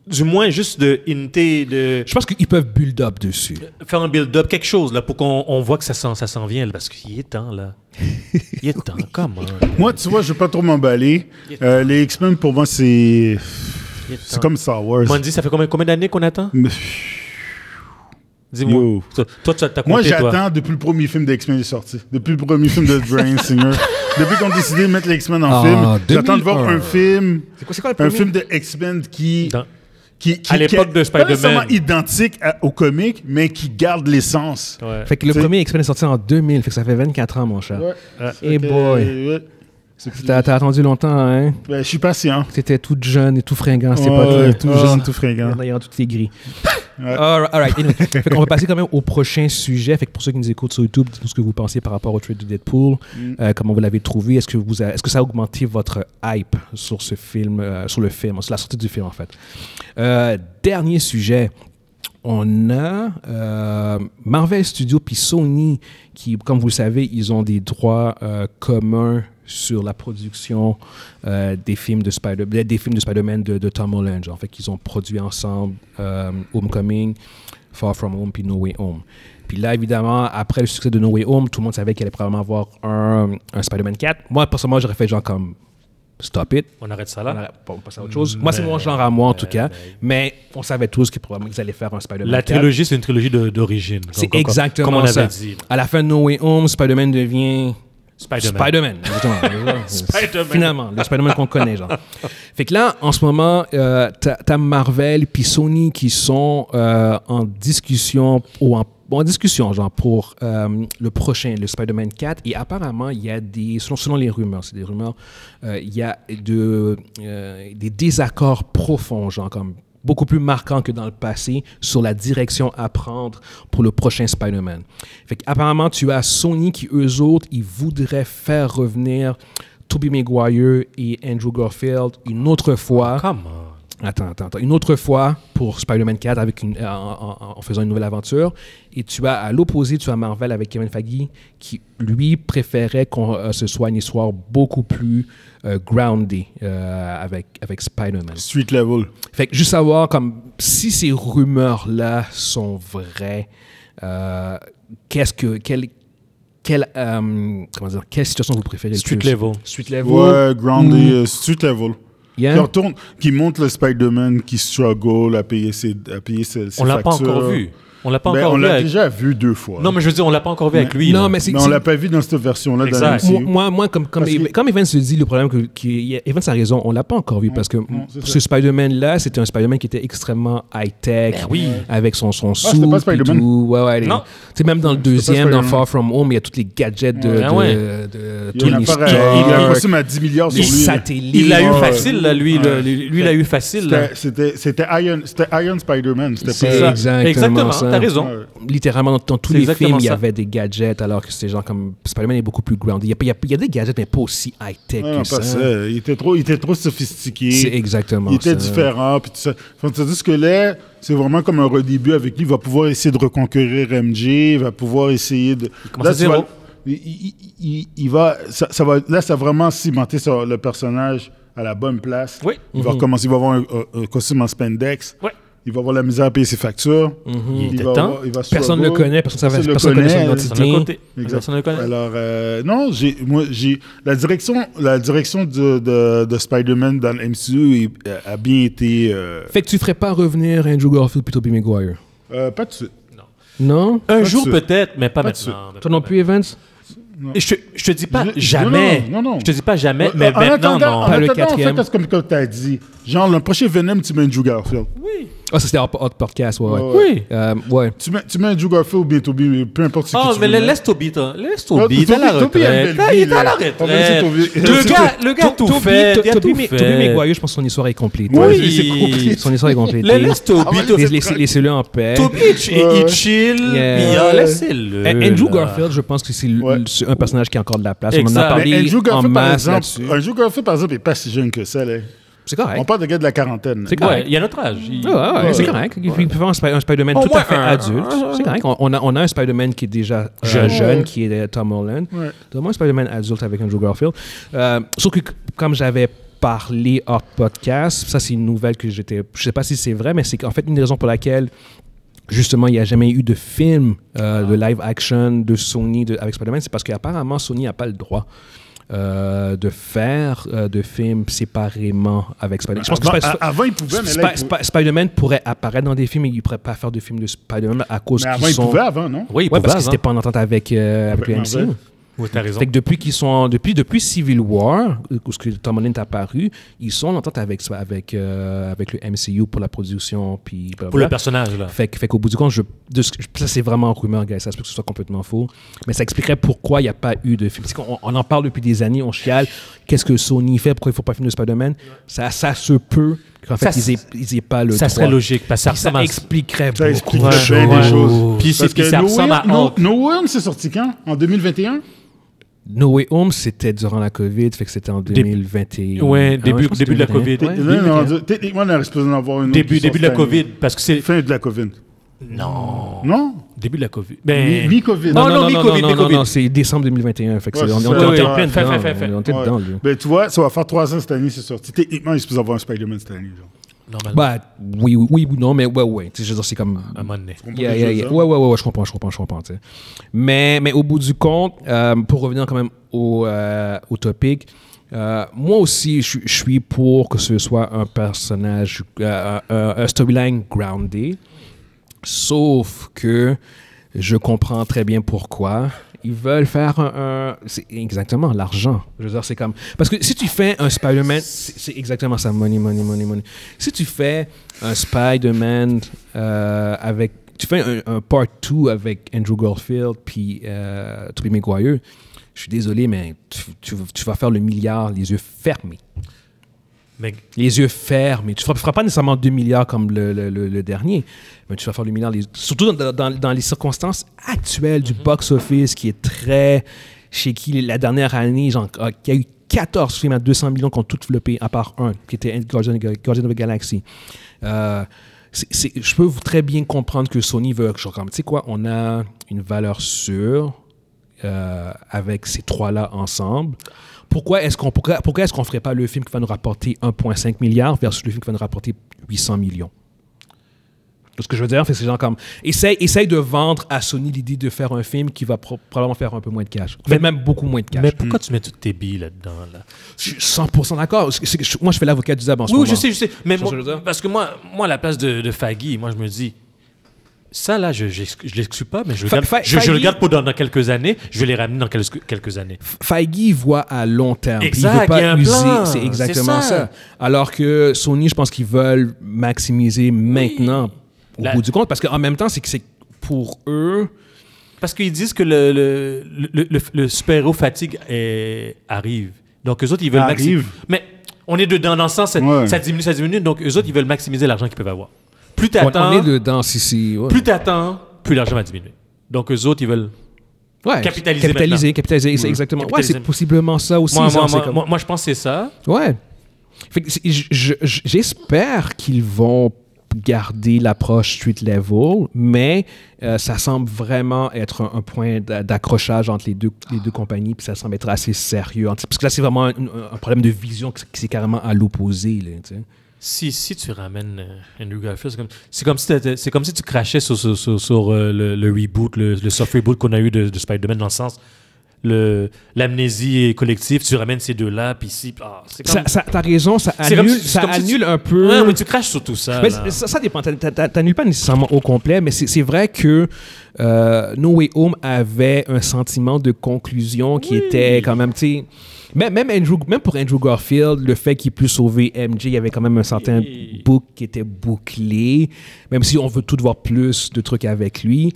D: du moins juste de inter, de
C: Je pense qu'ils peuvent build up dessus.
D: faire un build-up, quelque chose, là, pour qu'on on voit que ça s'en, ça s'en vient, là, parce qu'il est temps, là. Il
C: [LAUGHS]
D: est temps, comment?
E: Moi, tu vois, je vais pas trop m'emballer. Euh, les X-Men, pour moi, c'est.
D: Il est temps.
E: C'est comme Star Wars.
D: Mondi, ça fait combien, combien d'années qu'on attend?
E: Mais-
D: Dis-moi.
E: Yo.
D: Toi, toi, tu as compté,
E: Moi,
D: toi.
E: j'attends depuis le premier film des X-Men est sorti. Depuis le premier film de
C: [LAUGHS]
E: Brian Singer. Depuis qu'on a décidé de mettre les X-Men en
C: Ah,
E: film, j'attends de
C: 2001.
E: voir un film,
C: C'est quoi, c'est quoi le
E: un
C: premier?
E: film de X-Men qui,
D: Dans-
E: qui, qui-
D: À l'époque
E: qui-
D: de Spider-Man.
E: Pas nécessairement identique à- au comic, mais qui garde l'essence.
D: Ouais.
C: Fait que le
E: C'est-
C: premier X-Men est sorti en 2000, fait que ça fait 24 ans, mon cher.
E: Fait
C: Eh
E: que,
C: boy.
E: ouais.
C: T'as t'as attendu longtemps, hein?
E: Ben, je suis patient.
C: T'étais tout jeune et tout fringant, c'était
E: Ouais,
C: pas
E: ouais,
C: tout
E: ouais,
C: jeune.
E: tout fringant.
C: D'ailleurs, tout est gris.
E: Ouais.
C: All right, all right. [LAUGHS] Anyway. Fait qu'on va passer quand même au prochain sujet. Fait que pour ceux qui nous écoutent sur YouTube, dites-nous ce que vous pensez par rapport au trade de Deadpool.
E: Mm.
C: Euh, comment vous l'avez trouvé? Est-ce que, vous a- est-ce que ça a augmenté votre hype sur ce film, euh, sur le film, sur la sortie du film en fait? Euh, dernier sujet. On a euh, Marvel Studios puis Sony qui, comme vous le savez, ils ont des droits euh, communs sur la production euh, des films de Spider des des films de Spider-Man de, de Tom Holland. En fait, qu'ils ont produit ensemble euh, Homecoming, Far From Home puis No Way Home. Puis là, évidemment, après le succès de No Way Home, tout le monde savait qu'il allait probablement avoir un, un Spider-Man 4. Moi, personnellement, j'aurais fait genre comme Stop it.
D: On arrête ça
C: On
D: là.
C: aurait pas- passé à autre chose. Moi, c'est mon genre à moi, en tout cas. Mais on savait tous que probablement qu'ils allaient faire un Spider-Man
D: La
C: 4.
D: trilogie, c'est une trilogie de- d'origine. comme-
C: C'est
D: comme-
C: exactement
D: comme on avait
C: ça.
D: dit.
C: À la fin de No Way Home, Spider-Man devient
D: Spider-Man.
C: Spider-Man.
D: [LAUGHS]
C: exactement.
D: Spider-Man.
C: Finalement, le Spider-Man qu'on connaît, genre. Fait que là, en ce moment, euh, t'as t'as Marvel puis Sony qui sont euh, en discussion ou en, en discussion, genre, pour euh, le prochain, le Spider-Man 4. Et apparemment, il y a des, selon, selon les rumeurs, c'est des rumeurs, euh, il y a de, euh, des désaccords profonds, genre, comme beaucoup plus marquant que dans le passé sur la direction à prendre pour le prochain Spider-Man. Fait apparemment, tu as Sony qui, eux autres, ils voudraient faire revenir Tobey Maguire et Andrew Garfield une autre fois.
D: Come on.
C: Attends, attends, attends. Une autre fois pour Spider-Man 4 avec une, euh, en, en- en faisant une nouvelle aventure. Et tu as à l'opposé, tu as Marvel avec Kevin Feige qui, lui, préférait qu'on euh, ce soit une histoire beaucoup plus euh, grounded euh, avec, avec Spider-Man.
E: Street level.
C: Fait que juste savoir comme si ces rumeurs-là sont vraies, euh, qu'est-ce que quelle quelle euh, comment dire quelle situation vous préférez le
D: Street
C: plus?
D: level.
C: Street level.
E: Ouais, grounded,
C: Mm.
E: euh, street level.
C: Yeah.
E: Qui retourne, qui montre le Spider-Man qui struggle à payer ses, à payer ses, ses
D: On l'a pas
E: factures.
D: encore vu. On l'a pas
E: Ben,
D: encore
E: on
D: vu.
E: l'a
D: avec-
E: déjà vu deux fois.
D: Non, mais je veux dire, on l'a pas encore vu avec lui.
C: non,
D: là.
C: mais c'est
E: Mais on
C: c'est-
E: l'a pas vu dans cette version-là. dans la
D: Exact.
E: MCU.
C: moi, moi, moi, comme, comme,
E: Parce
C: Ev-
E: que-
C: comme Evans se dit, le problème, que, qui- Evans a raison, on l'a pas encore vu parce que
E: c'est ça.
C: ce Spider-Man-là, c'était un Spider-Man qui était extrêmement high-tech,
D: Ben oui.
C: avec son, son
E: Ah, c'était
C: suit
E: pas
C: et
E: Spider-Man.
C: tout. Ouais, ouais, les-
D: Non.
C: Tu sais, même dans le
E: pas
C: deuxième, dans
E: Spider-Man.
C: Far From Home, il y a tous les gadgets de,
D: Ah
C: de-
D: ouais.
C: de
E: Il y a un
C: Tony
E: affaire
C: Stark,
E: à- il y a un costume à 10 milliards sur
C: les
E: lui.
C: satellites.
D: Il l'a
E: Ouais,
D: eu
E: ouais.
D: facile, là, lui.
E: Ouais.
D: le- lui, lui, il l'a eu facile. là.
E: C'était- C'était c'était Iron, c'était Iron Spider-Man. c'était
C: C'est
E: pas-
C: ça. exactement ça.
D: T'as raison.
E: Ouais.
C: Littéralement, dans, dans tous
D: C'est
C: les films,
D: exactement
C: il y
D: ça.
C: avait des gadgets, alors que c'est genre comme Spider-Man est beaucoup plus grounded. Il y a, il y a- il y a des gadgets, mais pas aussi high-tech
E: Non,
C: que
E: non,
C: ça.
E: pas ça. Il était trop, il était trop sophistiqué.
C: C'est exactement
E: Il était
C: ça.
E: différent, puis tout ça. Enfin, Tandis que là, c'est vraiment comme un redébut avec lui. Il va pouvoir essayer de reconquérir MJ, il va pouvoir essayer de...
D: commence à
E: tu
D: zéro.
E: vas- il, il- il- il va, ça, ça va... Là, ça va vraiment cimenter sur le personnage à la bonne place.
D: Oui. Mm-hmm.
E: Il va commencer, il va avoir un, un- un costume en spandex.
D: Ouais.
E: Il va avoir la misère à payer ses factures.
D: Mm-hmm. Il était
E: va
D: temps.
E: avoir- il va se
C: Personne ne le
E: trouver.
C: connaît, personne ne
E: Personne
C: savait- personne
E: le
C: connaît son
E: connaît.
C: identité.
D: Personne ne le côté.
E: Exact.
D: Personne ne le connaît.
E: Alors, euh, non, j'ai, moi, j'ai, la direction, la direction de, de, de Spider-Man dans le MCU est- euh, a bien été. euh,
C: Fait que tu ferais pas revenir Andrew Garfield plutôt Tobey Maguire.
E: euh, pas de suite.
C: Non?
D: Un
E: Pas
D: jour
E: sûr.
D: peut-être, mais pas
E: Pas
D: maintenant.
C: Toi non plus, Evans?
D: Et Je, te- je te dis pas
E: Je-
D: jamais.
E: non, non, non, non.
D: Je te dis pas jamais,
E: En-
D: mais
E: en
D: maintenant,
E: attendant,
D: non. Ah,
E: En
C: Pas le
E: attendant, en
C: quatrième.
E: fait, c'est comme tu as dit. Genre, le prochain Venom, tu mets Andrew Garfield.
C: Ah, ça c'était hors, hors podcast, ouais. ouais.
D: Oui.
C: Euh, ouais.
E: Tu mets, tu mets Andrew Garfield ou bien Toby, peu importe ce
D: Oh,
E: que tu
D: mais
E: veux.
D: la- laisse Toby, t'as- laisse
E: Ah,
D: Toby, t'as la
E: Toby a une
D: retraite.
E: belle
D: Ah,
E: vie,
D: Il est à
E: là.
D: la
E: On va laisser
D: retraite.
E: Toby-
D: Le gars, le gars a tout fait. il a tout
C: Toby,
D: fait.
C: Maguire, je pense que son histoire est complète.
D: Oui.
C: Son histoire est complète.
D: Le- Laisse Toby.
E: Ah,
C: Les-
D: Toby,
C: les- Laissez-le en paix.
D: Toby, il ch- il chill.
C: Yeah.
D: puis, ah, Laissez-le.
C: Euh, Andrew
D: là.
C: Garfield, je pense que c'est l-
E: Ouais.
C: l- c'est un personnage qui a encore de la place. On en
D: Exact.
C: a parlé
E: Mais Andrew
C: en
E: Garfield, par
C: masse
E: exemple,
C: là-dessus.
E: Andrew Garfield, par exemple, n'est pas si jeune que ça. là.
C: C'est
E: On
C: correct.
E: parle de gars de la quarantaine.
C: C'est
D: Ouais,
C: correct.
D: il y a notre âge. Il-
C: Ouais, ouais, ouais,
E: Ouais.
C: C'est correct. Il peut faire un, Spi- un Spider-Man
D: Au
C: tout à
D: moins
C: fait
D: un.
C: adulte. C'est correct. On, on a, on a un Spider-Man qui est déjà euh,
D: Jeune.
C: jeune, qui est euh, Tom Holland.
E: Ouais.
C: Donne-moi un Spider-Man adulte avec Andrew Garfield. Euh, sauf que, c- comme j'avais parler hors podcast. Ça, c'est une nouvelle que j'étais. Je sais pas si c'est vrai, mais c'est en fait une des raisons pour laquelle. Justement, il n'y a jamais eu de film
D: Ah.
C: euh, de live action de Sony de- avec Spider-Man. C'est parce qu'apparemment, Sony n'a pas le droit euh, de faire euh, de films séparément avec Spider-Man. Je pense que
A: Avant-
D: Ah,
C: Spi-
A: a- avant, ils pouvaient, mais là,
C: Spi-
A: ils pouvaient.
C: Spi- Spider-Man pourrait apparaître dans des films, mais il ne pourrait pas faire de films de Spider-Man à cause
A: Mais
C: qu'ils
A: avant, ils
C: sont...
A: pouvaient avant, non?
D: Oui,
C: Ouais,
D: pour
C: parce que c'était pas en entente avec, euh, avec le
A: Complètement
C: MCU.
A: vrai.
D: Oui, t'as raison.
C: Fait que depuis qu'ils sont en- depuis depuis Civil War euh, où ce que Tom Holland est apparu, ils sont en entente avec avec euh, avec le MCU pour la production puis blablabla.
D: Pour le personnage, là.
C: Fait, que- fait qu'au bout du compte, je, de ce que- ça c'est vraiment en rumeur, guys. Ça se peut que ce soit complètement faux. Mais ça expliquerait pourquoi il n'y a pas eu de film. C'est qu'on- on, en parle depuis des années, on chiale. Qu'est-ce que Sony fait Pourquoi il ne faut pas filmer de Spider-Man ça, ça se peut qu'en
D: Ça
C: fait,
D: s-
C: ils aient- ils n'aient pas le
D: Ça serait
C: droit.
D: logique, parce que ça
C: Puis ça
D: ressemble à-
C: expliquerait
A: Ça
C: beaucoup
A: explique
C: de
A: bien
C: choses.
A: des choses.
D: Puis c'est
A: Parce
D: puis
A: que
D: ça
A: No
D: ressemble
A: Way-
D: à
A: No,
D: Hulk.
A: no Way Home, c'est sorti quand? En 2021?
C: No Way Home, c'était durant la COVID, fait que c'était en 2021.
D: Ouais, début-
C: Ah je pense que
D: début de la
C: 2021.
D: COVID.
C: Ouais,
A: Là, on
C: 2021.
A: a- Techniquement, on aurait supposé en avoir une autre
D: Début,
A: qui
D: début de la
A: sort cette année.
D: COVID, parce que c'est...
A: Fin de la COVID.
D: Non.
A: Non?
D: Début de la COVID. Ben...
A: Mi- Mi-COVID.
C: Non,
D: Non,
C: non, non,
D: mi-Covid,
C: non, non,
D: mi-Covid.
C: non, c'est décembre 2021. Fait que
A: Ouais,
C: c'est- on
A: c'est
C: on- on
A: ça.
C: était en
A: Ouais,
C: plein
A: ouais,
C: dedans.
D: fait, fait,
C: là.
D: fait.
C: On était
A: Ouais.
C: dedans, là.
A: Ben, tu vois, ça va faire trois ans cette année, c'est sorti. Techniquement, il se peut avoir un Spider-Man cette année. Genre.
D: Normalement,
C: Bah, oui, oui, oui, ou non, mais ouais, ouais. Tu sais, Je veux dire, c'est comme.
D: à un moment donné.
A: comprends
C: Yeah,
A: les
C: yeah,
A: choses,
C: yeah.
A: hein?
C: Ouais, ouais, ouais, ouais, je comprends, je comprends, je comprends. tu sais. Mais, mais au bout du compte, euh, pour revenir quand même au, euh, au topic, euh, moi aussi, je suis- je suis pour que ce soit un personnage, euh, un, un storyline groundé, sauf que je comprends très bien pourquoi. Ils veulent faire un... un- c'est exactement l'argent. Je veux dire, c'est comme... Parce que si tu fais un Spider-Man... C'est c'est exactement ça, money, money, money, money. Si tu fais un Spider-Man euh, avec... Tu fais un, un part 2 avec Andrew Garfield puis euh, Tobey Maguire, je suis désolé, mais tu, tu- tu vas faire le milliard les yeux fermés.
D: Mais
C: Les yeux fermés. Tu ne feras, feras pas nécessairement 2 milliards comme le, le- le- le dernier, mais tu vas faire le milliard, les- surtout dans, dans- dans les circonstances actuelles du box-office qui est très chez qui la dernière année, genre, ah, il y a eu 14 films à 200 millions qui ont tous floppé, à part un, qui était Guardian, Guardian of the Galaxy. Euh, c'est- c'est- je peux vous très bien comprendre que Sony veut, genre, comme, tu sais quoi, on a une valeur sûre, euh, avec ces trois-là ensemble. Pourquoi est-ce qu'on pourquoi, pourquoi est-ce qu'on ferait pas le film qui va nous rapporter 1,5 milliard versus le film qui va nous rapporter 800 millions Ce que je veux dire, c'est que c'est genre comme essaye, essaye de vendre à Sony l'idée de faire un film qui va pro- probablement faire un peu moins de cash, mais même beaucoup moins de cash.
D: Mais pourquoi tu mets toutes tes billes là-dedans, là?
C: je suis 100% d'accord. C'est- c'est- je- Moi, je fais l'avocat du diable en ce
D: Oui, oui,
C: moment.
D: je sais, je sais. Mais
C: Tu vois ce
D: moi-
C: que je veux dire?
D: parce que moi, moi, à la place de, de Faggy, moi, je me dis, ça, là, je ne l'exclus pas, mais je le
C: Fa-
D: garde,
C: Fa-
D: je, je
C: Faggy-
D: le garde pour dans, dans quelques années. Je vais les ramener dans quelques, quelques années.
C: Feige voit à long terme. puis
D: Exact,
C: il veut pas
D: il y a un
C: user.
D: plan,
C: C'est
D: c'est
C: exactement ça.
D: ça.
C: Alors que Sony, je pense qu'ils veulent maximiser maintenant au
D: La-
C: bout du compte parce qu'en même temps, c'est que c'est pour eux.
D: Parce qu'ils disent que le, le, le, le- le super-héros fatigue est- arrive. Donc, eux autres, ils veulent maximiser.
A: Arrive.
D: Mais on est dedans, dans le sens, ça,
A: Ouais.
D: ça diminue, ça diminue. Donc, eux autres, ils veulent maximiser l'argent qu'ils peuvent avoir. Plus
C: On,
D: t'attends,
C: on est dedans, si, si. Ouais.
D: plus t'attends, plus l'argent va diminuer. Donc, eux autres, ils veulent
C: Ouais,
D: capitaliser
C: Capitaliser,
D: maintenant. Mmh.
C: capitaliser, c'est exactement.
D: Capitaliser.
C: Ouais, c'est possiblement ça aussi.
D: moi,
C: ça,
D: moi,
C: c'est
D: moi,
C: comme-
D: moi- moi, je pense que c'est ça.
C: Ouais. Fait que c'est- j- j- j- J'espère qu'ils vont garder l'approche street level, mais euh, ça semble vraiment être un, un point d'a- d'accrochage entre les deux, les deux compagnies, puis ça semble être assez sérieux. Entre- Parce que là, c'est vraiment un, un- un problème de vision qui qui c'est carrément à l'opposé. là, tu sais.
D: Si, si tu ramènes euh, Andrew Garfield, c'est comme, c'est comme si t'étais- c'est comme si tu crachais sur, sur, sur- sur, euh, le, le reboot, le, le soft reboot qu'on a eu de, de Spider-Man dans le sens le l'amnésie est collective, tu ramènes ces deux-là, puis si, ah, c'est comme,
C: Ça- ça- T'as raison, ça
D: c'est comme
C: annule,
D: si- c'est
C: ça
D: comme si tu-
C: annule un peu.
D: Ouais, mais tu craches sur tout ça.
C: Mais
D: Ah là.
C: c- ça, ça dépend. T'a- t'a- T'annules pas nécessairement au complet, mais c'est c'est vrai que euh, No Way Home avait un sentiment de conclusion qui était quand même, tu sais, Même, même, Andrew, même pour Andrew Garfield, le fait qu'il puisse sauver MJ, il y avait quand même un certain bouc qui était bouclé, même si on veut tout voir plus de trucs avec lui.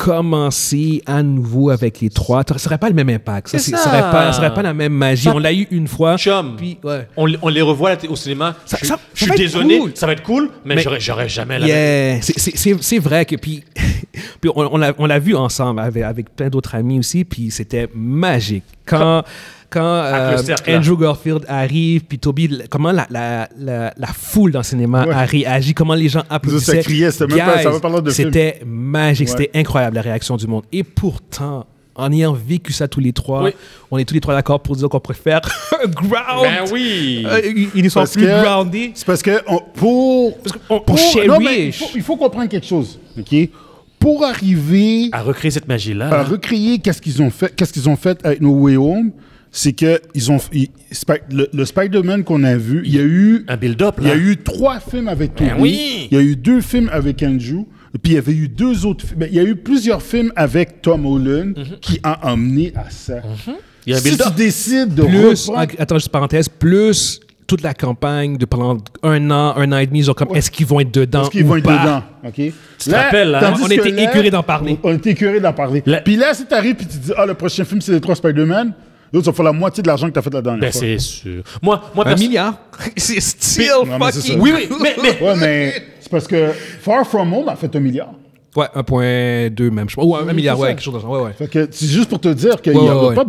C: Recommencer à nouveau avec les trois, ça serait pas le même impact. Ça,
D: C'est
C: c'est-
D: ça.
C: serait pas, ça serait pas la même magie.
D: Ça-
C: On l'a eu une fois.
D: Chum.
C: Puis, ouais.
D: on, on les revoit là, t- au cinéma.
C: Ça-
D: je
C: ça- ça
D: je
C: va
D: suis
C: être
D: désolé,
C: cool.
D: ça va être cool, mais,
C: Mais-
D: j'aurais, j'aurais jamais la
C: Yeah. C'est- C'est c'est- c'est vrai que puis, [LAUGHS] puis on, on l'a- on l'a vu ensemble avec, avec plein d'autres amis aussi, puis c'était magique. Quand, quand
D: Avec le
C: euh,
D: cercle, là.
C: Andrew Garfield arrive, puis Toby, l- comment la, la, la, la foule dans le cinéma
A: Ouais.
C: a réagi, comment les gens applaudissaient.
A: criait, c'était même pas- ça
C: Guys,
A: va pas l'air de film.
C: C'était magique,
A: Ouais.
C: c'était incroyable la réaction du monde. Et pourtant, en ayant vécu ça tous les trois,
D: Oui.
C: on est tous les trois d'accord pour dire qu'on préfère [LAUGHS] un ground.
A: Ben oui.
C: Oh, Euh, ils- ils ne sont
E: Parce
C: plus
E: que-
C: groundés.
E: C'est parce que on- pour.
C: Parce qu'on-
E: pour-
C: on cherish.
E: non, mais il, faut, il faut comprendre quelque chose. OK? Pour arriver
D: À recréer cette magie-là.
E: à recréer qu'est-ce qu'ils ont fait, qu'est-ce qu'ils ont fait avec No Way Home, c'est que ils ont ils- Spi- le, le Spider-Man qu'on a vu, il y a eu
D: un build-up,
E: il y
D: là.
E: a eu trois films avec Tobey,
A: Ben oui!
E: il y a eu deux films avec Andrew, et puis il y avait eu deux autres films, ben, il y a eu plusieurs films avec Tom Holland qui a emmené à ça.
D: Il y a un
E: si
D: build-up.
E: tu décides de
C: Plus,
E: reprendre-
C: en- attends, juste parenthèse, plus toute la campagne de pendant un an, un an et demi, ils ont comme, est-ce qu'ils vont être dedans
E: Parce qu'ils
C: ou
E: vont être
C: pas?
E: dedans. OK? Tu
D: te rappelles, là,
C: on était écœurés d'en parler.
E: On était écœurés d'en parler.
D: La-
E: Puis là, si t'arrives et tu dis, ah, le prochain film, c'est les trois Spider-Man, l'autre, ça fait la moitié de l'argent que t'as fait la dernière
D: Ben,
E: fois.
D: c'est sûr. Moi, moi
C: Un
D: perso-
C: milliard. [LAUGHS] C'est still
E: Non, mais c'est
C: fucking.
E: ça.
D: Oui, oui, mais, mais-
E: Ouais, mais c'est parce que Far From Home a fait un milliard.
C: Ouais, 1,2 même, je crois. Ou un, un milliard,
E: c'est
C: ouais,
E: ça.
C: quelque chose dans le genre. Ouais, ouais.
E: Fait que c'est juste pour te dire qu'il
C: Ouais,
E: n'y aura
C: ouais,
E: pas.
C: ouais.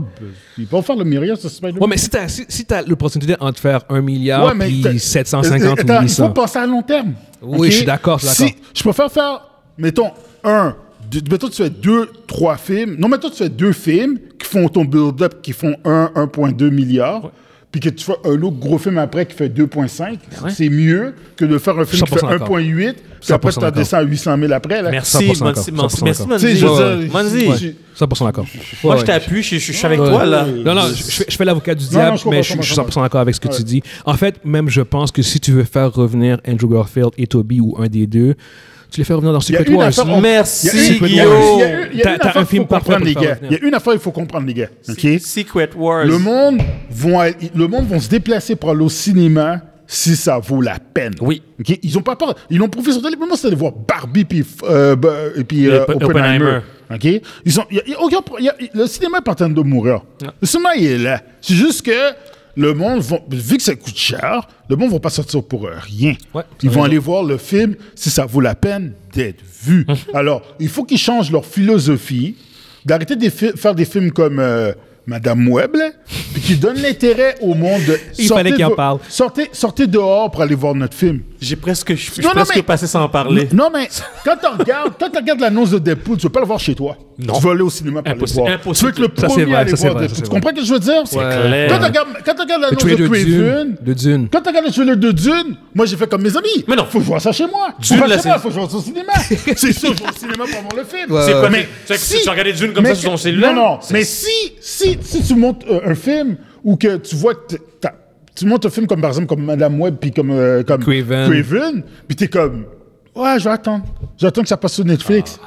E: Ils vont faire le milliard sur Spider-Man.
C: Ouais, mais si t'as si, si t'as l'opportunité entre faire un milliard
E: Ouais, mais t'as-
C: puis
E: euh,
C: 750
E: attends,
C: ou
E: Il faut
C: 800.
E: penser à long terme.
C: Oui,
E: OK?
C: je suis d'accord, je suis
E: Si-
C: d'accord.
E: Je préfère faire, mettons, un. deux- mettons, tu fais deux, trois films. Non, mettons, tu fais deux films qui font ton build-up, qui font 1, 1,2 milliard. Puis que tu fais un autre gros film après qui fait 2,5. C'est mieux que de faire un film qui fait
C: 100% d'accord.
E: 1,8. Puis après, tu
C: 100%
E: t'en
C: d'accord.
E: descends à 800 000 après. là.
D: Merci,
C: 100%
D: Manzi,
C: d'accord, 100%
D: Manzi, merci,
C: d'accord.
E: Tu sais,
D: Manzi.
E: je veux
D: Ouais,
E: dire-
D: Manzi,
C: Ouais,
D: je-
C: 100% d'accord.
D: moi,
C: Ouais,
D: je
C: ouais.
D: t'appuie, je, je- je suis avec
E: Ouais.
D: toi, là.
E: Ouais.
C: Non, non, je, je fais- je fais l'avocat du
E: non,
C: diable,
E: je comprends,
C: mais
E: je
C: je, je suis
E: comprends, je
C: 100% d'accord avec ce que tu dis. En fait, même je pense que si tu veux faire revenir Andrew Garfield et Toby ou un des deux, tu les fais revenir dans
E: Il y a
C: Secret
E: une
C: Wars.
E: affaire- on-
D: Merci,
E: il y a une-
D: Guillaume.
E: il y a une- il y a une- il y a
C: T'as-
E: une
C: t'as
E: affaire
C: un film
E: qu'il faut
C: parfait pour
E: comprendre,
C: le
E: les
C: faire
E: gars. Il
C: revenir.
E: y a une affaire, il faut comprendre, les gars. OK?
A: Secret Wars.
E: Le monde vont aller- le monde vont se déplacer pour aller au cinéma si ça vaut la peine.
D: Oui.
E: Ok, Ils ont pas peur. Ils l'ont prouvé sur téléphone, c'est de voir Barbie puis euh, bah, et puis euh,
D: Oppen-
E: Oppenheimer. Ok. Ils ont. y a- y a aucun pro- y a- y- le cinéma est pas en train de mourir. Le cinéma il est là. C'est juste que le monde vont- vu que ça coûte cher, le monde va pas sortir pour euh, rien.
C: Ouais,
E: Ils
C: t'as
E: vont aller voir le film si ça vaut la peine d'être
C: [LAUGHS]
E: vu. Alors, il faut qu'ils changent leur philosophie, d'arrêter de fi- faire des films comme euh, Madame Web, là, puis qui donnent l'intérêt au monde. de-
C: Il
E: Sortez
C: fallait qu'il en
E: vo-
C: parle.
E: Sortez, sortez dehors pour aller voir notre film.
D: J'ai presque, je suis
E: Non, non,
D: presque
E: mais-
D: passé sans en parler.
E: Non, mais quand tu regardes, quand tu regardes l'annonce de Deadpool, tu veux pas le voir chez toi.
D: Non.
E: Tu veux aller au cinéma pour
D: Impossible,
E: le voir.
D: impossible.
E: Tu veux être le
C: Ça, c'est
E: premier
C: vrai,
E: à aller
C: ça, c'est
E: voir
C: vrai, ça,
E: Deadpool.
C: c'est
E: Tu comprends ce que je veux dire? C'est
D: clair.
E: Quand tu regardes, quand tu regardes
C: Le
E: l'annonce de
C: trailer de Dune,
E: Craven,
C: de Dune.
E: quand tu regardes le trailer de Dune, moi j'ai fait comme mes amis.
D: Mais non.
E: Faut que je vois ça chez moi.
D: Dune,
E: Faut pas
D: là,
E: chez moi,
D: c'est-
E: faut que je vois ça
D: [LAUGHS]
E: au cinéma. c'est sûr, je vais au cinéma pour voir le film.
C: Ouais,
D: C'est quoi,
C: ouais.
D: mais tu sais, tu as regardé Dune comme
E: Euh, mais
D: ça sur ton
E: que-
D: cellulaire?
E: Non, non.
D: C'est-
E: Mais si, si, si tu montes euh, un film ou que tu vois que t- t'as- tu montes un film comme par exemple comme Madame Web puis comme euh, comme
C: Craven.
E: Craven, puis t'es comme ouais, je vais attendre, j'attends que ça passe sur Netflix.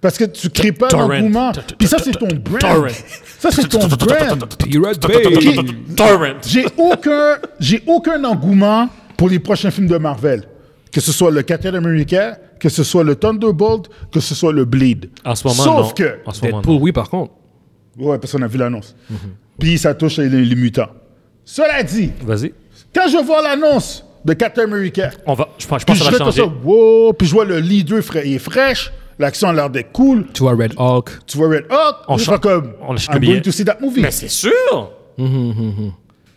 E: Parce que tu crées pas
D: Ah, Torrent.
E: l'engouement.
D: T- t-
E: Puis ça,
D: t-
E: c'est ton
D: t-
E: brand.
D: torrent.
E: Ça, c'est
D: [LAUGHS]
E: ton brand.
C: Pirate Bay.
E: Ok.
D: Torrent.
E: J'ai aucun, j'ai aucun engouement pour les prochains films de Marvel. Que ce soit le Captain America, que ce soit le Thunderbolt, que ce soit le Bleed.
D: En ce moment,
E: Sauf
D: non.
E: que.
D: En ce moment,
C: Deadpool, oui, par contre.
E: Ouais, parce qu'on a vu l'annonce. Mm-hmm. Puis ça touche les, les mutants. Cela dit,
D: non. Vas-y.
E: quand je vois l'annonce de Captain America,
D: On va, je pense, je
E: puis
D: pense
E: je
D: que ça
E: fais
D: va
E: comme ça,
D: changer.
E: wow, puis je vois le leader fra- il est fraîche, l'action a l'air d'être cool,
C: Tu vois Red Hawk.
E: tu vois Red Hawk,
D: On
E: je
D: chante-
E: fais comme,
D: on achète
E: I'm
D: le billet.
E: going to see that movie.
D: Mais c'est sûr!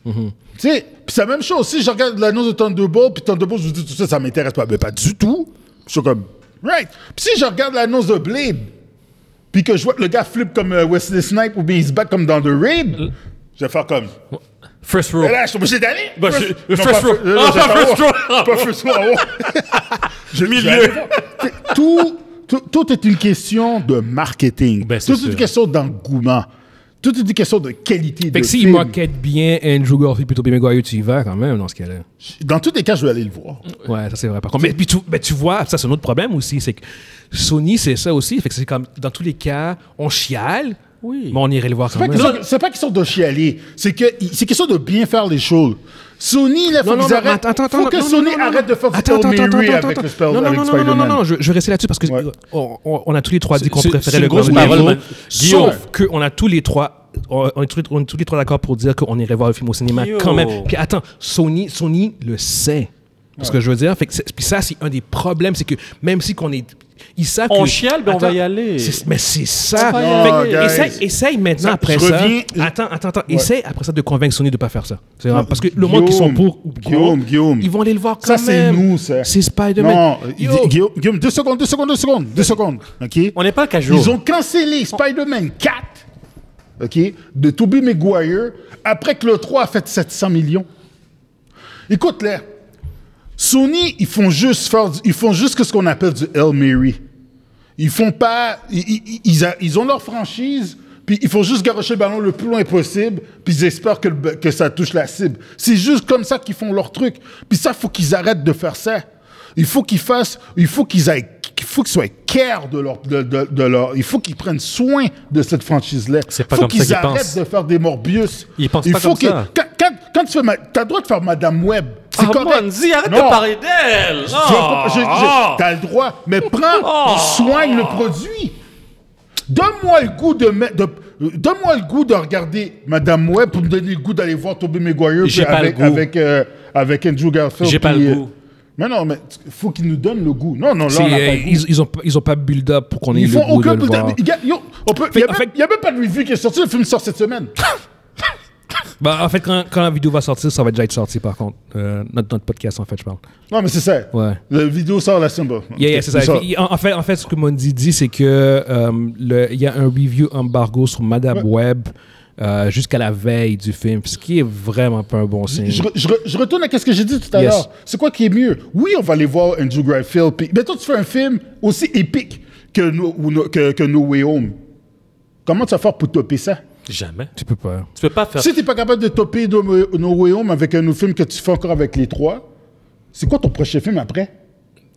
E: Tu sais, puis c'est la même chose. Si je regarde l'annonce de Thunderbolt, puis Thunderbolt, je vous dis tout ça, ça m'intéresse pas. Mais pas du tout. Je suis comme, right. Puis si je regarde l'annonce de Blade, puis que je vois que le gars flippe comme euh, Wesley Snipe ou bien il se bat comme dans The Raid, je vais faire comme,
D: First row.
E: mais là, Ah, je suis obligé d'aller.
D: Bah,
E: First-
D: je-
E: non,
D: first
E: pas
D: row.
E: fir- non, non,
D: Ah,
E: j'attends,
D: pas first
E: oh,
D: row.
E: Pas first row. oh. Je [LAUGHS] milieu. Tout, tout, tout est une question de marketing.
D: Ben, c'est
E: tout est une
D: sûr.
E: question d'engouement. Tout est une question de qualité
C: Fait
E: de
C: que s'il
E: film.
C: market bien Andrew Garfield plutôt Tobey Maguire, tu y vas quand même dans ce cas-là.
E: Dans tous les cas, je vais aller le voir.
C: Ouais, ça c'est vrai. Par contre, mais, puis tu, mais tu vois, ça c'est un autre problème aussi, c'est que Sony c'est ça aussi. Fait que c'est comme dans tous les cas, on chiale,
D: Oui.
C: mais on irait le voir quand
E: C'est pas
C: même.
E: question- C'est pas question de chialer, c'est que c'est question de bien faire les choses. Sony, là, faut
C: Non, non,
E: qu'ils
C: non,
E: arrêtent.
C: attends, attends,
E: faut
C: non,
E: que
C: non,
E: Sony
C: non, non,
E: arrête de faire du
C: attends,
E: Hail
C: attends,
E: Mary
C: attends,
E: avec
C: attends,
E: le Spell-
C: non, non, non,
E: avec
C: non, non,
E: Spider-Man.
C: non, non, je, je vais rester là-dessus parce que
E: Ouais.
C: on, on- on a tous les trois dit qu'on
D: C'est- c'est
C: préférait
D: une
C: le
D: grosse
C: Grand
D: parole,
C: Marvel.
D: man. Guillaume.
C: Sauf qu'on a tous les trois, on, on est tous, les- on est tous les trois d'accord pour dire qu'on irait voir le film au cinéma
D: Yo.
C: quand même. Puis attends, Sony, Sony le sait. C'est Ce que je veux dire, fait que c'est- puis ça c'est un des problèmes, c'est que même si qu'on est, ils savent
D: On
C: que-
D: chiale, mais on va
C: Attends,
D: y aller.
C: c'est- Mais c'est ça.
D: On va y
C: Fait que
E: aller. Non,
C: essaye,
E: guys.
C: essaye maintenant
E: Ça,
C: après
E: je
C: ça.
E: reviens-
C: Attends, attends, attends. Essaye après ça de convaincre Sony de pas faire ça. C'est vrai, parce que le monde qui sont
E: Guillaume,
C: pour ou contre,
E: Guillaume, Guillaume.
C: ils vont aller le voir quand
E: Ça, c'est
C: même.
E: nous, ça.
C: C'est Spider-Man.
E: Non,
C: Yo.
E: Gu- Guillaume, Guillaume, deux secondes, deux secondes, deux secondes, deux secondes, OK?
D: On n'est pas casual.
E: Ils ont cancellé Spider-Man 4
A: OK, de Tobey Maguire après que le 3 a fait 700 millions. Écoute-les. Sony, ils font juste faire, du- ils font juste que ce qu'on appelle du Hail Mary. Ils font pas, ils, ils- ils a- ils ont leur franchise, puis ils font juste garocher le ballon le plus loin possible, puis ils espèrent que, le ba- que ça touche la cible. C'est juste comme ça qu'ils font leur truc. Puis ça, faut qu'ils arrêtent de faire ça. Il faut qu'ils fassent, il faut qu'ils aient, il faut qu'ils soient care de leur, de, de- de leur, il faut qu'ils prennent soin de cette franchise-là.
D: C'est pas
A: faut
D: comme ça qu'ils
A: arrêtent
D: pensent.
A: de faire des Morbius.
D: Ils pensent
A: il
D: pas
A: faut
D: comme
A: qu'ils-
D: ça.
A: Quand, quand- quand tu fais, ma- t'as le droit de faire Madame Web. C'est
D: Ah,
A: correct.
D: Bonzi, arrête
A: Non.
D: de parler d'elle!
A: Tu vas pas- je- je-
D: Ah!
A: T'as le droit, mais prends, soigne le produit. Donne-moi le goût de, me- de- donne-moi le goût de regarder Madame Webb pour me donner le goût d'aller voir Tobey Maguire puis
D: J'ai pas le
A: avec
D: goût.
A: avec, euh, avec Andrew Garfield.
D: J'ai pas
A: puis,
D: le
A: euh,
D: goût.
A: Mais non, mais il faut qu'ils nous donnent le goût. Non, non, là,
C: C'est,
A: on n'a pas
C: euh,
A: le goût.
C: ils, ils, ont, pas- ils ont pas build up pour qu'on ait
A: Ils
C: le
A: font
C: goût
A: aucun
C: de le
A: bout
C: voir.
A: Il y a yo, on peut- il y a
C: en
A: même-
C: fait-
A: il y a même pas de review qui est sorti. Le film sort cette semaine.
C: Bah, en fait, quand, quand la vidéo va sortir, ça va déjà être sorti par contre. Euh, notre, notre podcast, en fait, je parle.
A: non, mais c'est ça.
C: Ouais.
A: La vidéo sort la semaine prochaine.
C: Yeah, yeah, c'est ça. Puis, En, en fait, en fait, ce que Mondi dit, c'est que euh, le- il y a un review embargo sur Madame Web euh, jusqu'à la veille du film, ce qui est vraiment pas un bon signe.
A: Je, re- je re- je retourne à ce que j'ai dit tout à
C: Yes.
A: l'heure. C'est quoi qui est mieux? Oui, on va aller voir Andrew Garfield. Puis, mettons, tu fais un film aussi épique que No, ou No- que, que No Way Home. Comment tu vas faire pour topper ça?
D: Jamais.
C: Tu peux pas.
D: Tu peux pas faire.
A: Si tu n'es pas capable de topper No, No Way Home avec un autre film que tu fais encore avec les trois, c'est quoi ton prochain film après?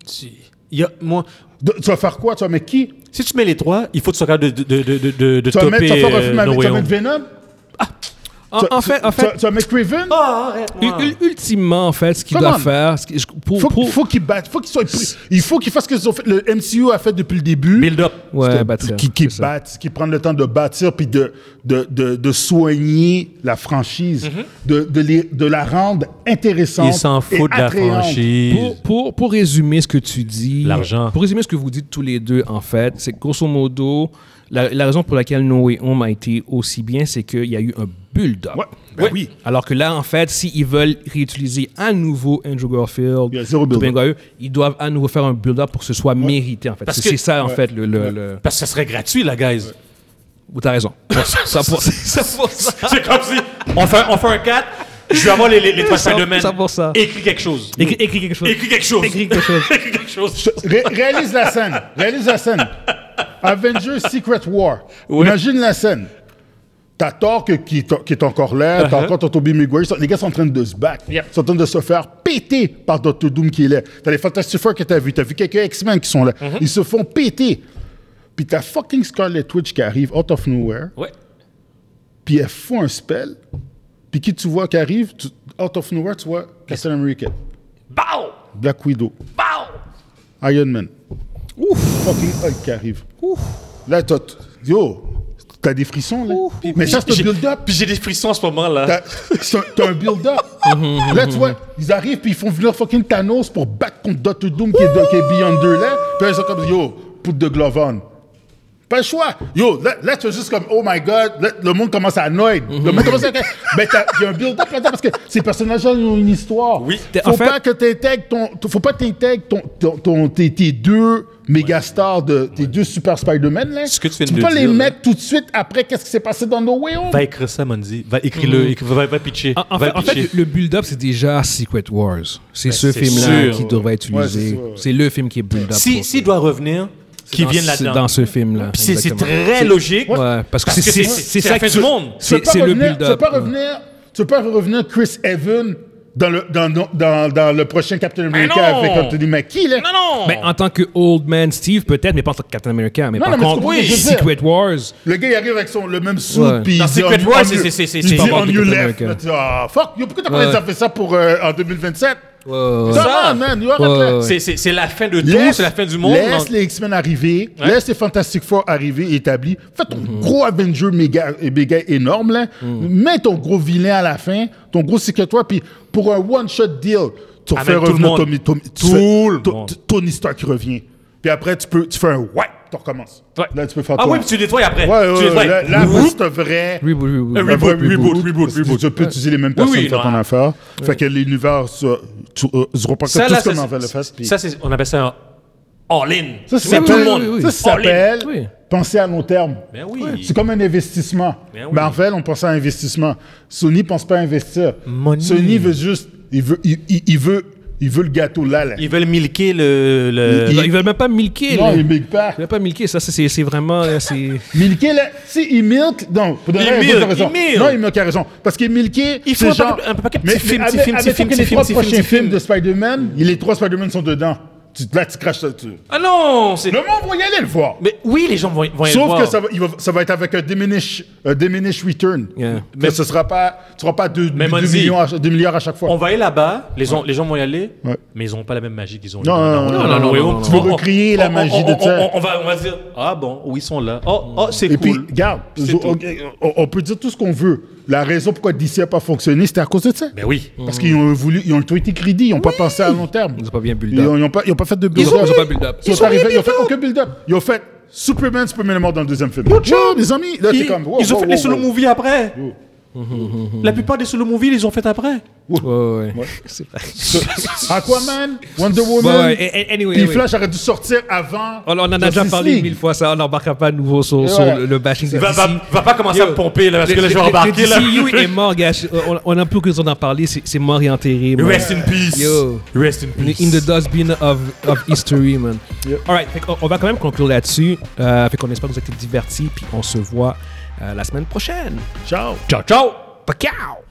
D: Tu- il y a- moi,
A: De- tu vas faire quoi? Tu vas mettre qui?
D: si tu mets les trois, il faut que tu sois capable de, de, de, de, de, de
A: Tu vas, mettre,
D: topper
A: tu vas faire un
D: euh,
A: film
D: No
A: avec tu
D: Way
A: vas
D: Home.
A: mettre Venom?
C: En,
A: Tu-
C: en
A: tu-
C: fait, en
A: tu-
C: fait
A: tu vas mettre Craven?
D: Ah, arrête-moi.
C: u- u- ultimement, en fait, ce qu'il
A: Come
C: doit
A: on.
C: faire, ce qui- je- pour,
A: faut,
C: pour-
A: faut qu'ils battent, faut qu'ils soient pris. Il faut qu'ils fassent ce qu'ils ont fait. Le MCU a fait depuis le début.
D: Build up.
C: ouais,
A: Qui-
C: Euh, bâtir,
A: qui, qui
C: c'est ça.
A: battent, qui prennent le temps de bâtir puis de, de, de, de soigner la franchise,
C: Mhm.
A: de, de, les- de la rendre intéressante.
D: Ils s'en
A: et
D: foutent de la
A: attrayante.
D: franchise.
C: Pour, pour, pour résumer ce que tu dis,
D: L'argent.
C: Pour résumer ce que vous dites tous les deux, en fait, c'est que grosso modo, la, la raison pour laquelle No Way Home a été aussi bien, c'est qu'il y a eu un build-up.
A: Ouais, ben oui.
C: Alors que là, en fait, s'ils veulent réutiliser à nouveau Andrew Garfield,
A: Il y a zéro
C: Tobey
A: build-up.
C: Maguire, ils doivent à nouveau faire un build-up pour que ce soit mérité, en fait.
D: Parce
C: C'est
D: que-
C: c'est ça, en fait, le... le, le-
D: Parce que ça serait gratuit, la guys.
C: Oh, T'as raison. ça pour ça. pour ça.
D: [LAUGHS] C'est comme si on fait, on fait un 4, je vais avoir les, les, les trois
C: Ça-
D: Spider-Man.
C: ça pour ça.
D: Écris quelque chose.
C: Écris, écris quelque chose.
D: Écris quelque chose.
C: Écris quelque chose.
D: Écris quelque chose.
A: Ré- réalise la scène. Réalise la scène. Avengers Secret War. Imagine la scène. T'as Thor que- qui, est- qui est encore là,
D: Uh-huh.
A: t'as encore ton Tobey Maguire. Ils sont- Les gars sont en train de se battre. Ils sont en train de se faire péter par Doctor Doom qui est là. T'as les Fantastic Four que t'as vu, t'as vu quelques X-Men qui sont là.
D: Uh-huh.
A: Ils se font péter. Puis t'as fucking Scarlet Witch qui arrive out of nowhere,
D: Ouais.
A: puis elle fout un spell, puis qui tu vois qui arrive, tu- out of nowhere, tu vois Captain America,
D: Bow!
A: Black Widow,
D: Bow!
A: Iron Man. Ouf. Fucking Hulk qui arrive. Là, t'as, Eh, t- yo, t'as des frissons, là. Mais ça, c'est
D: J'ai- Ah.
A: un build-up.
D: Puis j'ai des frissons en ce moment, là.
A: T'as, c'est un- t'as un build-up. là, tu vois, ils arrivent, puis ils font venir fucking Thanos pour battre contre Doctor Doom qui est, qui est Beyond 2, là. Puis là, ils sont comme, yo, put the glove on. Pas le choix. Yo, là, là tu es juste comme, oh my god, là, le monde commence à annoyer.
D: Mhm.
A: Le monde commence à. Mais t'as- il y a un build-up là-dedans parce que ces personnages-là ils ont une histoire.
D: Oui.
A: Faut
C: En fait-
A: pas que t'intègres ton. t- Faut pas que t'intègres ton, ton, ton- tes, tes deux méga stars, de, tes deux super Spider-Man, là.
D: Ce que tu viens
A: peux
D: de
A: pas
D: dire,
A: les
D: là.
A: mettre tout de suite après qu'est-ce qui s'est passé dans No Way Home.
D: [LAUGHS] Va écrire ça, Monzi. Va écrire-le. écri- Va, va pitcher.
C: Mm. En, en
D: va
C: fait, en fait,
D: pitcher.
C: le le build-up, c'est déjà Secret Wars. C'est ce
D: c'est
C: film-là
D: sûr.
C: qui devrait être
A: Ouais, c'est
C: utilisé.
A: ça, ouais.
C: c'est le film qui est build-up.
D: Si,
C: pour-
D: s'il doit revenir, qu'il
C: dans
D: vienne
C: ce-
D: là-dedans.
C: Dans ce film-là.
D: Puis c'est- c'est
C: exactement.
D: très logique.
C: Ouais, parce que
D: Parce
C: c'est
D: que
C: c'est-
D: c'est-
C: c'est
D: c'est
C: ça
D: la fin
C: que
D: du
C: tu-
D: monde.
A: Tu peux
C: C'est
A: pas
C: c'est le
A: revenir- Tu peux
C: build-up.
A: pas
C: ouais.
A: revenir, tu peux pas revenir Chris Evans dans le, dans, dans, dans, dans le prochain Captain America
D: non!
A: avec Anthony Mackie, là.
D: Non, non!
C: Ben, en tant que Old Man Steve, peut-être, mais pas en tant que Captain America. Mais
A: Non,
C: par
A: non, mais tu
C: contre,
A: comprends ce que je veux dire.
C: Secret Wars,
A: Le gars, il arrive avec son, le même suit,
C: Ouais.
A: puis
D: Dans
A: il dit
D: Secret
A: on-
D: War,
A: on-
D: c'est- c'est- c'est-
A: il
D: c'est-
A: dit
D: c'est
A: on
C: pas
A: your
C: Captain
A: left.
C: America.
A: Là, tu dis, ah, fuck, yo, pourquoi t'as pas
C: Ouais.
A: déjà fait ça pour, euh, en 2027?
C: ouais, ouais, ouais.
A: Ça va, man, yo, arrête
C: Ouais,
A: là.
C: ouais.
D: C'est- C'est c'est la fin de tout,
A: Laisse-
D: c'est la fin du monde.
A: Laisse
D: Donc,
A: les X-Men arriver, laisse les Fantastic Four arriver, établis. Fais ton
D: Mhm.
A: gros Avenger méga, euh, méga énorme, là. Mets ton gros vilain à la fin, ton gros Secret War, puis pour un one-shot deal, tu
D: Avec
A: fais
D: tout le
A: revenir
D: monde.
A: Tommy- Tommy- tu
D: Tout
A: fais-
D: le
A: to-
D: monde.
A: to- Tony Stark qui revient. Puis après, tu, peux, tu fais un ouais, tu recommences.
D: ouais.
A: Là, tu peux faire
D: Ah
A: ton-
D: oui, puis tu nettoies après.
A: Ouais,
D: tu
A: ouais,
D: nettoies.
A: ouais, là, là, c'est un vrai...
C: Reboot, reboot.
D: Un
A: Un vrai
D: reboot, reboot, reboot,
A: parce que
D: reboot.
A: Tu peux utiliser les mêmes personnes
D: oui,
A: pour faire
D: non.
A: ton affaire. Fait que l'univers se, se reprend tout
D: Ça, là,
A: ce
D: ça,
A: qu'on en fait le
D: c'est-
A: fait. puis-
D: ça, c'est- on appelle ça un all in.
E: Ça,
D: C'est tout le monde.
C: oui, oui.
E: ça, ça
D: All in.
E: s'appelle
C: Oui.
E: penser à long terme.
D: Ben oui.
E: C'est comme un investissement.
D: Ben
E: Ben
D: oui.
E: Marvel, on pense à un investissement. Sony pense pas à investir.
D: Money.
E: Sony veut juste, il veut, il, il- il veut, il veut le gâteau là. là.
D: Ils veulent milquer le. le-
C: Ils, ils veulent même pas milquer.
D: Ah,
E: non,
C: là.
E: il
C: Ils
E: milk pas.
C: veulent pas milquer. Ça, ça, c'est c'est vraiment. là, c'est- [LAUGHS]
E: Milquer là, si il milk, non, pour de
D: Il
E: vrai,
D: milk,
E: Rose a raison.
D: il milk.
E: Non, il milk a raison. Parce que milquer,
D: Il faut
E: c'est
D: un
E: genre,
D: paquet- un paquet de
E: Mais-
D: petits films,
E: mais
D: petits
E: avec-
D: films, petits
E: avec
D: films,
E: les
D: petits
E: trois
D: films, petits
E: prochains
D: films.
E: films de Spider-Man, il- les trois Spider-Man sont dedans. Tu, là, tu craches. ça, tu- Le
D: Ah non c'est-
E: monde va y aller le voir.
D: Mais oui, les gens vont, vont aller le
E: Sauf
D: voir.
E: que ça va, il va- ça va être avec un diminish, un diminish return.
C: Yeah.
E: Mais ce sera pas, tu n'auras pas 2
D: Mais Monzi-
E: millions à, deux milliards à chaque fois.
D: On va aller là-bas, les, gens, les gens vont y aller,
E: Ouais.
D: mais ils n'ont pas la même magie qu'ils ont. eu
E: Non,
D: dans-
E: non,
D: dans-
E: non,
D: dans-
E: non,
D: dans
C: non,
D: Way
C: non,
D: Home.
C: non,
E: Tu vas recrier la
D: on-
E: magie
D: on-
E: de
D: on-
E: ça.
D: on- on va, on va dire, ah bon, oui, ils sont là. Oh, oh, c'est
E: Et
D: cool.
E: puis, regarde,
D: C'est
E: on,
D: tout.
E: on- on peut dire tout ce qu'on veut. La raison pourquoi DC n'a pas fonctionné, c'était à cause de ça.
D: Ben oui.
E: Parce qu'ils ont voulu, ils ont tout été crédit, ils n'ont pas pensé à long terme.
C: Ils ont pas bien build
E: Ils
C: up.
E: n'ont pas, ils ont pas fait de
C: Ils
E: build-up.
C: ont ils ont pas build up.
E: Ils sont arrivés, ils ont fait aucun build-up. Ils ont fait Superman, Superman est mort dans le deuxième film. Yo, mes amis, là, t'es
D: Ils,
E: comme. wow,
D: ils ont
E: wow,
D: fait des
E: wow,
D: solo
E: wow.
D: movies après. La plupart des solo movies, ils les ont fait après.
C: Ouais, ouais. C'est vrai.
E: Aquaman, Wonder
C: Ouais,
E: Woman,
C: ouais. A- a- Anyway.
E: puis
C: anyway.
E: Flash aurait dû sortir avant.
C: On on en a déjà
E: Justice
C: parlé
E: League.
C: mille fois, ça. On n'embarquera pas à nouveau sur,
E: Et
C: sur
E: ouais.
C: le, le bashing de
D: Va,
C: DC.
D: va, va pas commencer à me pomper, là, parce que là, je vais embarquer, là.
C: Le DCU est
D: [LAUGHS]
C: mort, gars. Je- On, on a plus l'occasion d'en parler. C'est c'est mort et enterré. man.
D: Rest in peace.
C: Yo.
D: Rest in
C: In
D: peace.
C: in the dustbin of, of history, man. All right, fait qu'on- on va quand même conclure là-dessus. Euh, fait qu'on espère que vous avez été divertis, puis on se voit euh, la semaine prochaine.
E: Ciao.
C: Ciao, ciao! Pacao!